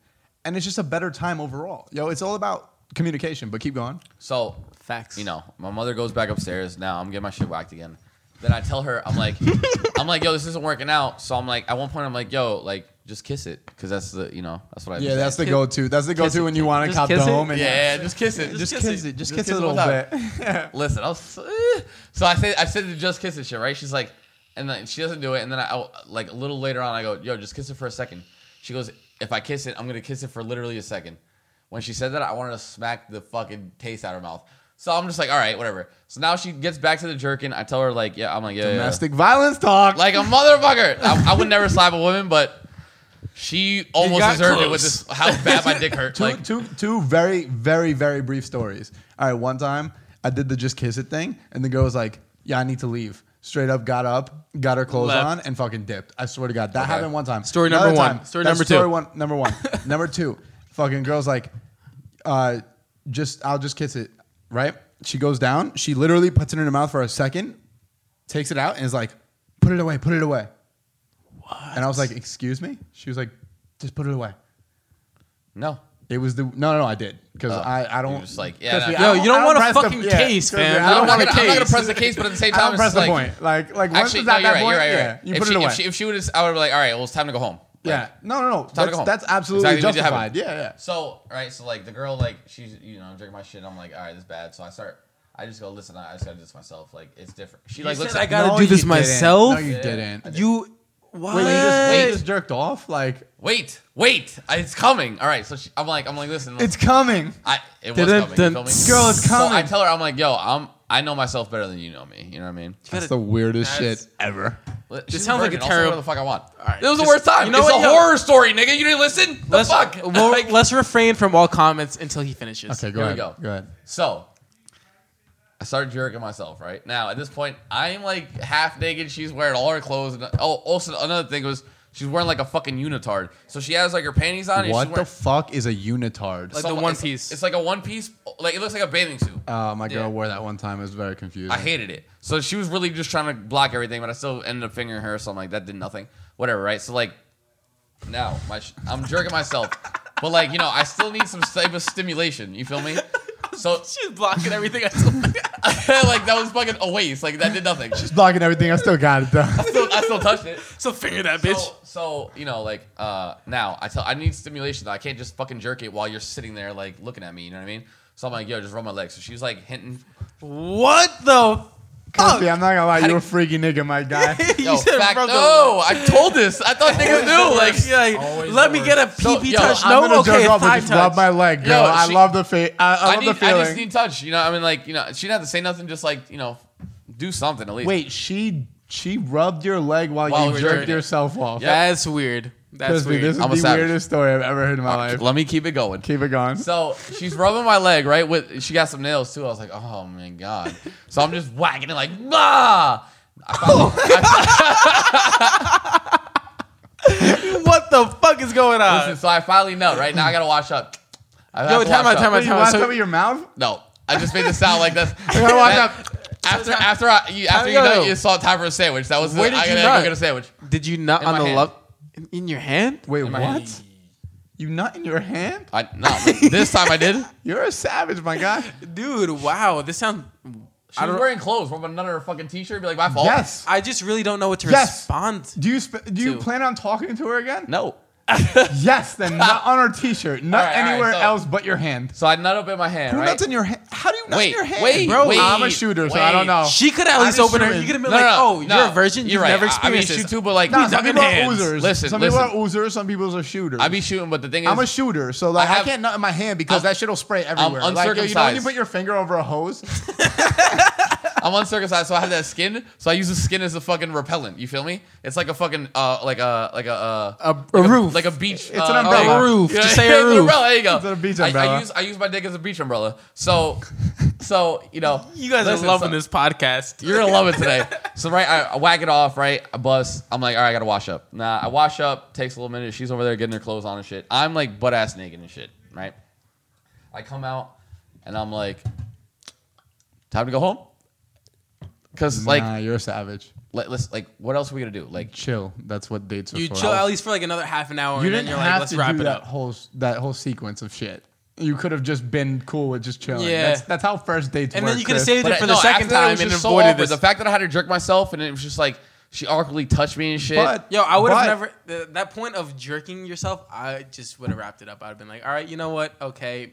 and it's just a better time overall yo it's all about communication but keep going So Facts. You know, my mother goes back upstairs. Now I'm getting my shit whacked again. Then I tell her, [LAUGHS] I'm like, I'm like, yo, this isn't working out. So I'm like, at one point, I'm like, yo, like, just kiss it, because that's the, you know, that's what I. yeah that's the go-to that's the it, go-to when you kid. want to Just cop kiss the it. home and [LAUGHS] Yeah, yeah, just kiss it. just, kiss it just, kiss, it a little one time. bit Listen, I was eh. so I said I said to just kiss it shit, right? She's like, and then she doesn't do it, and then I I- like a little later on, I go, yo, just kiss it for a second. She goes, if I kiss it, I'm gonna kiss it for literally a second. When she said that, I wanted to smack the fucking taste out of her mouth. So I'm just like, all right, whatever. So now she gets back to the jerkin. I tell her like, yeah, I'm like, yeah, yeah, yeah. domestic violence talk like a motherfucker. I, I would never slap a woman, but She almost got deserved it close. with this how bad my dick [LAUGHS] hurt. two, Like two, two very, very, very brief stories. All right, one time I did the just kiss it thing, and the girl was like, "Yeah, I need to leave." Straight up, got up, got her clothes Left. on, and fucking dipped. I swear to God, that Okay. happened one time. Story Another number time, one. Story that's number two. Story one. Number [LAUGHS] one. number two. Fucking girls like, uh, just I'll just kiss it. Right? She goes down. She literally puts it in her mouth for a second, takes it out, and is like, "Put it away. Put it away." And I was like, "Excuse me?" She was like, "Just put it away." no. It was the no, no, no. I did because I, I don't Oh. You're just like, yeah, Trust me, nah. I Yo, don't- you don't I want a press the- fucking yeah, case, trust me, man. I You don't I'm want not, a gonna, I'm not gonna case. press the case, but at the same I time, don't it's press just the like point. Like, like once actually, it's no, at you're that right, point, you're right, you're yeah, right. you if put she, it away. If she, if she would have, I would be like, all right, well, it's time to go home. Like, yeah, no, no, no. Time to go That's, home. that's absolutely Exactly what you have justified. to- Yeah, yeah. So, all right, so like the girl, like she's, you know, I'm drinking my shit. I'm like, all right, this is bad. So I start, I just go, listen, I I just gotta do this myself. Like, it's different. She like said looks I at gotta No, do you this didn't. myself. No, you didn't. You what? Wait, you just, Hey. you just jerked off. Like wait, wait, I- it's coming. All right, so she, I'm like, I'm like, listen, it's coming. I, it was Dun, dun, coming. dun. You feel me? Girl, it's So I coming. tell her, I'm like, yo, I'm, I know myself better than you know me. You know what I mean? That's the weirdest That's- shit ever. Let- She's sounds like virgin. a I'll say terrible- whatever the fuck I want. right, It was the just- worst time. you know it's what, a yo? horror story, nigga. You didn't listen. The Let's, fuck. [LAUGHS] [LAUGHS] well, Like, let's refrain from all comments until he finishes. Okay, go Here we ahead. go. Go ahead. So I started jerking myself, right? Now, at this point, I'm like half naked. She's wearing all her clothes. And, oh, also, another thing was she's wearing like a fucking unitard. So she has like her panties on. and she's What the wearing- fuck is a unitard? Like- the some- one it's- piece. It's like a one piece. Like it looks like a bathing suit. uh, my girl Yeah. wore that one time. It was very confusing. I hated it. So she was really just trying to block everything, but I still ended up fingering her. So I'm like, that did nothing. Whatever, right? So like, now my sh- I'm jerking myself, but like you know, I still need some type of stimulation. You feel me? So She's blocking everything. I still [LAUGHS] like that was fucking a waste. Like that did nothing. I Just blocking everything. I still got it though. [LAUGHS] still, I still touched it. So figure that So, bitch. so you know, like uh, now I tell I need stimulation. Though. I can't just fucking jerk it while you're sitting there like looking at me. You know what I mean? So I'm like, yo, just rub my legs. So she was like hinting, what the? Trust me, I'm not gonna lie. do- You're a freaky nigga, my [LAUGHS] guy. [LAUGHS] yo, said back, rub the no, I told this. I thought niggas [LAUGHS] knew. Like, Like, yeah, like Always let the me worst. get a So, PP yo, touch. I'm no, gonna okay, jerk off, but thigh just touch. rub my leg, Yo, bro. I she- love the face. I, I I love need, the I feeling. just need touch. You know, I mean, like, you know, she didn't have to say nothing. Just like, you know, do something at least. Wait, she she rubbed your leg while, While you we're jerked jerking. yourself off. Yeah. That's weird. That's Trust me, weird. this is I'm a the savage. weirdest story I've ever heard in my life. Let me keep it going. Keep it going. So she's rubbing my leg, right? With she got some nails too. I was like, oh my god. So I'm just whacking it like, ah. I finally- [LAUGHS] what the fuck is going on? listen, so I finally know, right? Now I gotta wash up. I have Yo, to time wash out, time up. out, Wait, you time out. lost So- over your mouth? No, I just made this sound like [LAUGHS] this. I gotta wash up. After after I, you, after you Yo. know, you saw time for a sandwich. That was Where the, did I you gotta go nut? get a sandwich. Did you not In on my the hand. love in, in your hand? Wait, In what? my hand. You nut in your hand? I [LAUGHS] no, this time I did. You're a savage, my [LAUGHS] guy. Dude, wow, this sounds. She was wearing clothes from another fucking t-shirt. Be like, my fault. yes. I just really don't know what to Yes. respond. Do you sp- do you Two. plan on talking to her again? No. Yes, [LAUGHS] then not on her t-shirt, not All right, all right, anywhere so- else but your hand. So I nut up in my hand. Who right? nuts in your hand? How do you nut in Wait, your hand? wait, bro, wait, I'm a shooter, so I don't wait. know. She could at least just open her. shooting. You could have been like, oh, you're a virgin. You're You've right. never I- I experienced mean, shoot this. too, but like, Nah, some people are hands. oozers. Listen, some listen. people are oozers. Some people are shooters. I be shooting, but the thing is, I'm a shooter, so like I I, have- can't nut in my hand because I'm- that shit'll spray everywhere. like, yo, you know when you uncircumcised. put your finger over a hose? I'm uncircumcised, so I have that skin. So I use the skin as a fucking repellent. You feel me? It's like a fucking uh, like a like a uh, A- a like roof. like a beach. It's an umbrella. A A roof. [LAUGHS] Just say a it's an roof. umbrella. There you go. It's a beach I- I, umbrella. use I use my dick as a beach umbrella. So so you know You guys listen, are loving so- this [LAUGHS] podcast. You're gonna love it today. So right, I, I whack it off. Right, I bust. I'm like, all right, I gotta wash up. Nah, I wash up. Takes a little minute. She's over there getting her clothes on and shit. I'm like butt ass naked and shit. Right. I come out and I'm like, time to go home. Cause like, nah, you're a savage. let, us like, what else are we gonna do? Like, Chill. That's what dates are You for. chill at least for like another half an hour, You and then didn't you're have like, let's to wrap do it that up. whole that whole sequence of shit. You could have just been cool with just chilling. Yeah. That's, that's how first dates And work. then you could have Chris. saved it I- for the no, second after that, it time was and just so avoided awkward. this. The fact that I had to jerk myself and it was just like she awkwardly touched me and shit. But- Yo, I would But- have never th- that point of jerking yourself. I just would have wrapped it up. I'd have been like, all right, you know what? Okay,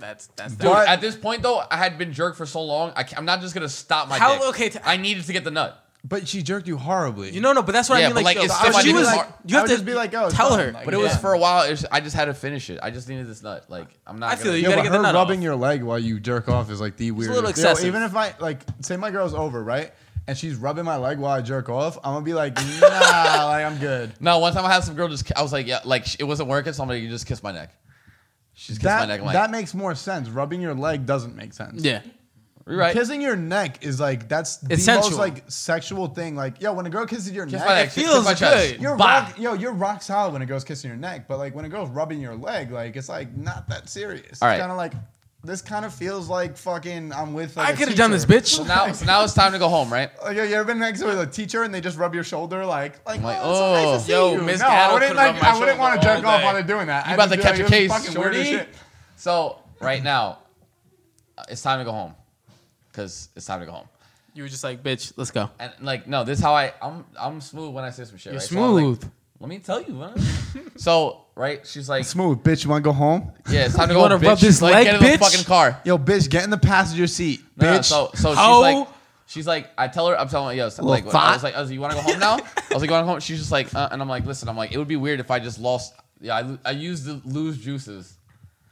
that's that's Dude, But- at this point though, I had been jerked for so long. I, ca- I'm not just gonna stop my. How- dick. okay, t- I needed to get the nut. But she jerked you horribly. You know, no, but that's what Yeah, I mean. but, Like, like, yo, it's if still she my was- dick. you have I would to just be like, oh, it's tell fine. her. Like, But it was Yeah. for a while. It was- I just had to finish it. I just needed this nut. Like I'm not. I feel gonna- you. Yeah, gotta but get the her nut rubbing off. your leg while you jerk off is like the weirdest. little Yo, excessive. even if I like, say my girl's over, right, and she's rubbing my leg while I jerk off, I'm gonna be like, nah, like I'm [LAUGHS] good. No, one time I had some girl just. I was like, yeah, like sh- it wasn't working. Somebody you just kissed my neck. She's kissed my That, neck. I'm like, that makes more sense. Rubbing your leg doesn't make sense. Yeah. you're right. Kissing your neck is like that's the It's most sensual. like sexual thing. Like, yo, when a girl kisses your Kiss neck, my neck. feels kiss my chest. [LAUGHS] good. You're Bah. rock, yo, you're rock solid when a girl's kissing your neck, but like when a girl's rubbing your leg, like it's like not that serious. All right. Kind of like this kind of feels like fucking I'm with. Like, I a could have done this, teacher. So bitch. now, so now it's time to go home, right? Like, Oh, you ever been next to a teacher and they just rub your shoulder like like, I'm like, oh, it's so nice to see oh, you." yo, Miss no, Gatto I wouldn't could've like rubbed my I wouldn't want to shoulder jerk all off day. while they're doing that. You I'd about to just catch be a like, "This is case, fucking weird as shorty?" shit. So right now, uh, it's time to go home, cause it's time to go home. You were just like, bitch, let's go. And like, no, this is how I. I'm I'm smooth when I say some shit. You're right? So I'm like, smooth. Let me tell you, man. so right, she's like, Smooth, bitch. You want to go home? yeah, it's time to [LAUGHS] You go. wanna home, rub bitch. this like, leg, get in the bitch? fucking car. Yo, bitch, get in the passenger seat, No, no, bitch. so so she's How? like she's like I tell her I'm telling her, yo so, like I fat. was like I was like, you want to go home now I was like you want to go home she's just like uh, and I'm like listen I'm like it would be weird if I just lost yeah I, lo- I used the lose juices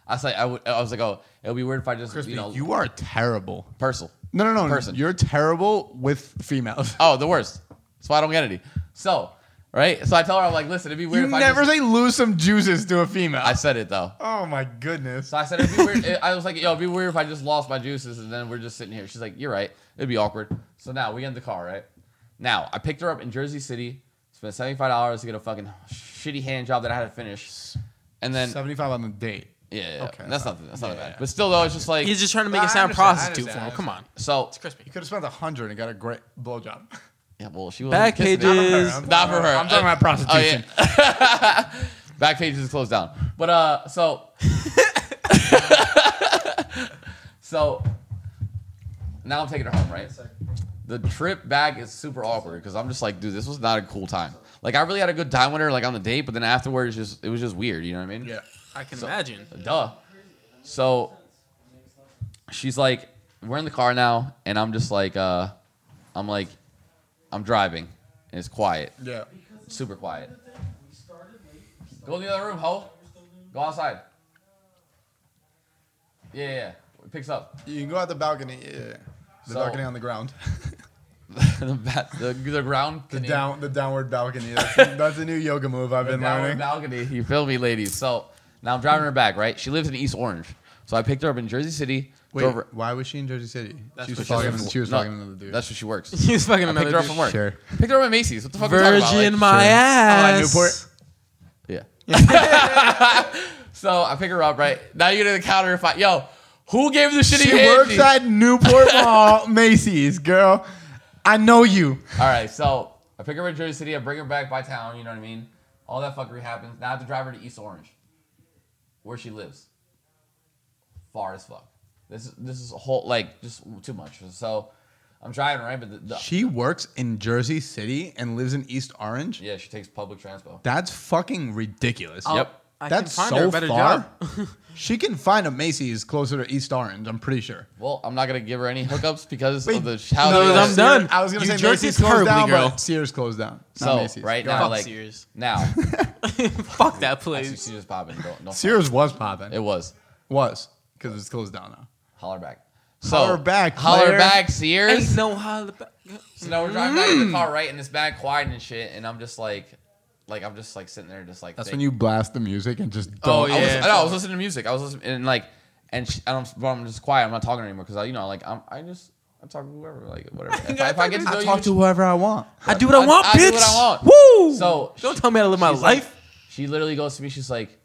I was like I would I was like oh it would be weird if I just you know you are terrible. parcel No, no, no. Person. You're terrible with [LAUGHS] females. oh the worst that's why I don't get any so right so I tell her I'm like listen it'd be weird You if never I just, say lose some juices to a female. I said it though oh my goodness. so I said it'd be weird I was like yo it'd be weird if I just lost my juices and then we're just sitting here she's like you're right it'd be awkward so now we get in the car right Now, I picked her up in Jersey City, spent $75 to get a fucking shitty hand job that I had to finish. And then, yeah, 75 on the date. yeah, yeah. Okay, that's fine. nothing. That's not Yeah, bad. yeah. But still, though, it's just like, He's just trying to make No, I it sound understand, I prostitute for understand, him. I Come on. so, You could have spent 100 and got a great blowjob. yeah, well, she was Back pages. Not for her. [LAUGHS] I'm talking about prostitution. Oh, yeah. [LAUGHS] Back pages is closed down. But, uh, so, [LAUGHS] so, now I'm taking her home, right? The trip back is super awkward because I'm just like, dude, this was not a cool time. Like, I really had a good time with her, like on the date, but then afterwards, just it was just weird. You know what I mean? Yeah. I can imagine. duh. So she's like, we're in the car now, and I'm just like, uh, I'm like, I'm driving, and it's quiet, Yeah. super quiet. Go in the other room, ho. Go outside. Yeah, yeah, yeah. It picks up. [LAUGHS] You can go out the balcony. Yeah. yeah. The So- balcony on the ground. the, ba- the, the ground. The down the downward [LAUGHS] balcony. That's, that's a new yoga move I've been downward learning. balcony. You feel me, ladies? So now I'm driving her back, right? She lives in East Orange, so I picked her up in Jersey City. Wait, drove her- why was she in Jersey City? That's she was what talking. she- She was No, talking to the dude. That's where [LAUGHS] she works. He's fucking I picked another her up dude. from work. Sure. Picked her up at Macy's. What the fuck? are we talking about? Virgin Like, my ass. Oh, [LAUGHS] Newport. yeah. [LAUGHS] so I pick her up right now. You're gonna counter if I yo. Who gave the shitty She handy? works at Newport Mall, [LAUGHS] Macy's, girl. I know you. All right, so I pick her up in Jersey City. I bring her back by town. You know what I mean? All that fuckery happens. Now I have to drive her to East Orange, where she lives. Far as fuck. This is this is a whole like just too much. So I'm driving right, but the, the, She works in Jersey City and lives in East Orange. yeah, she takes public transport. That's fucking ridiculous. I'll- Yep. I can That's find so her a better far. job. [LAUGHS] she can find a Macy's closer to East Orange. I'm pretty sure. Well, I'm not gonna give her any hookups because Wait, of the how no, she no, lives. I'm done. I was gonna You say jerked Macy's it closed terribly, down, girl. but Sears closed down. not So Macy's. right You're now, right. like Sears. now, [LAUGHS] [LAUGHS] [LAUGHS] Fuck that actually, place. she just popping. Don't, don't Sears was It popping. was Was because it's closed down now. holler back. So, Holler back, holler player. back, Sears. Ain't no holla [LAUGHS] back. So now we're driving back in the car, right, and it's bad, quiet and shit, and I'm just like, like I'm just like sitting there, just like. That's think- when you blast the music and just don't. Oh, I was, Yeah. no, I was listening to music. I was listening and like, and she, and I'm, but I'm just quiet. I'm not talking anymore because I, you know, like I'm, I just. I talk to whoever, like whatever. If, I, if I get to know I you, talk to whoever I want. I do what I, I- want, I bitch. do what I Woo! So don't she- tell me how to live my she's like- life. she literally goes to me. She's like,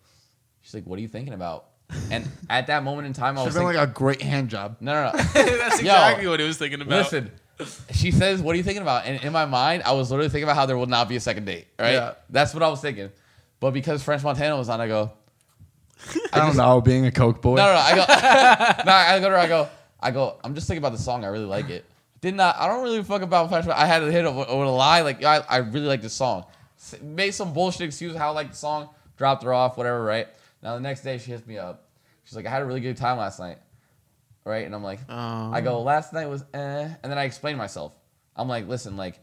she's like, what are you thinking about? And at that moment in time, I It's was been thinking, like a great hand job. no, no, no. That's Yo, exactly what he was thinking about. Listen, she says, "What are you thinking about?" And in my mind, I was literally thinking about how there will not be a second date. Right? Yeah. That's what I was thinking. But because French Montana was on, I go, I, don't know, being a coke boy. no, no, no. I go, [LAUGHS] no, I go to her. I go, I go. I'm just thinking about the song. I really like it. Did not. I don't really fuck about French. Montana. I had to hit over, over a lie. Like I, I really like this song. S- Made some bullshit excuse how I like the song. Dropped her off. Whatever. Right. Now the next day she hits me up. She's like, I had a really good time last night. Right. And I'm like, I go. Last night was eh. And then I explain myself. I'm like, listen, like.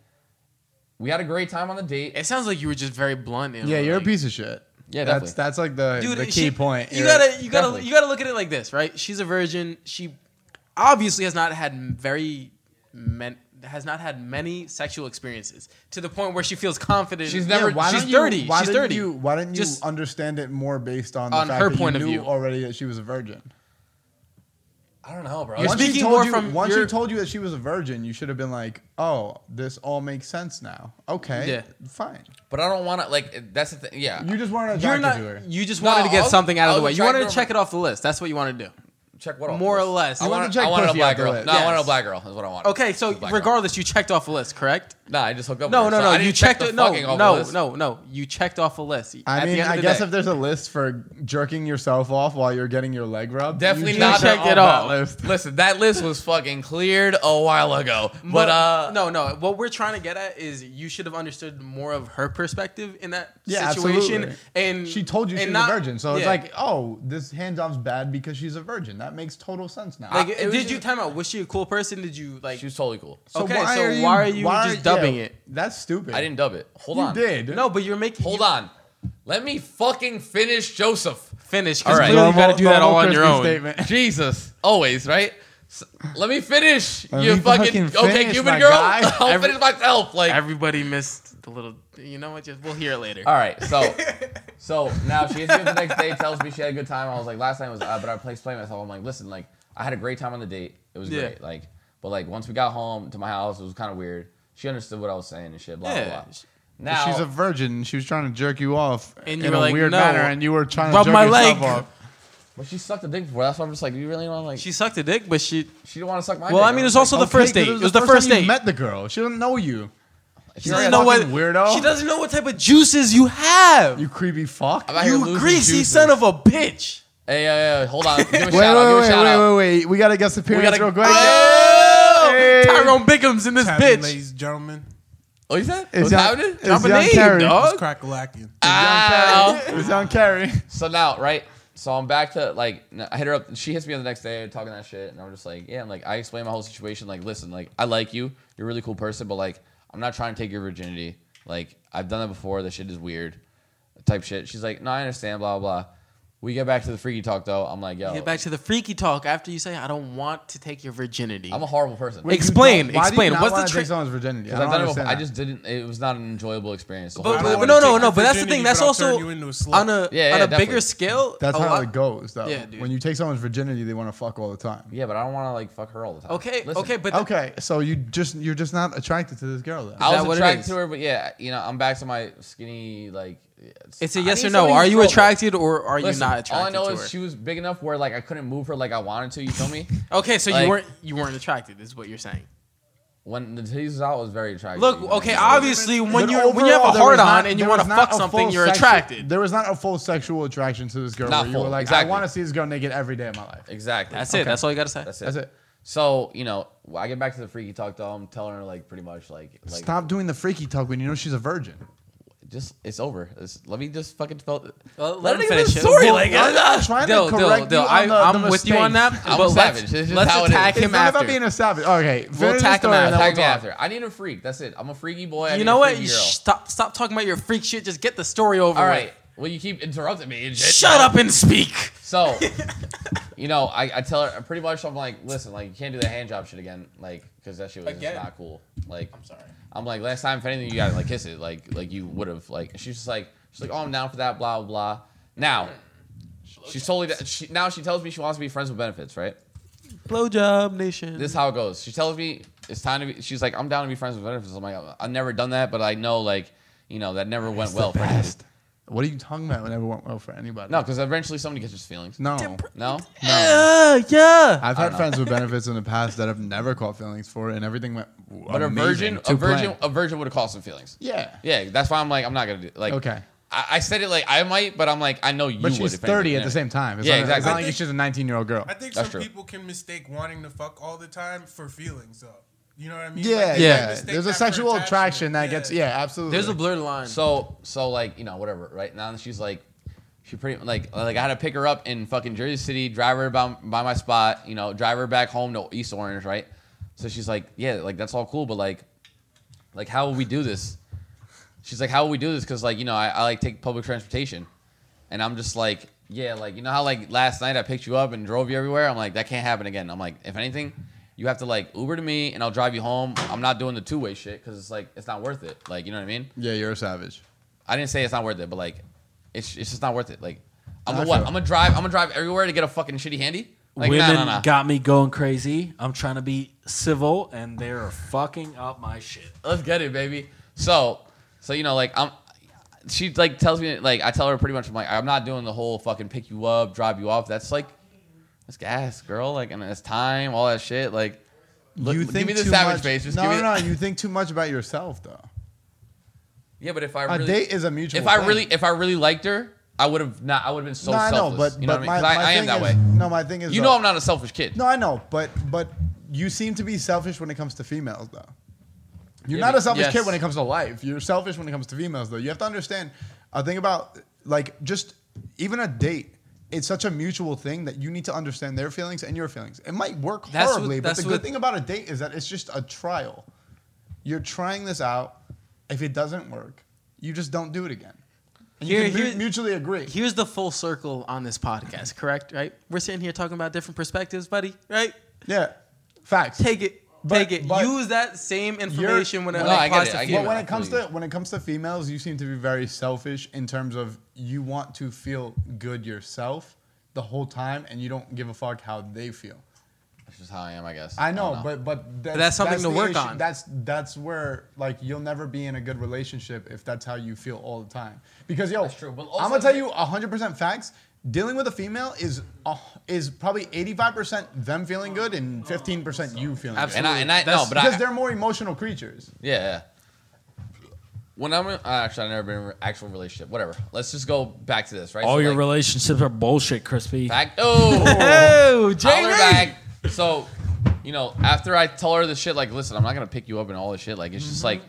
We had a great time on the date. It sounds like you were just very blunt. and Yeah, you're like- a piece of shit. Yeah, that's definitely. that's like the, the key she- point. You You're- gotta, you gotta, Definitely. you gotta look at it like this, right? She's a virgin. She obviously has not had very men, has not had many sexual experiences to the point where she feels confident. She's never- why she's don't you- dirty. Why she's didn't dirty. You, why didn't you Just- understand it more based on the On fact her that point you of knew view. already that she was a virgin? I don't know, bro. You're once she speaking told more you, from once she your- told you that she was a virgin, you should have been like, "Oh, this all makes sense now. Okay, Yeah. fine." But I don't want to like. That's the thing. Yeah, You just weren't You're attracted not. to her. You just No, wanted to get I'll- something out of the I'll way. You try wanted to to check it off the list. That's what you wanted to do. check what off More this. or less. I You wanted wanted, to check I wanted a pussy black out the girl. list. No, I wanted a Yes. black girl. Is what I wanted. Okay, so A black girl. regardless, you checked off a list, correct? Nah, I just hooked up. No, with her, no, so I no. didn't You check checked the it. No, fucking off the no, list. no, no. You checked off a list. I At mean, the end I of the guess day. if there's a list for jerking yourself off while you're getting your leg rubbed, Definitely you not should- checked on it that off. list. Listen, that list was fucking cleared a while ago. But uh, no, no. What we're trying to get at is you should have understood more of her perspective in that Yeah, situation. absolutely. And She told you and she was not- a virgin, so it's yeah. like, oh, this hand job's bad because she's a virgin. That makes total sense now. Like, I- it was did you just- time out? Was she a cool person? Did you like? she was totally cool. okay, so why are you just dubbing it? That's stupid. I didn't dub it. Hold You on. did. no, but you're making Hold on. Let me fucking finish [LAUGHS] Joseph. finish All because right. clearly you got to do that all on your Crispy own. Statement. Jesus, always right. S let me finish. Let you me fucking, fucking okay, finish, Cuban my girl. guy. [LAUGHS] I'll Every- finish myself. Like, Everybody missed the little. You know what? Just we'll hear it later. all right. [LAUGHS] So, so now she hits me up the next day, tells me she had a good time. I was like, last night was, uh, but I played explained myself. I'm like, listen, like I had a great time on the date. It was Yeah. great. Like, but like once we got home to my house, it was kind of weird. She understood what I was saying and shit. Blah Yeah. blah. blah. Now she's a virgin. and She was trying to jerk you off And you in were a like, weird "No, manner, and you were trying rub to jerk my yourself leg." off. but she sucked a dick before. That's why I'm just like, you really want like She sucked a dick, but she. she didn't want to suck my. Well, dick. I mean, was it's also the Okay, first 'cause date. it It was the first time you date. Met the girl. She doesn't know you. like, She she's like, doesn't know what fucking weirdo. She doesn't know what type of juices you have. You You, creepy fuck. I'm out here losing greasy juices. son of a bitch. Hey, hey, hey, hold on. Give a shout Wait, out. Give a wait, wait, shout wait, out. wait, wait. We gotta guess appearance gotta- real quick. Oh, Hey. Tyrone Biggums in this happening, bitch. ladies and gentlemen. Oh, you said? It's What's young- happening? it's young name, Terry. dog. It's crack-a-lacking. Ow. It's on Carrie. So now, right? So I'm back to like n- I hit her up. She hits me up the next day talking that shit, and I'm just like, yeah. I'm like I explain my whole situation. Like, listen, like I like you. You're a really cool person, but like I'm not trying to take your virginity. Like I've done that before. That shit is weird. Type shit. She's like, no, I understand. Blah blah. blah. We get back to the freaky talk though. I'm like, yo, Get back to the freaky talk after you say, I don't want to take your virginity. I'm a horrible person. Wait, Explain, Why do you explain. not What's the wanna take trick- someone's virginity? I I've don't done it before. understand I that. just didn't. It was not an enjoyable experience. the whole but, time. I don't but- but wanna no, no, take no. your But that's the virginity, thing. That's but I'll turn also you into a slut. on a Yeah, on yeah, a bigger definitely. scale. That's a how lot- it goes, though. Yeah, dude. When you take someone's virginity, they want to fuck all the time. yeah, but I don't want to like fuck her all the time. Okay, Listen, okay, but Okay, so you just you're just not attracted to this girl, though. that I was what it attracted is? to her, but yeah, you know, I'm back to my skinny like. it's I a yes need or no. somebody Are who's you built. attracted or are you Listen, not attracted All I know to is her? she was big enough where like I couldn't move her like I wanted to. You feel me? Okay, so like- you weren't you weren't attracted. Is what you're saying. when the titties was out, I was very attractive. Look, you know? okay, Like, obviously when But you when you have a overall, there heart was on not- and you there want to was not fuck a something, full you're sexu- attracted. There was not a full sexual attraction to this girl. Not where you were full, like, exactly. I want to see this girl naked every day of my life. exactly. That's it. Okay. That's all you gotta say. That's it. That's it. So you know, I get back to the freaky talk though. I'm telling her like pretty much like like Stop doing the freaky talk when you know she's a virgin. just it's over. It's- let me just fucking tell. Well, let let him me finish it. Sorry, Well, like I'm uh, not trying Dill, to Dill, correct Dill, you on I, the, I'm the with you on mistakes. that. I'm but a savage. This Let's, is let's how it is. attack It's It's him not after. about being a savage. Okay, finish the attack story him and after. then attack we'll me talk. after. I need a freak. That's it. I'm a freaky boy. I need you a know what? freaky You girl. stop stop talking about your freak shit. Just get the story over All with. right. Well, you keep interrupting me. And shit. Shut up and speak. So, you know, I, I tell her pretty much I'm like, listen, like you can't do the hand job shit again, like because that shit was just Again? not cool. Like I'm sorry. I'm like last time if anything you gotta like kiss it, like like you would have like. and She's just like she's like oh I'm down for that blah blah blah. Now she's totally she, now she tells me she wants to be friends with benefits, right? Blowjob nation. This is how it goes. She tells me it's time to be. She's like I'm down to be friends with benefits. I'm like I've never done that, but I know like you know that never went well. For anybody. What are you talking about? Whenever went well for anybody? no, because eventually somebody gets his feelings. no. No. yeah, yeah. I've I had don't know. friends with benefits in the past that have never caught feelings for it, and everything went. But a virgin, a virgin, a virgin would have caused some feelings. Yeah. Yeah, that's why I'm like, I'm not gonna do like. Okay. I, I said it like I might, but I'm like, I know you. But would she's if 30 anything. at the same time. It's Yeah, not, exactly. It's not like I think- she's a 19 year old girl. I think That's true. some people can mistake wanting to fuck all the time for feelings, though. You know what I mean? Yeah, Like, they yeah. mistake There's that a for sexual attraction that Yeah. gets. Yeah, absolutely. There's a blurred line. So so like you know whatever right now she's like she pretty like like I had to pick her up in fucking Jersey City, drive her by, by my spot, you know, drive her back home to East Orange, right? So she's like, yeah, like that's all cool, but like, like how will we do this? She's like, how will we do this? Because like you know I, I like take public transportation, and I'm just like, yeah, like you know how like last night I picked you up and drove you everywhere. I'm like that can't happen again. I'm like if anything, You have to like Uber to me, and I'll drive you home. I'm not doing the two way shit because it's like it's not worth it. Like you know what I mean? Yeah, you're a savage. I didn't say it's not worth it, but like, it's it's just not worth it. Like, I'm Not gonna what? true. I'm gonna drive. I'm gonna drive everywhere to get a fucking shitty handy. Like, Women nah, nah, nah. got me going crazy. I'm trying to be civil, and they're fucking up my shit. Let's get it, baby. So, so you know, like I'm. She like tells me like I tell her pretty much I'm like I'm not doing the whole fucking pick you up, drive you off. That's like, that's gas, girl. Like and it's time, all that shit. Like, look, you give think me the too savage much, face. Just no, give me no, no. You think too much about yourself, though. Yeah, but if I A really, date is a mutual. if I thing. really, if I really liked her, I would have not. I would have been so no, I selfless. know, but you know but what I my, mean? 'Cause my I, I am thing that is- way. No, my thing is You though- know, I'm not a selfish kid. No, I know, but but you seem to be selfish when it comes to females, though. You're Yeah, not but- a selfish yes. kid when it comes to life. You're selfish when it comes to females, though. You have to understand. I think about like just even a date. It's such a mutual thing that you need to understand their feelings and your feelings. It might work That's what- horribly, but that's the good what- thing about a date is that it's just a trial. You're trying this out. If it doesn't work, you just don't do it again. And Here- you can mu- here- mutually agree. Here's the full circle on this podcast, correct? Right? We're sitting here talking about different perspectives, buddy. Right? yeah, facts. Take it. But- take it. but- Use that same information when it No, I like, get applies it, to I get it. But female. when it comes to Absolutely. when it comes to females, you seem to be very selfish in terms of you want to feel good yourself the whole time, and you don't give a fuck how they feel. That's just how I am, I guess. I know, don't but but that's, that's something to the work issue. on. That's that's where like you'll never be in a good relationship if that's how you feel all the time. Because yo, That's true, but I'm also- gonna tell you 100 percent facts. Dealing with a female is uh, is probably 85 percent them feeling good and 15 percent you feeling good. and I and I no, but because I, they're more emotional creatures. Yeah, yeah. When I'm in, uh, actually, I've never been in an actual relationship. Whatever. Let's just go back to this, right? All So, your like, relationships are bullshit, Crispy. [LAUGHS] back. Oh, Oh, holler JD. back. So, you know, after I tell her the shit, like, listen, I'm not gonna pick you up and all this shit. Like, it's Mm-hmm, just like,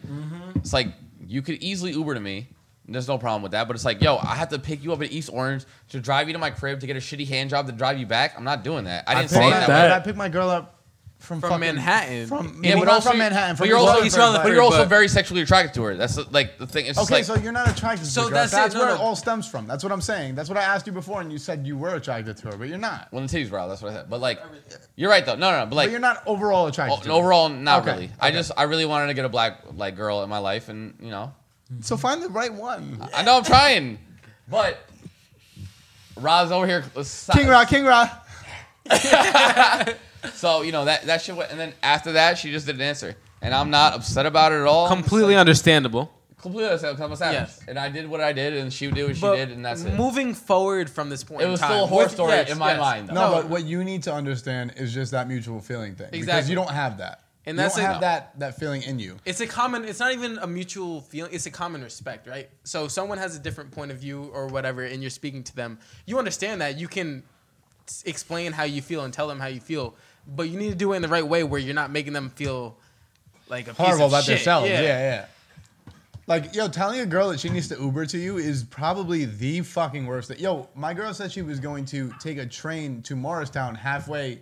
it's like you could easily Uber to me. and There's no problem with that, but it's like, yo, I have to pick you up at East Orange to drive you to my crib to get a shitty hand job to drive you back. I'm not doing that. I didn't picked say it my- that. that. way. I picked my girl up from, From fucking- Manhattan. From Yeah, well, but not also from Manhattan. From But you're East also, Rutherford, but you're also but- very sexually attracted to her. That's like the thing. It's just Okay, like, so you're not attracted to So her. That's, that's it, that's no, where no. it all stems from. That's what I'm saying. That's what I asked you before, and you said you were attracted to her, but you're not. When the titties were out, that's what I said. But like, you're right though. No, no, no. But like, but you're not overall attracted. o- to her. overall, not Okay, really. I okay. just, I really wanted to get a black like girl in my life, and you know, So find the right one. I know I'm trying, but Ra's over here. King Ra, King Ra. So you know that that shit. Went, and then after that, she just didn't answer, and I'm not upset about it at all. I'm just, Completely like, understandable. completely upset. I'm a savage, Yes. and I did what I did, and she did what she did, and that's it. Moving forward from this point It in was time, still a horror with- story yes, in my yes. mind. Though. No, No. but what you need to understand is just that mutual feeling thing. Because Exactly. you don't have that. And And that's that's you don't it. have that that feeling in you. It's a common. It's not even a mutual feeling. It's a common respect, right? So someone has a different point of view or whatever, and you're speaking to them. You understand that you can s- explain how you feel and tell them how you feel, but you need to do it in the right way where you're not making them feel like a piece horrible of about shit. themselves. Yeah. yeah, Like, yo, telling a girl that she needs to Uber to you is probably the fucking worst thing. Yo, my girl said she was going to take a train to Morristown halfway,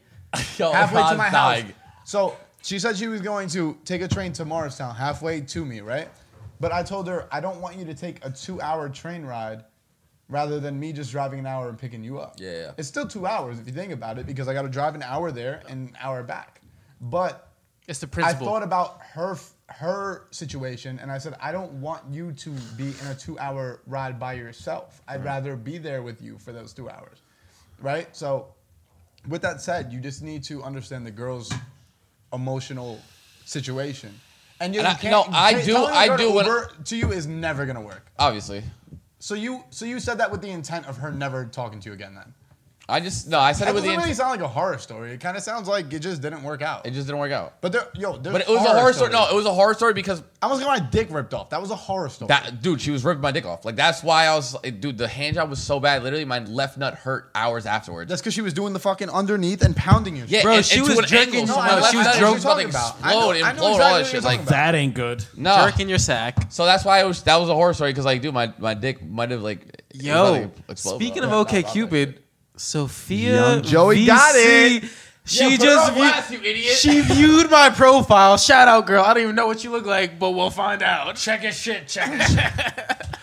Yo, halfway to Ron's my dying. house. So she said she was going to take a train to Morristown halfway to me, right? But I told her I don't want you to take a two-hour train ride. Rather than me just driving an hour and picking you up. Yeah, yeah. It's still two hours if you think about it, because I gotta drive an hour there and an hour back. But It's the I principle. thought about her her situation, and I said, I don't want you to be in a two hour ride by yourself. I'd rather be there with you for those two hours, right? So, with that said, you just need to understand the girl's emotional situation. And, you And I- can't, no, I do- telling a I girl to do what- Uber to you is never gonna work. Obviously, So you so you said that with the intent of her never talking to you again. Then I just no. I said that it with doesn't the. really int- sound like a horror story. It kind of sounds like it just didn't work out. It just didn't work out. but there, yo, there's But it was a horror story. No, stories. it was a horror story because I almost got my dick ripped off. That was a horror story. That dude, she was ripping my dick off. Like that's why I was, like, dude. The hand job was so bad. Literally, my left nut hurt hours afterwards. That's because she was doing the fucking underneath and pounding you. yeah, Bro, and- she and to was an jerking angle, so you my out. left She was nut jerking- was about to Talking about. explode, I know- I know implode, all exactly that what shit. you're Like talking about. That ain't good. no. Jerking your sack. So that's why it was. That was a horror story because like, dude, my, my dick might have like. it was about to Yo, explode. speaking of Yeah, OK about that shit. Cupid, Sophia Young Joey VC, got it. She Yeah, put her just on view- blast, you idiot. [LAUGHS] she viewed my profile. Shout out, girl. I don't even know what you look like, but we'll find out. Check his shit. Check his shit.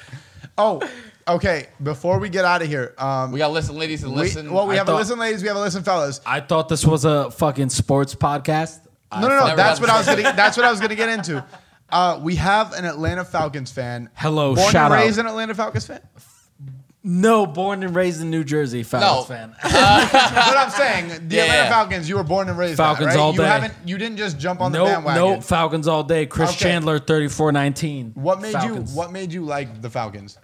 Oh, okay, before we get out of here, um, We got listen, ladies, and we- listen. well, we I have a thought- listen, ladies. We have a listen, fellas. I thought this was a fucking sports podcast. I No, no, no. never That's got what to I was say. getting. That's what I was going to get into. Uh, we have an Atlanta Falcons fan. Hello, born shout and out. raised an Atlanta Falcons fan. No, born and raised in New Jersey, Falcons No. fan. But I'm saying the Yeah, Atlanta yeah. Falcons. You were born and raised. that, Falcons right? all You day. haven't. You didn't just jump on the nope, bandwagon. nope. Falcons all day. Chris Okay. Chandler, thirty-four nineteen. What made you? What made you like the Falcons?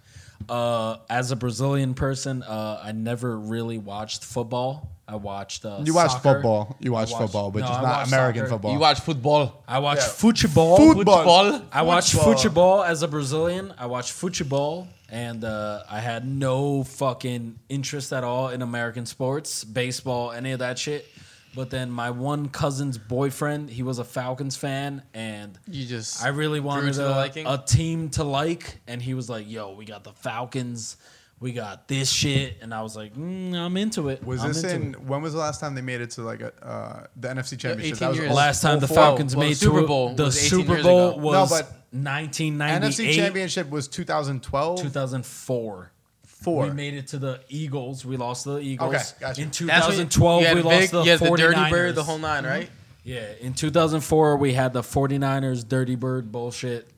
Uh, as a Brazilian person, uh, I never really watched football. I watched. Uh, You watch soccer. football. You watch I watched- football, which no, is I not watched American soccer. football. you watch football. I watched Yeah. football. Football. I watched Football. football as a Brazilian. I watched football, and uh, I had no fucking interest at all in American sports, baseball, any of that shit. But then my one cousin's boyfriend, he was a Falcons fan, and You just I really wanted to the a, liking? a team to like, and he was like, "Yo, we got the Falcons, we got this shit," and I was like, mm, "I'm into it." Was I'm this into in? it. When was the last time they made it to like a, uh, the NFC Championship? 18 That was years. old- last time the Well, Falcons well, made Super to- Bowl The was 18 Super years Bowl No, ago. was but 1998. NFC Championship was 2012. 2004. Four. We made it to the Eagles. We lost to the Eagles. Okay, gotcha. In That's when you 2012, had we Vic, lost to you the had 49ers. the Dirty Bird, the whole 9 right? yeah, in 2004, we had the 49ers Dirty Bird bullshit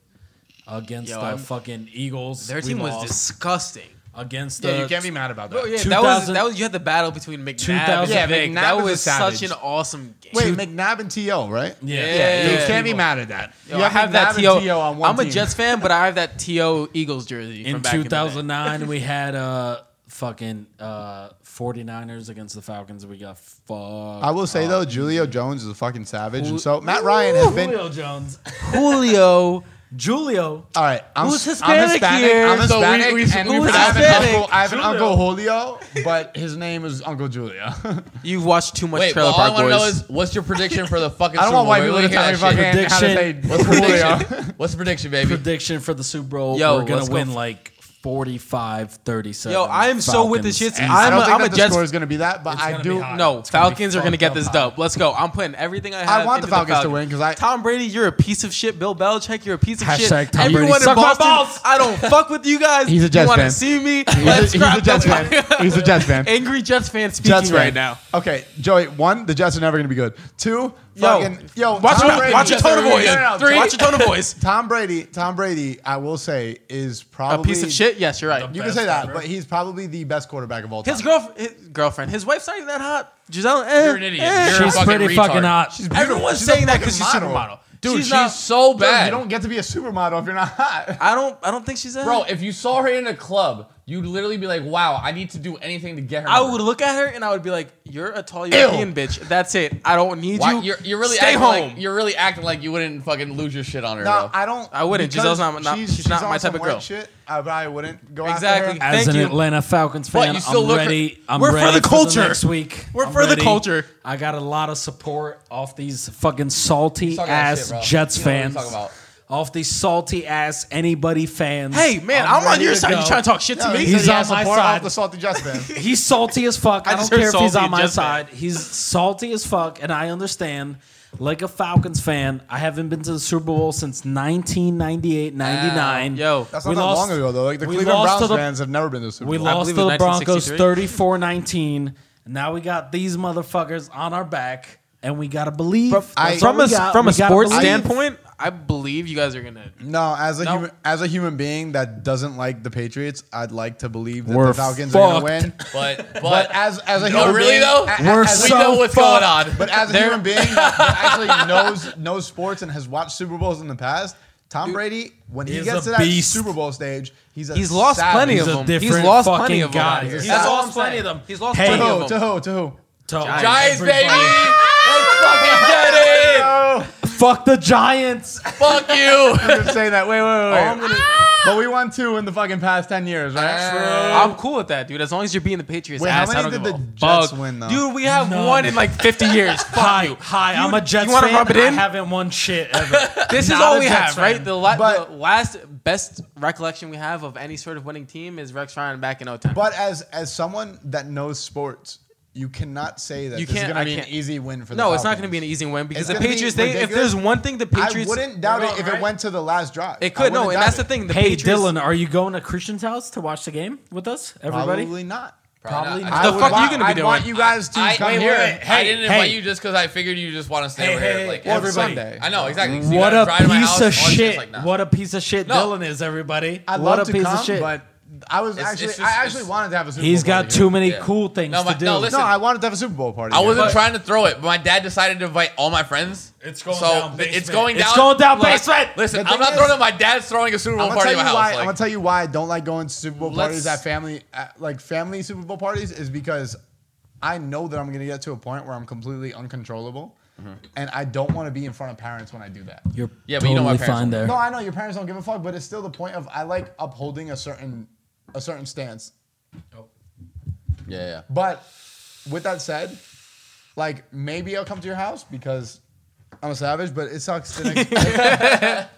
against Yo, the I'm- fucking Eagles. Their We team was lost disgusting. against the Yeah, you can't be mad about that. Bro, yeah, 2000 that was that was you had the battle between McNabb and 2000 Yeah, Vic. McNabb That is a was savage. such an awesome game. Wait, McNabb and T.O. Right? yeah. Yeah. You can't be mad at that. Yo, You I have McNabb that and TO. T.O. on one I'm a team. Jets fan, but I have that TO Eagles jersey In from back the day. 2009, we had uh fucking uh 49ers against the Falcons. We got fucked. I will say Oh. though, Julio Jones is a fucking savage, and so Uh, Matt Ryan has been. Julio Jones. [LAUGHS] Julio. [LAUGHS] Julio. All right, I'm, Who's I'm Hispanic Hispanic. here? I'm So we- Hispanic, we- and who's I have an Hispanic? uncle. I have an uncle Julio, but his name is Uncle Julio. [LAUGHS] You've watched too much Wait, but Trailer all I Park want to Boys. know is what's your prediction for the [LAUGHS] fucking I don't Super want Bowl? white We people to wanna tell me hear that fucking shit. how to say [LAUGHS] Prediction. Julio. [LAUGHS] What's the prediction, baby? prediction for the Super Bowl. Yo, we're gonna let's go win f- like 45 37. Yo, I am so with the shits. And I I'm don't a, think I'm that a the Jets. score is going to be that, but I gonna do. be high. No, It's gonna be Falcons are gonna fucked get up this high. dub. Let's go. I'm putting everything I have. want the into Falcons to win 'cause I- Tom Brady, you're a piece of shit. Bill Belichick, you're a piece of shit. Hashtag Tom Brady. Everyone in Suck my Boston, balls. I don't fuck with you [LAUGHS] guys. He's a Jets you wanna fan. see me? He's a, Let's he's scrap a Jets that. fan. He's a Jets fan. [LAUGHS] Angry Jets fan speaking Jets fan. right now. Okay, Joey. One, the Jets are never going to be good. Two, Yo, fucking yo. Watch Tom your Brady- watch your tone of No, voice. no, no, Three. Tom- Watch your tone of voice. Tom Brady. Tom Brady. I will say is A probably piece of shit. Yes, you're right. You can say that, but he's probably the best quarterback of all time. His girlfriend, his girlfriend, his wife's not even that hot. Giselle, eh, You're an idiot. eh. You're a She's fucking pretty retard. fucking hot. Everyone's saying that because she's fucking supermodel. Dude, she's, not- so Bro, bad. You don't get to be a supermodel if you're not hot. I don't. I don't think she's that. Bro, hot. if you saw her in a club, you'd literally be like, "Wow, I need to do anything to get her." I number." would look at her and I would be like, "You're a tall European bitch. That's it. I don't need Why, you. you're, you're really stay acting home. Like, you're really acting like you wouldn't fucking lose your shit on her. No, bro. I don't. I wouldn't. because Giselle's not- not- she's not on my type some of white girl. Shit, uh, I probably wouldn't go Exactly. After her. As Thank an you. Atlanta Falcons fan, you still I'm look- ready. I'm We're for ready the culture. next week. We're I'm for the ready. culture. I got a lot of support off these fucking salty talking about ass shit, bro. Jets You know what I'm fans. talking about. Off these salty ass anybody fans. hey man, I'm, on ready your to side. go. You trying to talk shit to No, me? he said He's he on has my support side. off the salty Jets [LAUGHS] fan. He's salty as fuck. I, just don't heard care if he's salty on my just side. He's salty as fuck, and I understand. Like a Falcons fan, I haven't been to the Super Bowl since 1998, 99. Ah, Yo, That's not that long ago though. Like the we Cleveland lost to Browns the- fans have never been to the Super We Bowl. lost to believe it was the Broncos 1963. 34 19. Now we got these motherfuckers on our back, and we got to believe. That's I- all from we a got. from We a gotta sports believe. standpoint, I believe you guys are gonna. No, as a No. human as a human being that doesn't like the Patriots, I'd like to believe that We're the Falcons are going to win. but but, But as as a No, human really being, though, a- We're a- as we so know what's fucked. going on. But as a human being [LAUGHS] that actually knows knows sports and has watched Super Bowls in the past, Tom Brady, when he is gets a to that beast. Super Bowl stage, he's a He's lost savage. plenty of He's a them. He's different lost fucking plenty of them. guy. out here. He's That's all lost I'm plenty saying. of them. He's lost To Hey. plenty who? of To them. who? To who? To- [LAUGHS] Giants, baby. everybody. Let's fucking get it. Fuck the Giants. Fuck you. [LAUGHS] I'm just saying that. Wait, wait, wait. wait. I'm gonna- but we won two in the fucking past ten years, right? I'm cool with that, dude. As long as you're beating the Patriots Wait, how ass, I many don't did give the a Jets fuck. win, though? Dude, we have None. one in like 50 [LAUGHS] years. Fuck Hi, you. hi. I'm a Jets you wanna fan. rub it in? I haven't won shit [LAUGHS] ever. This is Not all a we Jets have, fan. right? The, la- But- the last best recollection we have of any sort of winning team is Rex Ryan back in 0 But as as someone that knows sports, you cannot say that You this is can't- gonna I be an can't- easy win for the No, it's not Falcons. going to be an easy win because It's the gonna be Patriots. They, if ridiculous. there's one thing the Patriots, I wouldn't doubt Wrong, it if it right? went to the last drive. It I could wouldn't no, and doubt that's the it. thing. The Hey, Patriots, Dylan, are you going to Christian's house to watch the game with us, everybody? [LAUGHS] Probably not. Probably not. The would fuck you want- gonna be I want doing? you guys to I, come wait, here. wait, wait. I didn't Hey, invite hey. you just because I figured you just want to stay Hey, over hey, here. Like hey, every every Sunday. I know exactly. Mm. 'cause you What gotta a drive to my piece house, all of this shit's shit! like, nah. What a piece of shit No. Dylan is, everybody. I'd what love a to piece come, of shit. but I was It's- it's actually, just- I actually it's- wanted to have a Super He's Bowl got party too many Yeah. cool things No, my- to do. no, listen. No, I wanted to have a Super Bowl party. I here. wasn't But- trying to throw it, but my dad decided to invite all my friends. It's going so down th- It's basement. going down. It's going down Look, basement. Listen, The I'm thing not is- throwing it. My dad's throwing a Super Bowl I'm gonna party tell at you my house. why. like- I'm gonna tell you why I don't like going to Super Bowl Let's- parties at family, at, like family Super Bowl parties, is because I know that I'm gonna get to a point where I'm completely uncontrollable, Mm-hmm. and I don't want to be in front of parents when I do that. You're Yeah, but you know my totally parents fine will- there. No, I know your parents don't give a fuck, but it's still the point of I like upholding a certain, a certain stance. yeah, yeah. But with that said, like maybe I'll come to your house because I'm a savage, but it sucks the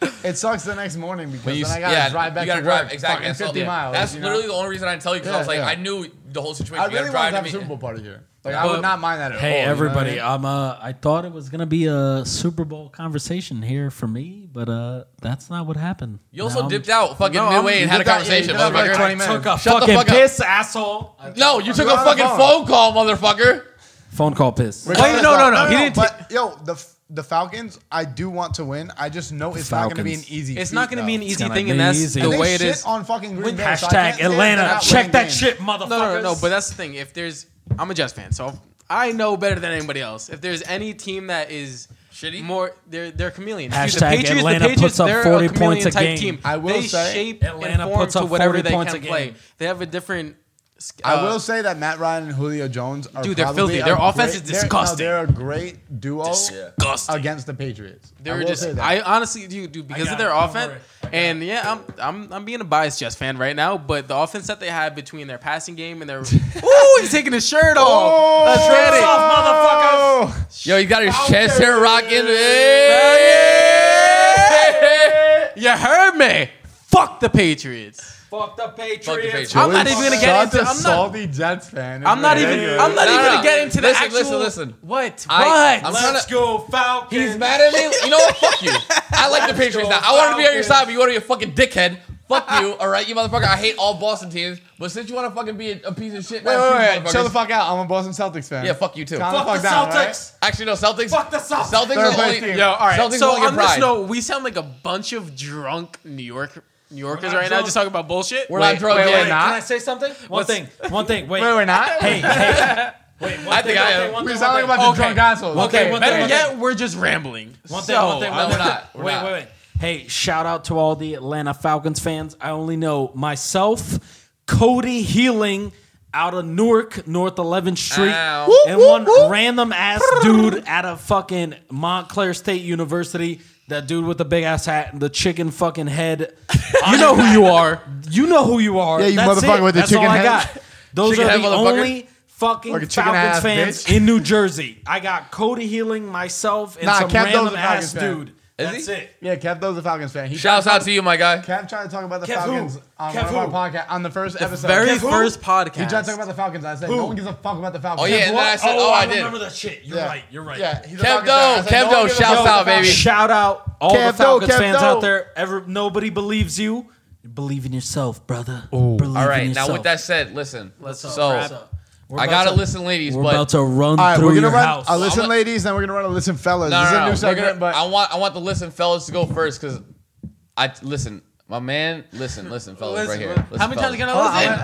next [LAUGHS] It sucks the next [LAUGHS] morning because When you, then I s- gotta yeah, drive back you gotta to drive work. exactly. fucking That's, 50 all- miles. that's you know? literally the only reason I tell you because I Yeah, was like, yeah. I knew the whole situation. I you gotta really want drive to have a me. Super Bowl party here. Like Yeah. I would But- not mind that at all. Hey you know what I everybody, mean? I'm uh I thought it was gonna be a Super Bowl conversation here for me, but uh that's not what happened. You also Now I'm- dipped out fucking No, I'm- midway and had you a dipped out- yeah, you conversation, dipped out for like 20 motherfucker. took a minutes. Shut the fucking fuck up. piss, asshole. No, you took You're a on the fucking phone. phone call, motherfucker. Phone call piss. Regardless, no, no, though- no, he didn't But yo, the f- the Falcons, I do want to win. I just know it's not going to be an Falcons. easy. it's not going to be an easy gonna thing, be and that's easy. the and they way it shit is. on fucking Green Bay. so I can't Hashtag stand they're Atlanta. not Check winning that games. shit, motherfuckers. No, no, no, But that's the thing. If there's, I'm a Jets fan, so I know better than anybody else. If there's any team that is Shitty? more they're they're chameleons. Hashtag the Patriots, Atlanta the Patriots, puts up they're 40 a chameleon points a type game. Team. I will they say- shape Atlanta and form puts up to whatever 40 they points can a play. game. They have a different. I uh, will say that Matt Ryan and Julio Jones are Dude, they're probably filthy. a Their offense great- is they're- no, disgusting. They're, a great duo Disgusting. against the Patriots. I They're will just. say that. I honestly do, dude, because got of their it. Don't offense. worry. I got And yeah, I'm I'm I'm being a biased Jets fan right now, but the offense that they have between their passing game and their ooh, he's taking his shirt off. Let's get it. Oh, Yo, you got his chest hair rocking. You heard me. Fuck the Patriots. Fuck the Patriots. Fuck the Patriots. I'm not even gonna get Such into. a I'm not. salty Jets fan. I'm not even. I'm not No, even no. gonna get into the Listen, actual. listen, listen. What? I- what? I'm Let's tryna- go Falcons. He's mad at me. You know what? Fuck you. I like the Patriots go, now. I want to be on your Falcons. side, but you want to be a fucking dickhead. Fuck [LAUGHS] you, all right, you motherfucker. I hate all Boston teams, but since you want to fucking be a, a piece of shit, Wait, man, wait, you wait. Chill the motherfuckers- fuck out. I'm a Boston Celtics fan. Yeah, fuck you too. Calm Fuck fuck the down, right? Celtics. Actually, no, Celtics. Fuck the Celtics. Celtics They're are the the best only. team. Yo, all right. Celtics so will get on this pride. note, we sound like a bunch of drunk New York New Yorkers not right now, drunk. just talking about bullshit. We're not drunk wait, yet. wait, not. Can I say something? One thing. One thing. Wait. Wait, we're not. Hey, hey. Wait, one I thing, think I one am. thing, one We thing, sound like a one bunch thing. of drunk assholes. One thing, Okay, one thing, Better one yet, we're just rambling. One thing, so, one thing, no, one we're thing. not. We're wait, not. wait, wait. Hey, shout out to all the Atlanta Falcons fans. I only know myself, Cody Healing out of Newark, North 11th Street, Ow. and Whoop, one whoop, whoop. random ass dude out of fucking Montclair State University. That dude with the big ass hat and the chicken [LAUGHS] fucking head. you know who you are. You know who you are. Yeah, you That's motherfucker it. with the That's chicken all head. I got. Those Chicken are head the motherfucker. only fucking Like a chicken Falcons ass fans bitch. in New Jersey. I got Cody Healing, myself, and Nah, some Cap Doe's random a ass Falcons fan. dude. Is That's he? it. Yeah, Kev, those a Falcons fan. He Shouts out to you, my guy. Kev tried to talk about the Kev who? Falcons on Kev one of who? our podcast on the first episode. very Kev who? first podcast. He tried to talk about the Falcons. I said, no one gives a fuck about the Falcons. Oh, yeah, and then I said, oh, I did. remember that shit. You're Yeah. right. You're right. Yeah, he's a Kev Falcons fan. I Doe, said, Kev no one Doe, gives a shouts fuck about out, the Falcons. baby. Shout out all Kev the Doe, Falcons Kev fans Doe. out there. Ever nobody believes you. Believe in yourself, brother. Believe All right, in now with yourself. that said, listen. Let's wrap so up. We're I about gotta to- listen, ladies, We're but about to run All right, through we're gonna your run house. a listen, I'm a- ladies, then we're gonna run a listen, fellas. no, this is no, a no, new no. We're segment, gonna- but I want I want the listen fellas to go first because I listen, my man. Listen, listen, fellas, right here. Listen, How many times fellas. can I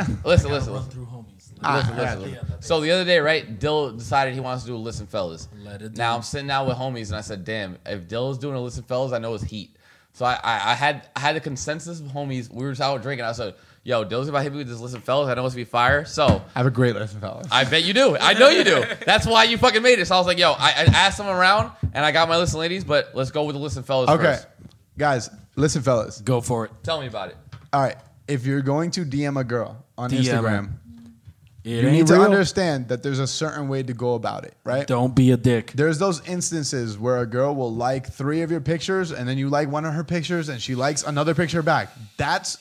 Listen, listen, listen? Run listen. through homies. Ah, Listen, listen, listen. So the other day, right, Dill decided he wants to do a listen, fellas. Let it now do. I'm sitting down with homies, and I said, "Damn, if Dill's doing a listen, fellas, I know it's heat." So I, I, I had I had a consensus of homies. We were just out drinking. I said, "Yo, Dill's about to hit me with this listen, fellas. I know it's gonna be fire." So I have a great listen, fellas. I bet you do. I know you do. That's why you fucking made it. So I was like, "Yo, I, I asked them around, and I got my listen, ladies, but let's go with the listen, fellas Okay, first. guys, listen, fellas. Go for it. Tell me about it. All right, if you're going to DM a girl on DM. Instagram, It you ain't need to real. understand that there's a certain way to go about it, right? Don't be a dick. There's those instances where a girl will like three of your pictures, and then you like one of her pictures, and she likes another picture back. That's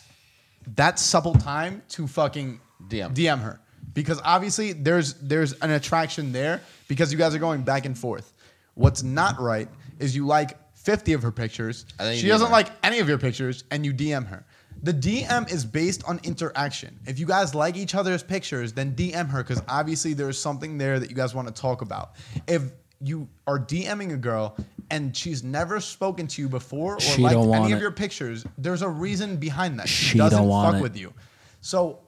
that's supple time to fucking DM. DM her. because obviously there's there's an attraction there because you guys are going back and forth. What's not right is you like 50 of her pictures. And then you She DM doesn't her. like any of your pictures and you DM her. The DM is based on interaction. If you guys like each other's pictures, then DM her because obviously there's something there that you guys want to talk about. If you are DMing a girl and she's never spoken to you before or She liked don't any want of it. your pictures, there's a reason behind that. She, She don't doesn't want fuck it. with you. So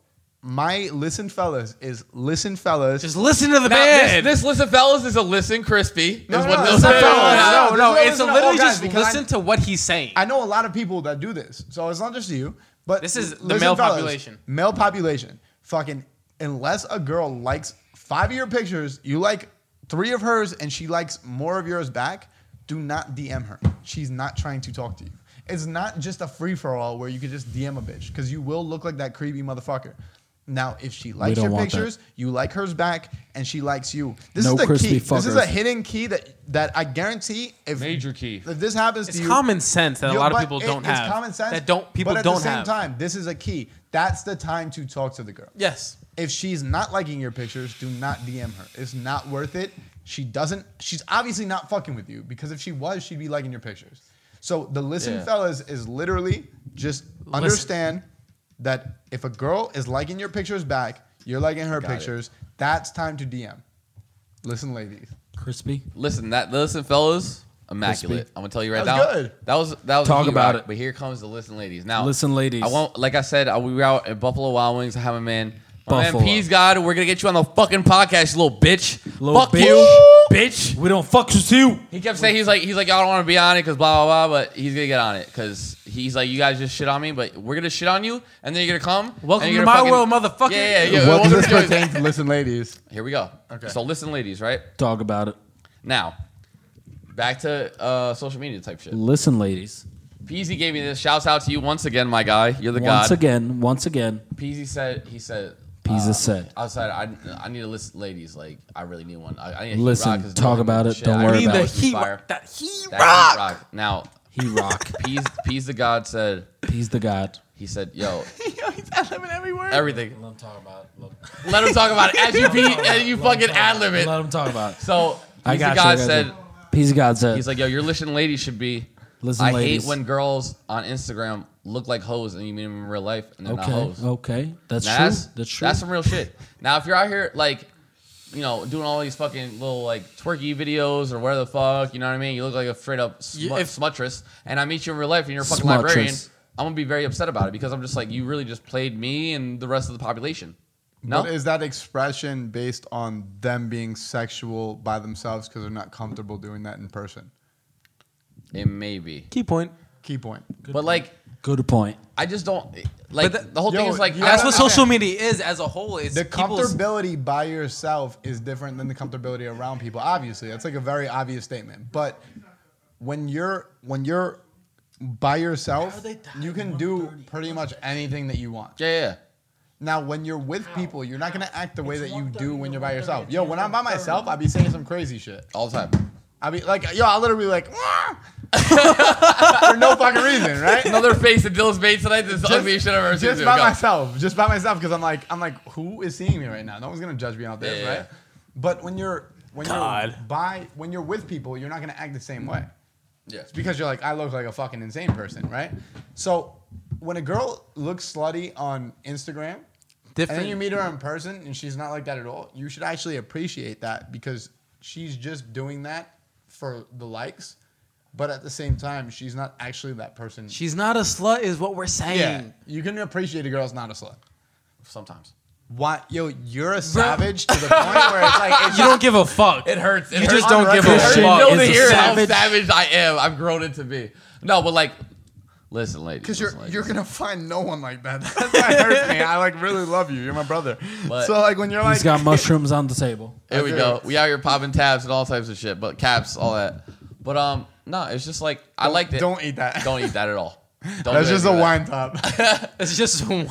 my listen, fellas, is listen, fellas. Just listen to the Now, band. this, this listen, fellas, is a listen crispy. No, is no, what no, this listen, is. fellas, Yeah. no, no, no, this is it's what I'm literally saying. Oh, guys, just because listen to what he's saying. I know a lot of people that do this, so it's not just you. But This is the listen, male population. Male population. Fucking unless a girl likes five of your pictures, you like three of hers, and she likes more of yours back. Do not DM her. She's not trying to talk to you. It's not just a free for all where you can just DM a bitch because you will look like that creepy motherfucker. Now, if she likes don't your want that. pictures, you like hers back, and she likes you. This No is the crispy key. This is fuckers. a hidden key that that I guarantee if Major key. If this happens it's to you, common sense that yeah, a lot of but people it- don't it's have. common sense that don't people but at don't the same have. time this is a key that's the time to talk to the girl Yes. if she's not liking your pictures do not dm her it's not worth it she doesn't she's obviously not fucking with you because if she was she'd be liking your pictures so the listen Yeah. fellas is literally just understand that if a girl is liking your pictures back you're liking her it. pictures that's time to dm listen ladies Crispy. Listen, that listen, fellas, immaculate. Crispy. I'm gonna tell you right That now. was good. That was that was a Talk heat about rock, it. But here comes the listen, ladies. Now, Listen, ladies. I won't. Like I said, I, we were out at Buffalo Wild Wings. I have a man. My Buffalo. man, P's God, we're gonna get you on the fucking podcast, you little bitch. Little Fuck bitch. you, bitch. We don't fuck with you. He kept saying he's like he's like y'all don't want to be on it because blah blah blah, but he's gonna get on it because he's like you guys just shit on me, but we're gonna shit on you, and then you're gonna come. and Welcome you're to gonna my fucking- world, motherfucker. Yeah, yeah, yeah. well Welcome this to yours. pertains to listen ladies Here we go. Okay. So listen, ladies, right Talk about it. now, back to uh, social media type shit. Listen, ladies. Peasy gave me this. Shouts out to you once again, my guy. You're the once god. again, once again, Peasy said he said. Peasy said. Outside, I I need to listen, ladies. Like I really need one. I, I need a heat Listen, rock 'cause talk no, about it. shit, Don't I worry really about need it. this Heat fire. rock- that heat That heat rock. rock. Now, he [LAUGHS] rock. Peas Peas the god said. He's the god. He said, "Yo, [LAUGHS] He's ad-libbing every word. everything. Let him talk about it. Let him talk about it. As you beat, and you fucking ad lib it. Let him talk about it. So I Peas the got god you. I got said." you. Peace of God said. He's like, yo, your listen ladies should be. Listen I ladies. hate when girls on Instagram look like hoes and you meet them in real life and they're okay, not hoes. okay, that's Now, true. That's, That's true. That's some real shit. Now, if you're out here like, you know, doing all these fucking little like twerky videos or where the fuck, you know what I mean? You look like a straight up smu- Yeah, if- smutress, and I meet you in real life and you're a fucking Smutress. librarian. I'm gonna be very upset about it because I'm just like, you really just played me and the rest of the population. No, But is that expression based on them being sexual by themselves because they're not comfortable doing that in person? it may be, Key point. Key point. but like, Good point. I just don't like But that- the whole thing Yo, is like you I That's don't what have- social media is as a whole. It's The people's- comfortability by yourself is different than the comfortability around people. Obviously, that's like a very obvious statement. But when you're when you're by yourself, you can do pretty much anything that you want. Yeah, yeah. Now, when you're with people, you're not gonna act the way that you do when you're by yourself. Yo, when I'm by myself, I'd be saying some crazy shit. All the time. I'd be like, yo, I'll literally be like, "Wah!" [LAUGHS] for no fucking reason, right? Another face that Dylan's made tonight that's the ugliest shit I've ever seen. just too. by Go. myself, just by myself, because I'm like, I'm like, who is seeing me right now? No one's gonna judge me out there, Yeah, yeah, right? yeah. But when you're when God. you're by when you're with people, you're not gonna act the same way. Yeah. It's because you're like, I look like a fucking insane person, right? So when a girl looks slutty on Instagram, and different. then you meet her in person and she's not like that at all, you should actually appreciate that because she's just doing that for the likes. But at the same time, she's not actually that person. She's not a slut, is what we're saying. yeah, you can appreciate a girl's not a slut. Sometimes. Why, yo, you're a savage to the point where it's like it's [LAUGHS] You don't give a fuck. It hurts. It You hurts. just don't on give a record. I Christian fuck. know to It's a hear how savage- savage I am. I've grown into be. No, but like, listen, ladies. because you're listen, you're ladies. gonna find no one like that. [LAUGHS] That's why it hurts me. I like really love you. You're my brother. But- so like when you're like He's [LAUGHS] got mushrooms on the table. Here we I do. go. We out here popping tabs and all types of shit, but caps, all that. But um, no, it's just like I liked it. Don't eat that. [LAUGHS] Don't eat that at all. Don't That's do just a any of that. wine [LAUGHS] top. [LAUGHS] It's just one.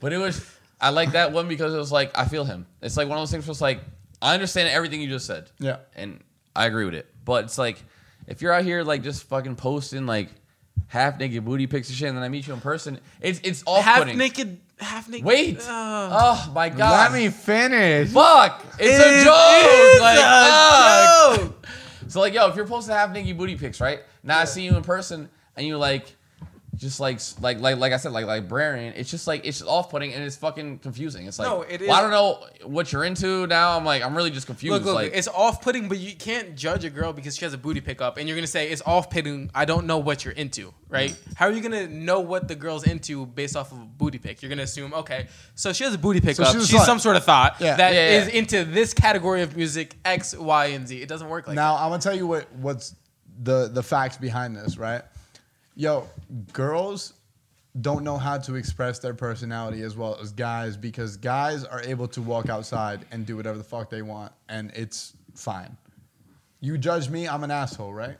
But it was I like that one because it was like I feel him. It's like one of those things where it's like I understand everything you just said. Yeah. And I agree with it. But it's like if you're out here like just fucking posting like half naked booty pics and shit and then I meet you in person, it's it's off Half putting. naked half naked. Wait. Uh, Oh my [LAUGHS] god. Let me finish. Fuck. It's a It joke. is like, a fuck. joke. So like, yo, if you're supposed to have niggy booty pics, right? Now I see you in person, and you like, just like, like, like, like I said, like, librarian. It's just like it's just off-putting and it's fucking confusing. It's like, No, it well, I is- don't know what you're into now. I'm like, I'm really just confused. Look, look, like, it's off-putting, but you can't judge a girl because she has a booty pickup, and you're gonna say it's off-putting. I don't know what you're into, right? How are you gonna know what the girl's into based off of a booty pick? You're gonna assume, okay, so she has a booty pickup. she's a she's slut. some sort of thought that Yeah. is Yeah, yeah, yeah. into this category of music X, Y, and Z. It doesn't work like now I'm gonna tell you what what's the the facts behind this, right? Yo, girls don't know how to express their personality as well as guys because guys are able to walk outside and do whatever the fuck they want and it's fine. You judge me, I'm an asshole, right?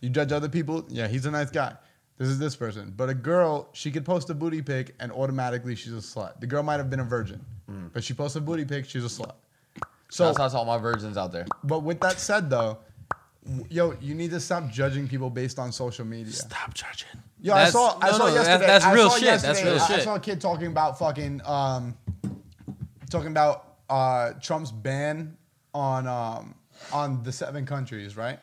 You judge other people, yeah, he's a nice guy. This is this person. But a girl, she could post a booty pic and automatically she's a slut. The girl might have been a virgin, Mm. but she posts a booty pic, she's a slut. So that's how all my virgins out there. but with that said, though, w- yo, you need to stop judging people based on social media. Stop judging. Yo, I That's- saw, I no, saw no, that's- yesterday. that's I real saw shit. That's yesterday, real I, I shit. saw a kid talking about fucking, um, talking about uh, Trump's ban on um, on the seven countries, right?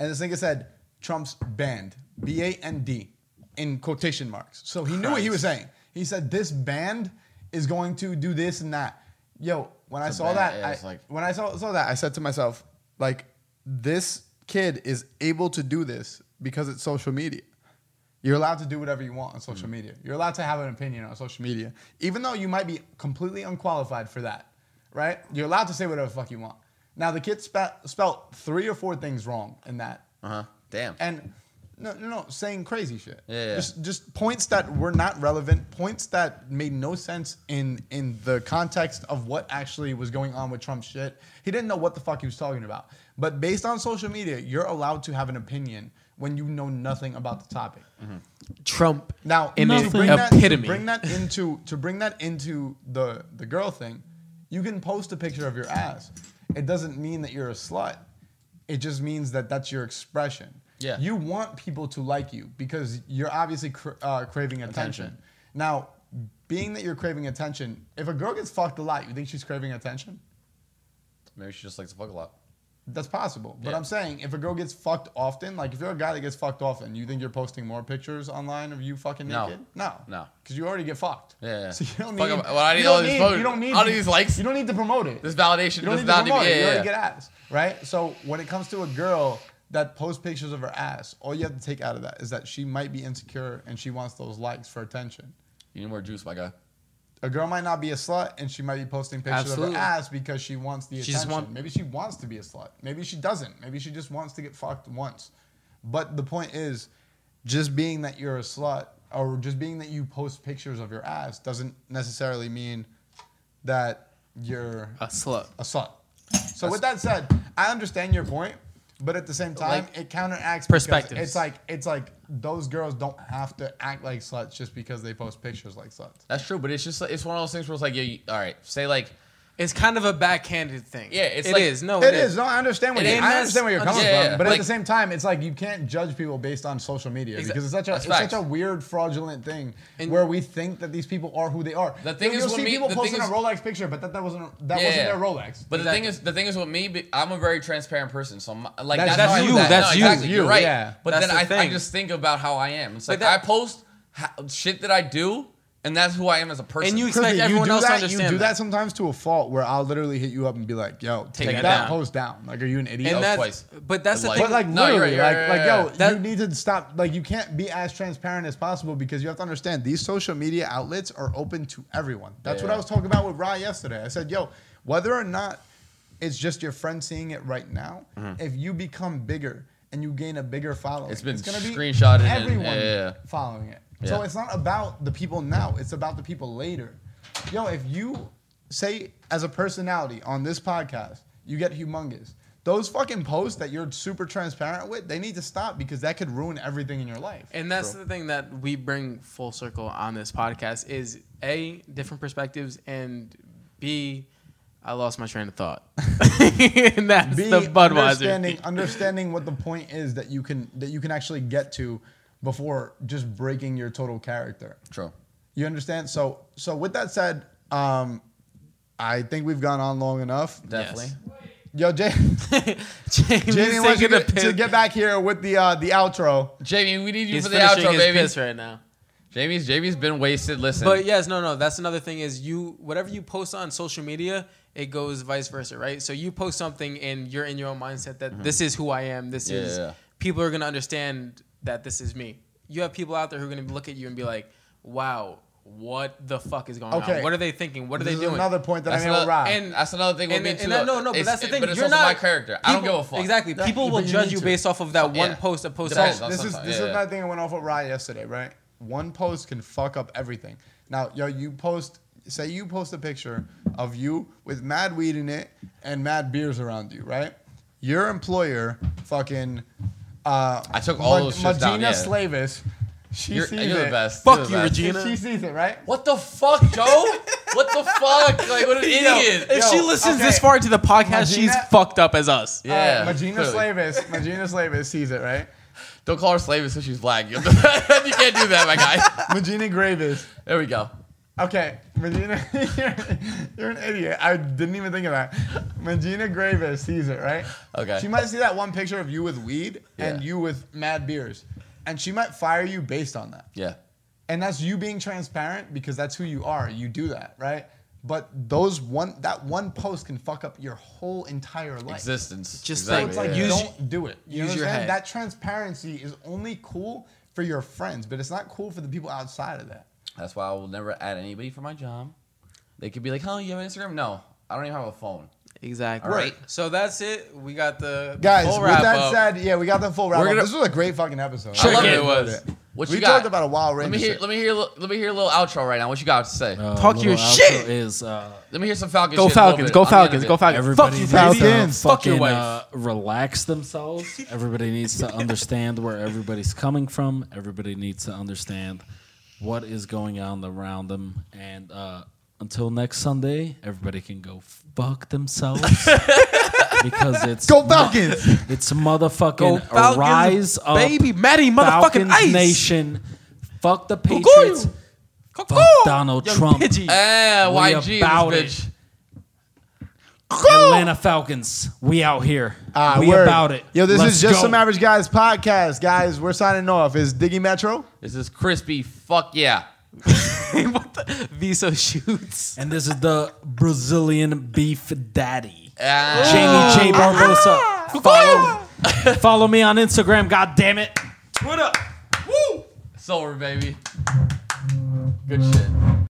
And this nigga said Trump's banned, B A N D, in quotation marks. So he knew what he was saying. He said this band is going to do this and that. Yo, when I It's a saw ban, that, yeah, I- it's like- when I saw, saw that, I said to myself, like, this kid is able to do this because it's social media. You're allowed to do whatever you want on social media. You're allowed to have an opinion on social media, even though you might be completely unqualified for that, right? You're allowed to say whatever the fuck you want. Now, the kid spe- spelt three or four things wrong in that. Uh huh. Damn. And no, no, no, saying crazy shit. Yeah, yeah. Just, just points that were not relevant, points that made no sense in in the context of what actually was going on with Trump's shit. He didn't know what the fuck he was talking about. But based on social media, you're allowed to have an opinion when you know nothing about the topic. Trump. Now, In to its bring that- to epitome. bring that into to bring that into the the girl thing, you can post a picture of your ass. It doesn't mean that you're a slut. It just means that that's your expression. Yeah. You want people to like you because you're obviously cr- uh, craving attention. Attention. Now, being that you're craving attention, if a girl gets fucked a lot, you think she's craving attention? Maybe she just likes to fuck a lot. That's possible. But Yeah. I'm saying if a girl gets fucked often, like if you're a guy that gets fucked often, you think you're posting more pictures online of you fucking No. naked? No. No. Because you already get fucked. Yeah, yeah. So you don't Fuck need, up- well, I need you, all don't these need photos. you don't need All these likes. You don't need to promote it. This validation you don't does need to not need. promote Yeah, it. You yeah, already yeah. get ass. Right? So when it comes to a girl that posts pictures of her ass, all you have to take out of that is that she might be insecure and she wants those likes for attention. You need more juice, my guy. A girl might not be a slut and she might be posting pictures Absolutely. of her ass because she wants the She just attention. want- Maybe she wants to be a slut. Maybe she doesn't. Maybe she just wants to get fucked once. But the point is, just being that you're a slut or just being that you post pictures of your ass doesn't necessarily mean that you're A slut. a slut. So with that said, I understand your point, but at the same time, Like, it counteracts because perspectives. It's like it's like those girls don't have to act like sluts just because they post pictures like sluts. That's true, but it's just like- it's one of those things where it's like, yeah, you, all right, say like, It's kind of a backhanded thing. Yeah, it's It like- is. No, It is. No, I understand what It you, is. I understand where you're coming Yeah, from, yeah. but Like- at the same time, it's like you can't judge people based on social media Exa- because it's such a that's it's such facts. a weird fraudulent thing And- where we think that these people are who they are. The thing You'll- is you'll when see me- people the thing posting is- a Rolex picture, but that, that wasn't that Yeah, wasn't yeah. their Rolex. But the thing is, the thing is with me, be- I'm a very transparent person. So I'm like, That's how I you, do that. that's No, you, Exactly, you, are right. yeah. But That's then the I, I thing. just think about how I am. It's like that- I post ha- shit that I do, and that's who I am as a person. And you Chrissy, expect you everyone do else that, to understand You do that. that. sometimes to a fault where I'll literally hit you up and be like, "Yo, take, it that down. post down. Like, are you an idiot?" And that- that's, twice. But that's the Like- thing. But like No, you're literally, right, you're like, right, like you're yo, right. That- you need to stop. Like you can't be as transparent as possible because you have to understand these social media outlets are open to everyone. That's what Yeah. I was talking about with Ra yesterday. I said, yo, whether or not it's just your friend seeing it right now, if you become bigger and you gain a bigger following, Mm-hmm. It's been gonna be screenshotted and- everyone yeah, yeah, yeah. following it. Yeah. So it's not about the people now; it's about the people later. Yo, if you say as a personality on this podcast, you get humongous. Those fucking posts that you're super transparent with, they need to stop because that could ruin everything in your life. And that's the thing that we bring full circle on this podcast is a different perspectives and b I lost my train of thought. [LAUGHS] and that's Be the Budweiser. understanding, understanding what the point is that you can that you can actually get to before just breaking your total character. True. You understand? So so with that said, um, I think we've gone on long enough. Definitely. Yo, Jay, [LAUGHS] [LAUGHS] Jamie's Jamie wants you taking a to, to piss. get back here with the uh, the outro. Jamie, we need you He's for the finishing outro, his baby. piss right now. Jamie's Jamie's been wasted. Listen, But yes, no, no. That's another thing is you whatever you post on social media, it goes vice versa, right? So you post something and you're in your own mindset that this is who I am. This Mm-hmm. Yeah, is yeah, yeah. people are gonna understand that this is me. You have people out there who are gonna look at you and be like, "Wow, what the fuck is going Okay. on? What are they thinking? What are This they is doing?" another point that that's I made with another, Rob. and that's another thing with And, me and too. that- no, no, but It's- that's the it- thing. But it's you're also not my character. I don't give people- a fuck. Exactly. People will but you judge need you to. based off of that one Yeah. post. A post. Depends off. on- this is sometimes, this yeah, is yeah. another thing that went off with Ryan yesterday, right? One post can fuck up everything. Now, yo, you post, say you post a picture of you with mad weed in it and mad beers around you, right? Your employer, fucking, uh, I took all Ma- those shits down, Magina yeah. Slavis, she You're, sees you're it. the best. Fuck You're the you, best. Regina. She sees it, right? What the fuck, [LAUGHS] Joe? what the [LAUGHS] fuck? Like, what an idiot. If she Yo, listens okay. this far into the podcast, she's Magina- fucked up as us. yeah. Uh, Magina clearly. Slavis, Magina Slavis sees it, right? Don't call her slave since she's black. [LAUGHS] you can't do that, my guy. Magina Gravis. There we go. Okay, Medina, [LAUGHS] you're, you're an idiot. I didn't even think of that. Medina Gravis sees it, right? Okay. She might see that one picture of you with weed and Yeah. you with mad beers, and she might fire you based on that. Yeah. And that's you being transparent because that's who you are. You do that, right? But those one that one post can fuck up your whole entire life. Existence. Just So it's exactly. like yeah. use- don't do it. You use your understand? head. That transparency is only cool for your friends, but it's not cool for the people outside of that. That's why I will never add anybody for my job. They could be like, "Oh, you have an Instagram?" No, I don't even have a phone. Exactly. All right. So that's it. We got the Guys, full with wrap that up. said, yeah, we got the full wrap. We're up. gonna- This was a great fucking episode. Check I really it. enjoyed It What we you got? talked about a wild range. let me hear. Let me hear. a li- Let me hear a little outro right now. What you got to say? uh, Talk your little outro shit. Is uh, let me hear some Falcons. Uh, go shit a little Falcons. bit. Go I'm the end of Falcons. it. Go Falcons. Everybody Fuck you, needs Falcons. to, Falcons. Fuck your fucking, wife. uh, relax themselves. Everybody needs to understand where everybody's coming from. Everybody needs to understand what is going on around them. And uh, until next Sunday, everybody can go fuck [LAUGHS] themselves because it's Go [LAUGHS] Falcons! it's motherfucking Go Falcons, rise up, baby. Maddie, motherfucking Falcons ice. nation. Fuck the Patriots. Cuckoo. Fuck Donald Young Trump. Pidgey. Eh, We YG, this about bitch. Atlanta Falcons. We out here. Ah, we word. about it. Yo, this Let's is just go. some average guys podcast, guys. We're signing off. Is Diggy Metro? This is crispy. Fuck yeah. [LAUGHS] what the? Visa shoots. And this is the Brazilian beef daddy. Ah. Jamie J. Barbosa. Follow, follow me on Instagram, god damn it. Silver, baby. Good shit.